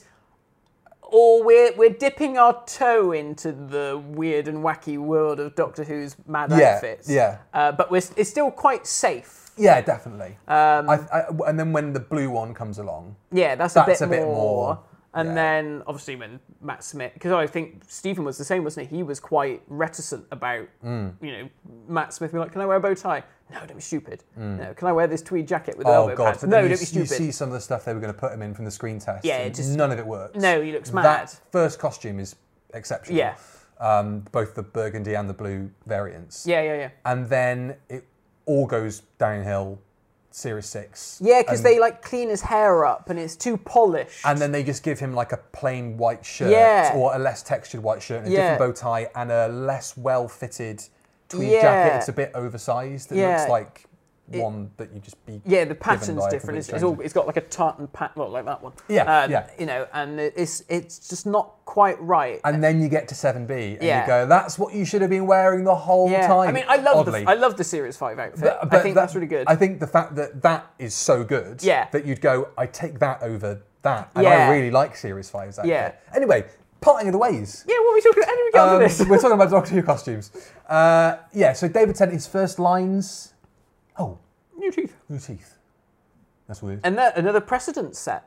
[SPEAKER 1] or we're we're dipping our toe into the weird and wacky world of Doctor Who's mad
[SPEAKER 2] Yeah,
[SPEAKER 1] outfits.
[SPEAKER 2] yeah.
[SPEAKER 1] Uh, but we're s- it's still quite safe.
[SPEAKER 2] Yeah, definitely.
[SPEAKER 1] Um,
[SPEAKER 2] I, I, and then when the blue one comes along,
[SPEAKER 1] Yeah, that's,
[SPEAKER 2] That's
[SPEAKER 1] a bit more.
[SPEAKER 2] more,
[SPEAKER 1] And
[SPEAKER 2] yeah.
[SPEAKER 1] then obviously when Matt Smith, because I think Stephen was the same, wasn't he? He was quite reticent about
[SPEAKER 2] Mm.
[SPEAKER 1] you know Matt Smith being like, "Can I wear a bow tie? No, don't be stupid. No, can I wear this tweed jacket with
[SPEAKER 2] Mm. oh
[SPEAKER 1] elbow
[SPEAKER 2] god!
[SPEAKER 1] pads?
[SPEAKER 2] But
[SPEAKER 1] No,
[SPEAKER 2] then
[SPEAKER 1] don't
[SPEAKER 2] you,
[SPEAKER 1] be
[SPEAKER 2] s- you
[SPEAKER 1] stupid."
[SPEAKER 2] see some of the stuff they were going to put him in from the screen test.
[SPEAKER 1] Yeah,
[SPEAKER 2] and
[SPEAKER 1] just-
[SPEAKER 2] none of it works.
[SPEAKER 1] No, he looks mad.
[SPEAKER 2] That first costume is exceptional.
[SPEAKER 1] Yeah.
[SPEAKER 2] Um, both the burgundy and the blue variants.
[SPEAKER 1] yeah, yeah, yeah.
[SPEAKER 2] And then it all goes downhill. Series six.
[SPEAKER 1] Yeah, because
[SPEAKER 2] and-
[SPEAKER 1] they like clean his hair up and it's too polished.
[SPEAKER 2] And then they just give him like a plain white shirt
[SPEAKER 1] Yeah.
[SPEAKER 2] or a less textured white shirt and a
[SPEAKER 1] Yeah.
[SPEAKER 2] different bow tie and a less well fitted tweed
[SPEAKER 1] Yeah.
[SPEAKER 2] jacket. It's a bit oversized. It
[SPEAKER 1] Yeah.
[SPEAKER 2] looks like one that you just be.
[SPEAKER 1] yeah, the
[SPEAKER 2] given
[SPEAKER 1] pattern's
[SPEAKER 2] by a
[SPEAKER 1] different. It's,
[SPEAKER 2] complete
[SPEAKER 1] it's all
[SPEAKER 2] stranger.
[SPEAKER 1] it's got like a tartan pat, well, like that one.
[SPEAKER 2] Yeah,
[SPEAKER 1] Um,
[SPEAKER 2] yeah.
[SPEAKER 1] You know, and it- it's it's just not quite right.
[SPEAKER 2] And then you get to 7B and
[SPEAKER 1] Yeah.
[SPEAKER 2] you go, that's what you should have been wearing the whole
[SPEAKER 1] yeah,
[SPEAKER 2] time.
[SPEAKER 1] I mean, I love
[SPEAKER 2] oddly.
[SPEAKER 1] the I love the Series Five outfit.
[SPEAKER 2] But-
[SPEAKER 1] I
[SPEAKER 2] but
[SPEAKER 1] think
[SPEAKER 2] that-
[SPEAKER 1] that's really good.
[SPEAKER 2] I think the fact that that is so good
[SPEAKER 1] Yeah.
[SPEAKER 2] that you'd go, I take that over that. And
[SPEAKER 1] Yeah.
[SPEAKER 2] I really like Series 5's outfit.
[SPEAKER 1] Yeah.
[SPEAKER 2] Anyway, parting of the ways.
[SPEAKER 1] Yeah, what are we talking about? How did we get onto
[SPEAKER 2] Um,
[SPEAKER 1] this?
[SPEAKER 2] we're talking about Doctor Who costumes. Uh, yeah, so David Tennant, his first lines. Oh,
[SPEAKER 1] New teeth.
[SPEAKER 2] new teeth. That's weird.
[SPEAKER 1] And that, another precedent set.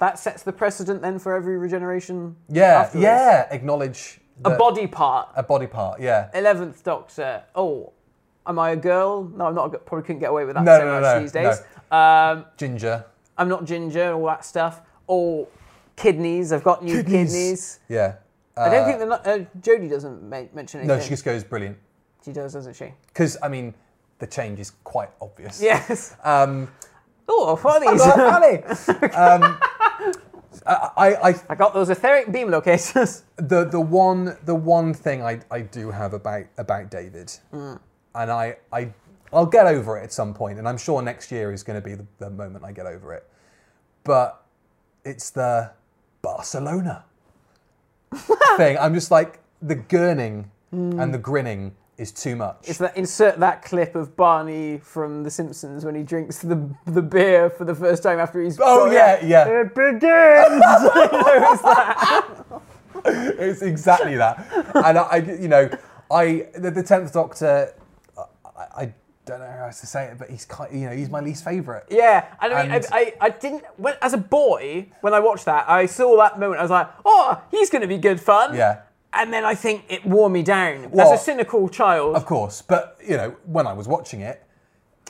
[SPEAKER 1] That sets the precedent then for every regeneration.
[SPEAKER 2] yeah,
[SPEAKER 1] afterwards.
[SPEAKER 2] yeah. Acknowledge
[SPEAKER 1] A
[SPEAKER 2] that-
[SPEAKER 1] body part.
[SPEAKER 2] a body part. Yeah.
[SPEAKER 1] Eleventh Doctor. Oh, am I a girl? No, I'm not. A girl. Probably couldn't get away with that
[SPEAKER 2] No,
[SPEAKER 1] so
[SPEAKER 2] no,
[SPEAKER 1] much
[SPEAKER 2] no,
[SPEAKER 1] these days. Um,
[SPEAKER 2] Ginger.
[SPEAKER 1] I'm not ginger and all that stuff. Or kidneys. I've got new kidneys.
[SPEAKER 2] Yeah.
[SPEAKER 1] I
[SPEAKER 2] Uh,
[SPEAKER 1] don't think they're not, uh, Jodie doesn't ma- mention anything.
[SPEAKER 2] no, she just goes brilliant
[SPEAKER 1] She does, doesn't she?
[SPEAKER 2] because I mean the change is quite obvious.
[SPEAKER 1] Yes.
[SPEAKER 2] Um,
[SPEAKER 1] oh, funnies.
[SPEAKER 2] Well, Ali, um, I, I, I
[SPEAKER 1] I got those etheric beam locators.
[SPEAKER 2] the the one the one thing I, I do have about about David, and I I I'll get over it at some point, and I'm sure next year is going to be the, the moment I get over it. But it's the Barcelona thing. I'm just like the gurning and the grinning is too much.
[SPEAKER 1] It's that insert that clip of Barney from The Simpsons when he drinks the the beer for the first time after he's
[SPEAKER 2] Oh, yeah, yeah.
[SPEAKER 1] It begins. You know, it's that.
[SPEAKER 2] it's exactly that. And I, I- you know, I the, the tenth Doctor, I, I don't know how else to say it, but he's kind, you know, he's my least favourite.
[SPEAKER 1] Yeah, and I mean,
[SPEAKER 2] And-
[SPEAKER 1] I, I, I didn't. When, as a boy, when I watched that, I saw that moment. I was like, "Oh, he's going to be good fun."
[SPEAKER 2] Yeah.
[SPEAKER 1] And then I think it wore me down
[SPEAKER 2] Well,
[SPEAKER 1] as a cynical child.
[SPEAKER 2] Of course, but you know, when I was watching it,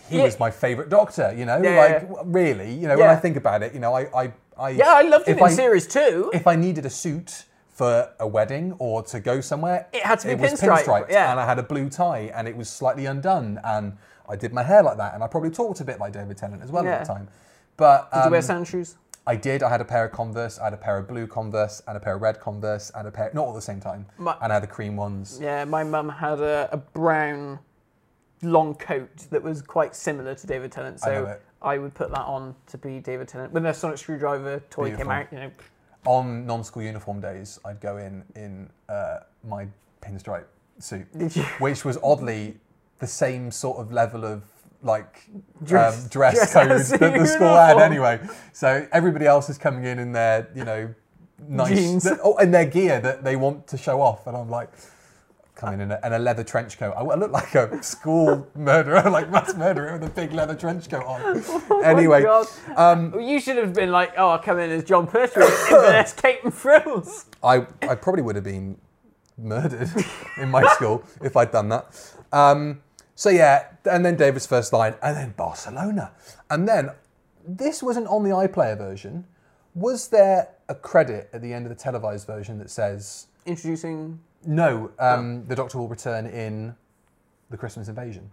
[SPEAKER 2] he
[SPEAKER 1] Yeah.
[SPEAKER 2] was my favourite Doctor. You know,
[SPEAKER 1] Yeah,
[SPEAKER 2] like
[SPEAKER 1] yeah.
[SPEAKER 2] w- really, you know, when I
[SPEAKER 1] Yeah.
[SPEAKER 2] think about it, you know, I, I, I
[SPEAKER 1] yeah, I loved him
[SPEAKER 2] if
[SPEAKER 1] in series two.
[SPEAKER 2] If I needed a suit for a wedding or to go somewhere,
[SPEAKER 1] It had to be
[SPEAKER 2] was
[SPEAKER 1] pinstripe, yeah.
[SPEAKER 2] and I had a blue tie, and it was slightly undone, and I did my hair like that, and I probably talked a bit like David Tennant as well
[SPEAKER 1] Yeah.
[SPEAKER 2] at the time. But
[SPEAKER 1] Did you wear
[SPEAKER 2] um,
[SPEAKER 1] sand shoes?
[SPEAKER 2] I did. I had a pair of Converse, I had a pair of blue Converse, and a pair of red Converse, and a pair not all at the same time,
[SPEAKER 1] My-
[SPEAKER 2] and I had the cream ones.
[SPEAKER 1] Yeah, my mum had a, a brown long coat that was quite similar to David Tennant,
[SPEAKER 2] I know
[SPEAKER 1] so
[SPEAKER 2] it.
[SPEAKER 1] I, would put that on to be David Tennant. When the Sonic Screwdriver toy came
[SPEAKER 2] Beautiful.
[SPEAKER 1] out, you know,
[SPEAKER 2] on non-school uniform days, I'd go in in uh, my pinstripe suit,
[SPEAKER 1] Did you?
[SPEAKER 2] which was oddly the same sort of level of like
[SPEAKER 1] Dress-
[SPEAKER 2] um, dress,
[SPEAKER 1] dress
[SPEAKER 2] code
[SPEAKER 1] as a
[SPEAKER 2] that the school had
[SPEAKER 1] uniform.
[SPEAKER 2] anyway. So everybody else is coming in in their you know nice
[SPEAKER 1] Jeans.
[SPEAKER 2] th- oh, and their gear that they want to show off, and I'm like. Come in in a, in a leather trench coat. I, I look like a school murderer, like mass murderer, with a big leather trench coat on. anyway,
[SPEAKER 1] Oh
[SPEAKER 2] um,
[SPEAKER 1] God. Well, you should have been like, oh, I'll come in as John Pertwee in Inverness Cape and Frills.
[SPEAKER 2] I, I probably would have been murdered in my school if I'd done that. Um, so yeah, and then David's first line, and then Barcelona, and then this wasn't on the iPlayer version. Was there a credit at the end of the televised version that says
[SPEAKER 1] Introducing.
[SPEAKER 2] no? Um, the Doctor will return in the Christmas Invasion.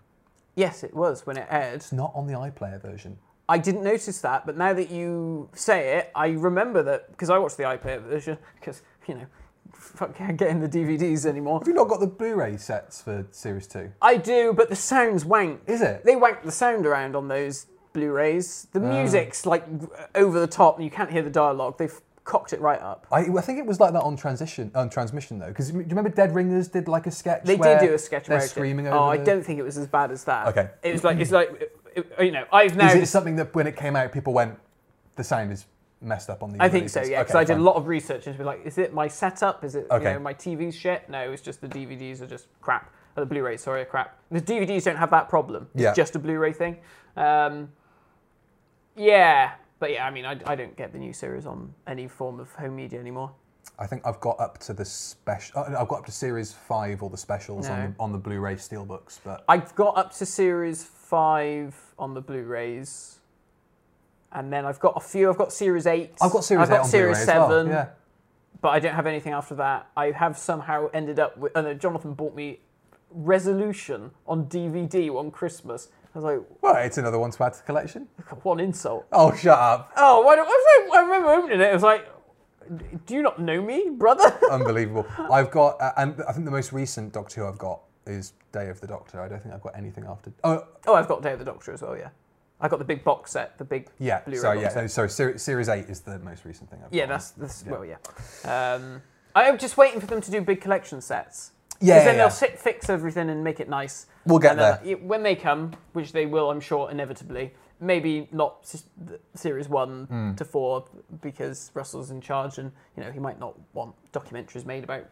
[SPEAKER 1] Yes, it was when it aired.
[SPEAKER 2] It's not on the iPlayer version.
[SPEAKER 1] I didn't notice that, but now that you say it, I remember that because I watched the iPlayer version because, you know, fuck, can't get in the DVDs anymore.
[SPEAKER 2] Have you not got the Blu-ray sets for Series Two?
[SPEAKER 1] I do, but the sound's wank.
[SPEAKER 2] Is it? Ah.
[SPEAKER 1] They wank the sound around on those Blu-rays. The music's like over the top, and you can't hear the dialogue. They've cocked it right up.
[SPEAKER 2] I, I think it was like that on transition on transmission though, because do you remember Dead Ringers did like a sketch?
[SPEAKER 1] They
[SPEAKER 2] where
[SPEAKER 1] did do a sketch.
[SPEAKER 2] They're
[SPEAKER 1] about it.
[SPEAKER 2] screaming over.
[SPEAKER 1] Oh, I
[SPEAKER 2] the-
[SPEAKER 1] don't think it was as bad as that.
[SPEAKER 2] Okay.
[SPEAKER 1] It was like it's like it- it- you know I've now
[SPEAKER 2] Is it
[SPEAKER 1] dis-
[SPEAKER 2] something that when it came out, people went, the sound is messed up on the.
[SPEAKER 1] I think so, yeah. Because I did a lot of research into like, is it my setup? Is it you
[SPEAKER 2] Okay.
[SPEAKER 1] know, my TV shit? No, it's just the DVDs are just crap. Uh, The Blu-rays, sorry, are crap. The DVDs don't have that problem. It's
[SPEAKER 2] Yeah.
[SPEAKER 1] just a Blu-ray thing. Um, yeah, but yeah, I mean, I, I don't get the new series on any form of home media anymore.
[SPEAKER 2] I think I've got up to the special. I've got up to series five or the specials on,
[SPEAKER 1] No.
[SPEAKER 2] the, on the Blu-ray steelbooks, but
[SPEAKER 1] I've got up to series five on the Blu-rays, and then I've got a few. I've got series eight.
[SPEAKER 2] I've got series
[SPEAKER 1] I've got
[SPEAKER 2] eight on
[SPEAKER 1] series
[SPEAKER 2] Blu-ray
[SPEAKER 1] seven.
[SPEAKER 2] as well. Yeah.
[SPEAKER 1] but I don't have anything after that. I have somehow ended up with. Oh no, Jonathan bought me Resolution on DVD on Christmas. I was
[SPEAKER 2] Well, it's another one to add to the collection.
[SPEAKER 1] like, what an insult.
[SPEAKER 2] Oh, shut up!
[SPEAKER 1] Oh, why don't, I, was like, I remember opening it. I was like, do you not know me, brother?
[SPEAKER 2] Unbelievable. I've got, uh, and I think the most recent Doctor Who I've got is Day of the Doctor. I don't think I've got anything after. Oh,
[SPEAKER 1] oh, I've got Day of the Doctor as well, yeah. I got the big box set, the big
[SPEAKER 2] yeah.
[SPEAKER 1] Blu-ray
[SPEAKER 2] sorry,
[SPEAKER 1] box
[SPEAKER 2] yeah.
[SPEAKER 1] set.
[SPEAKER 2] So ser- series eight is the most recent thing. I've
[SPEAKER 1] Yeah,
[SPEAKER 2] got.
[SPEAKER 1] that's, that's well, yeah. Um, I'm just waiting for them to do big collection sets. 'Cause
[SPEAKER 2] Yeah,
[SPEAKER 1] then
[SPEAKER 2] yeah,
[SPEAKER 1] they'll
[SPEAKER 2] yeah.
[SPEAKER 1] sit, fix everything and make it nice.
[SPEAKER 2] We'll get
[SPEAKER 1] And then,
[SPEAKER 2] there.
[SPEAKER 1] uh, When they come, which they will, I'm sure, inevitably. Maybe not s- the series one
[SPEAKER 2] Hmm.
[SPEAKER 1] to four because Russell's in charge, and you know he might not want documentaries made about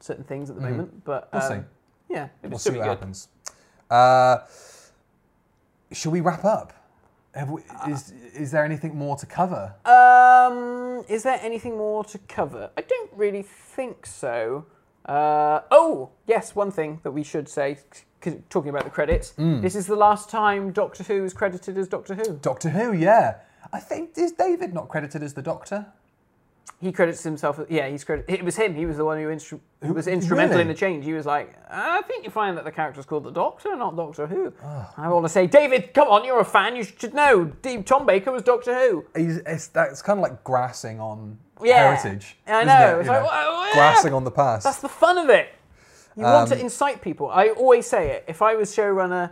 [SPEAKER 1] certain things at the moment. But um,
[SPEAKER 2] Hmm. We'll see.
[SPEAKER 1] yeah, it would
[SPEAKER 2] We'll see
[SPEAKER 1] still
[SPEAKER 2] what
[SPEAKER 1] be good.
[SPEAKER 2] happens. Uh, shall we wrap up? Have we,
[SPEAKER 1] Uh,
[SPEAKER 2] is is there anything more to cover?
[SPEAKER 1] Um, is there anything more to cover? I don't really think so. Uh, oh, yes, one thing that we should say, c- c- talking about the credits. This is the last time Doctor Who is credited as Doctor Who.
[SPEAKER 2] Doctor Who, yeah. I think is David not credited as the Doctor?
[SPEAKER 1] He credits himself. as- Yeah, he's credit. It was him. He was the one who, instru- who was instrumental in
[SPEAKER 2] really?
[SPEAKER 1] the change. He was like, I think you find that the character's called the Doctor, not Doctor Who. I want to say, David, come on, you're a fan. You should know. D- Tom Baker was Doctor Who.
[SPEAKER 2] He's, it's, that's kind of like grassing on
[SPEAKER 1] Yeah.
[SPEAKER 2] heritage.
[SPEAKER 1] I
[SPEAKER 2] isn't
[SPEAKER 1] know.
[SPEAKER 2] it?
[SPEAKER 1] It's
[SPEAKER 2] You
[SPEAKER 1] like, "Whoa, yeah."
[SPEAKER 2] grassing on the past.
[SPEAKER 1] That's the fun of it. You want
[SPEAKER 2] Um,
[SPEAKER 1] to incite people. I always say it. If I was showrunner,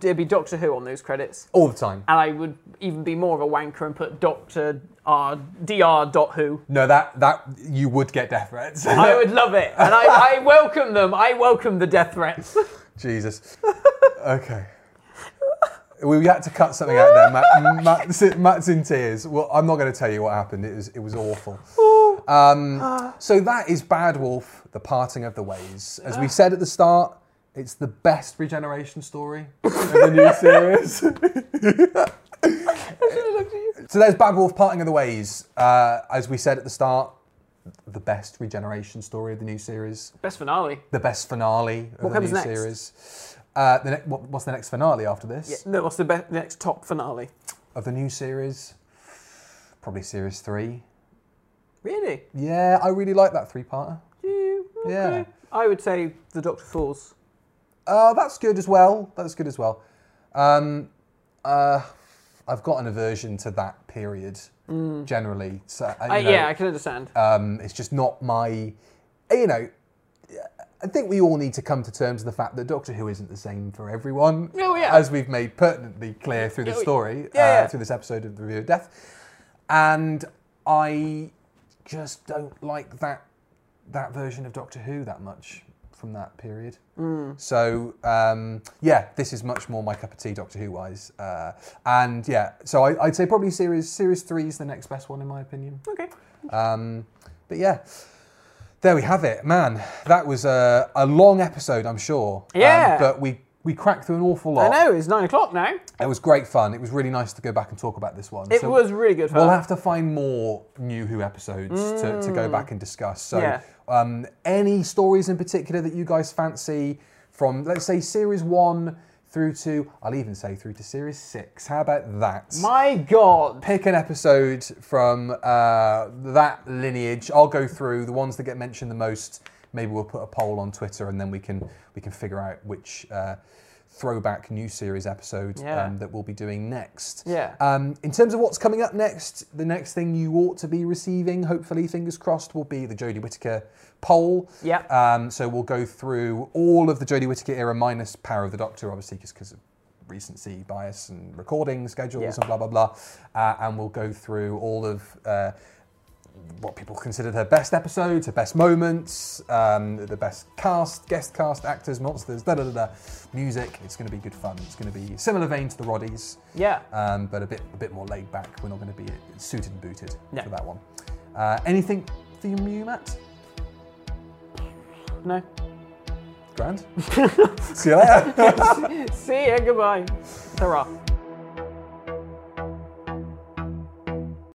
[SPEAKER 1] there'd be Doctor Who on those credits.
[SPEAKER 2] All the time.
[SPEAKER 1] And I would even be more of a wanker and put Doctor R, Dr. Dot Who.
[SPEAKER 2] No, that that you would get death threats.
[SPEAKER 1] I would love it. And I, I welcome them. I welcome the death threats.
[SPEAKER 2] Jesus. Okay. We had to cut something out there. Matt, Matt's, Matt's in tears. Well, I'm not going to tell you what happened. It was it was awful. Um, so that is Bad Wolf: The Parting of the Ways. As we said at the start, it's the best regeneration story of the new series. so there's Bad Wolf: Parting of the Ways. Uh, as we said at the start, the best regeneration story of the new series
[SPEAKER 1] Best finale.
[SPEAKER 2] the best finale of
[SPEAKER 1] What
[SPEAKER 2] the
[SPEAKER 1] comes
[SPEAKER 2] new
[SPEAKER 1] next?
[SPEAKER 2] series. Uh, the ne- what, what's the next finale after this
[SPEAKER 1] No, what's the be- next top finale?
[SPEAKER 2] of the new series? Probably series three.
[SPEAKER 1] Really?
[SPEAKER 2] Yeah, I really like that three-parter.
[SPEAKER 1] Okay. I would say the Doctor Falls.
[SPEAKER 2] Uh, that's good as well. That's good as well. Um, uh, I've got an aversion to that period generally. So uh, you
[SPEAKER 1] Mm. I,
[SPEAKER 2] know,
[SPEAKER 1] yeah, I can understand.
[SPEAKER 2] um, it's just not my. You know, I think we all need to come to terms with the fact that Doctor Who isn't the same for everyone.
[SPEAKER 1] Oh, yeah. Oh,
[SPEAKER 2] As we've made pertinently clear through this
[SPEAKER 1] Yeah,
[SPEAKER 2] story,
[SPEAKER 1] yeah,
[SPEAKER 2] uh,
[SPEAKER 1] yeah.
[SPEAKER 2] through this episode of the Review of Death, and I just don't like that that version of Doctor Who that much from that period.
[SPEAKER 1] Mm.
[SPEAKER 2] So um, yeah, this is much more my cup of tea, Doctor Who wise. Uh, and yeah, so I, I'd say probably series series three is the next best one in my opinion.
[SPEAKER 1] Okay.
[SPEAKER 2] Um, but yeah, there we have it, man. That was a, a long episode, I'm sure. Um,
[SPEAKER 1] Yeah.
[SPEAKER 2] but we we cracked through an awful lot.
[SPEAKER 1] I know, it's nine o'clock now.
[SPEAKER 2] It was great fun. It was really nice to go back and talk about this one.
[SPEAKER 1] It was really good fun.
[SPEAKER 2] We'll have to find more New Who episodes to, to go back and discuss. So,
[SPEAKER 1] Mm. Yeah.
[SPEAKER 2] um, any stories in particular that you guys fancy from, let's say, series one through to, I'll even say through to series six. How about that?
[SPEAKER 1] My God.
[SPEAKER 2] pick an episode from uh, that lineage. I'll go through the ones that get mentioned the most. Maybe we'll put a poll on Twitter, and then we can we can figure out which uh, throwback new series episode
[SPEAKER 1] Yeah.
[SPEAKER 2] um, that we'll be doing next.
[SPEAKER 1] Yeah.
[SPEAKER 2] Um, in terms of what's coming up next, the next thing you ought to be receiving, hopefully, fingers crossed, will be the Jodie Whittaker poll.
[SPEAKER 1] Yep.
[SPEAKER 2] Um, so we'll go through all of the Jodie Whittaker era minus Power of the Doctor, obviously, because of recency bias and recording schedules
[SPEAKER 1] Yeah.
[SPEAKER 2] and blah blah blah. Uh, and we'll go through all of uh, what people considered her best episodes, her best moments, um, the best cast, guest cast, actors, monsters, da da da da. Music. It's going to be good fun. It's going to be similar vein to the Roddies.
[SPEAKER 1] Yeah.
[SPEAKER 2] Um, but a bit a bit more laid back. We're not going to be suited and booted
[SPEAKER 1] No.
[SPEAKER 2] for that one. Uh, anything for you, Matt?
[SPEAKER 1] No.
[SPEAKER 2] Grand. See you later.
[SPEAKER 1] See ya. Goodbye. Ta-ra.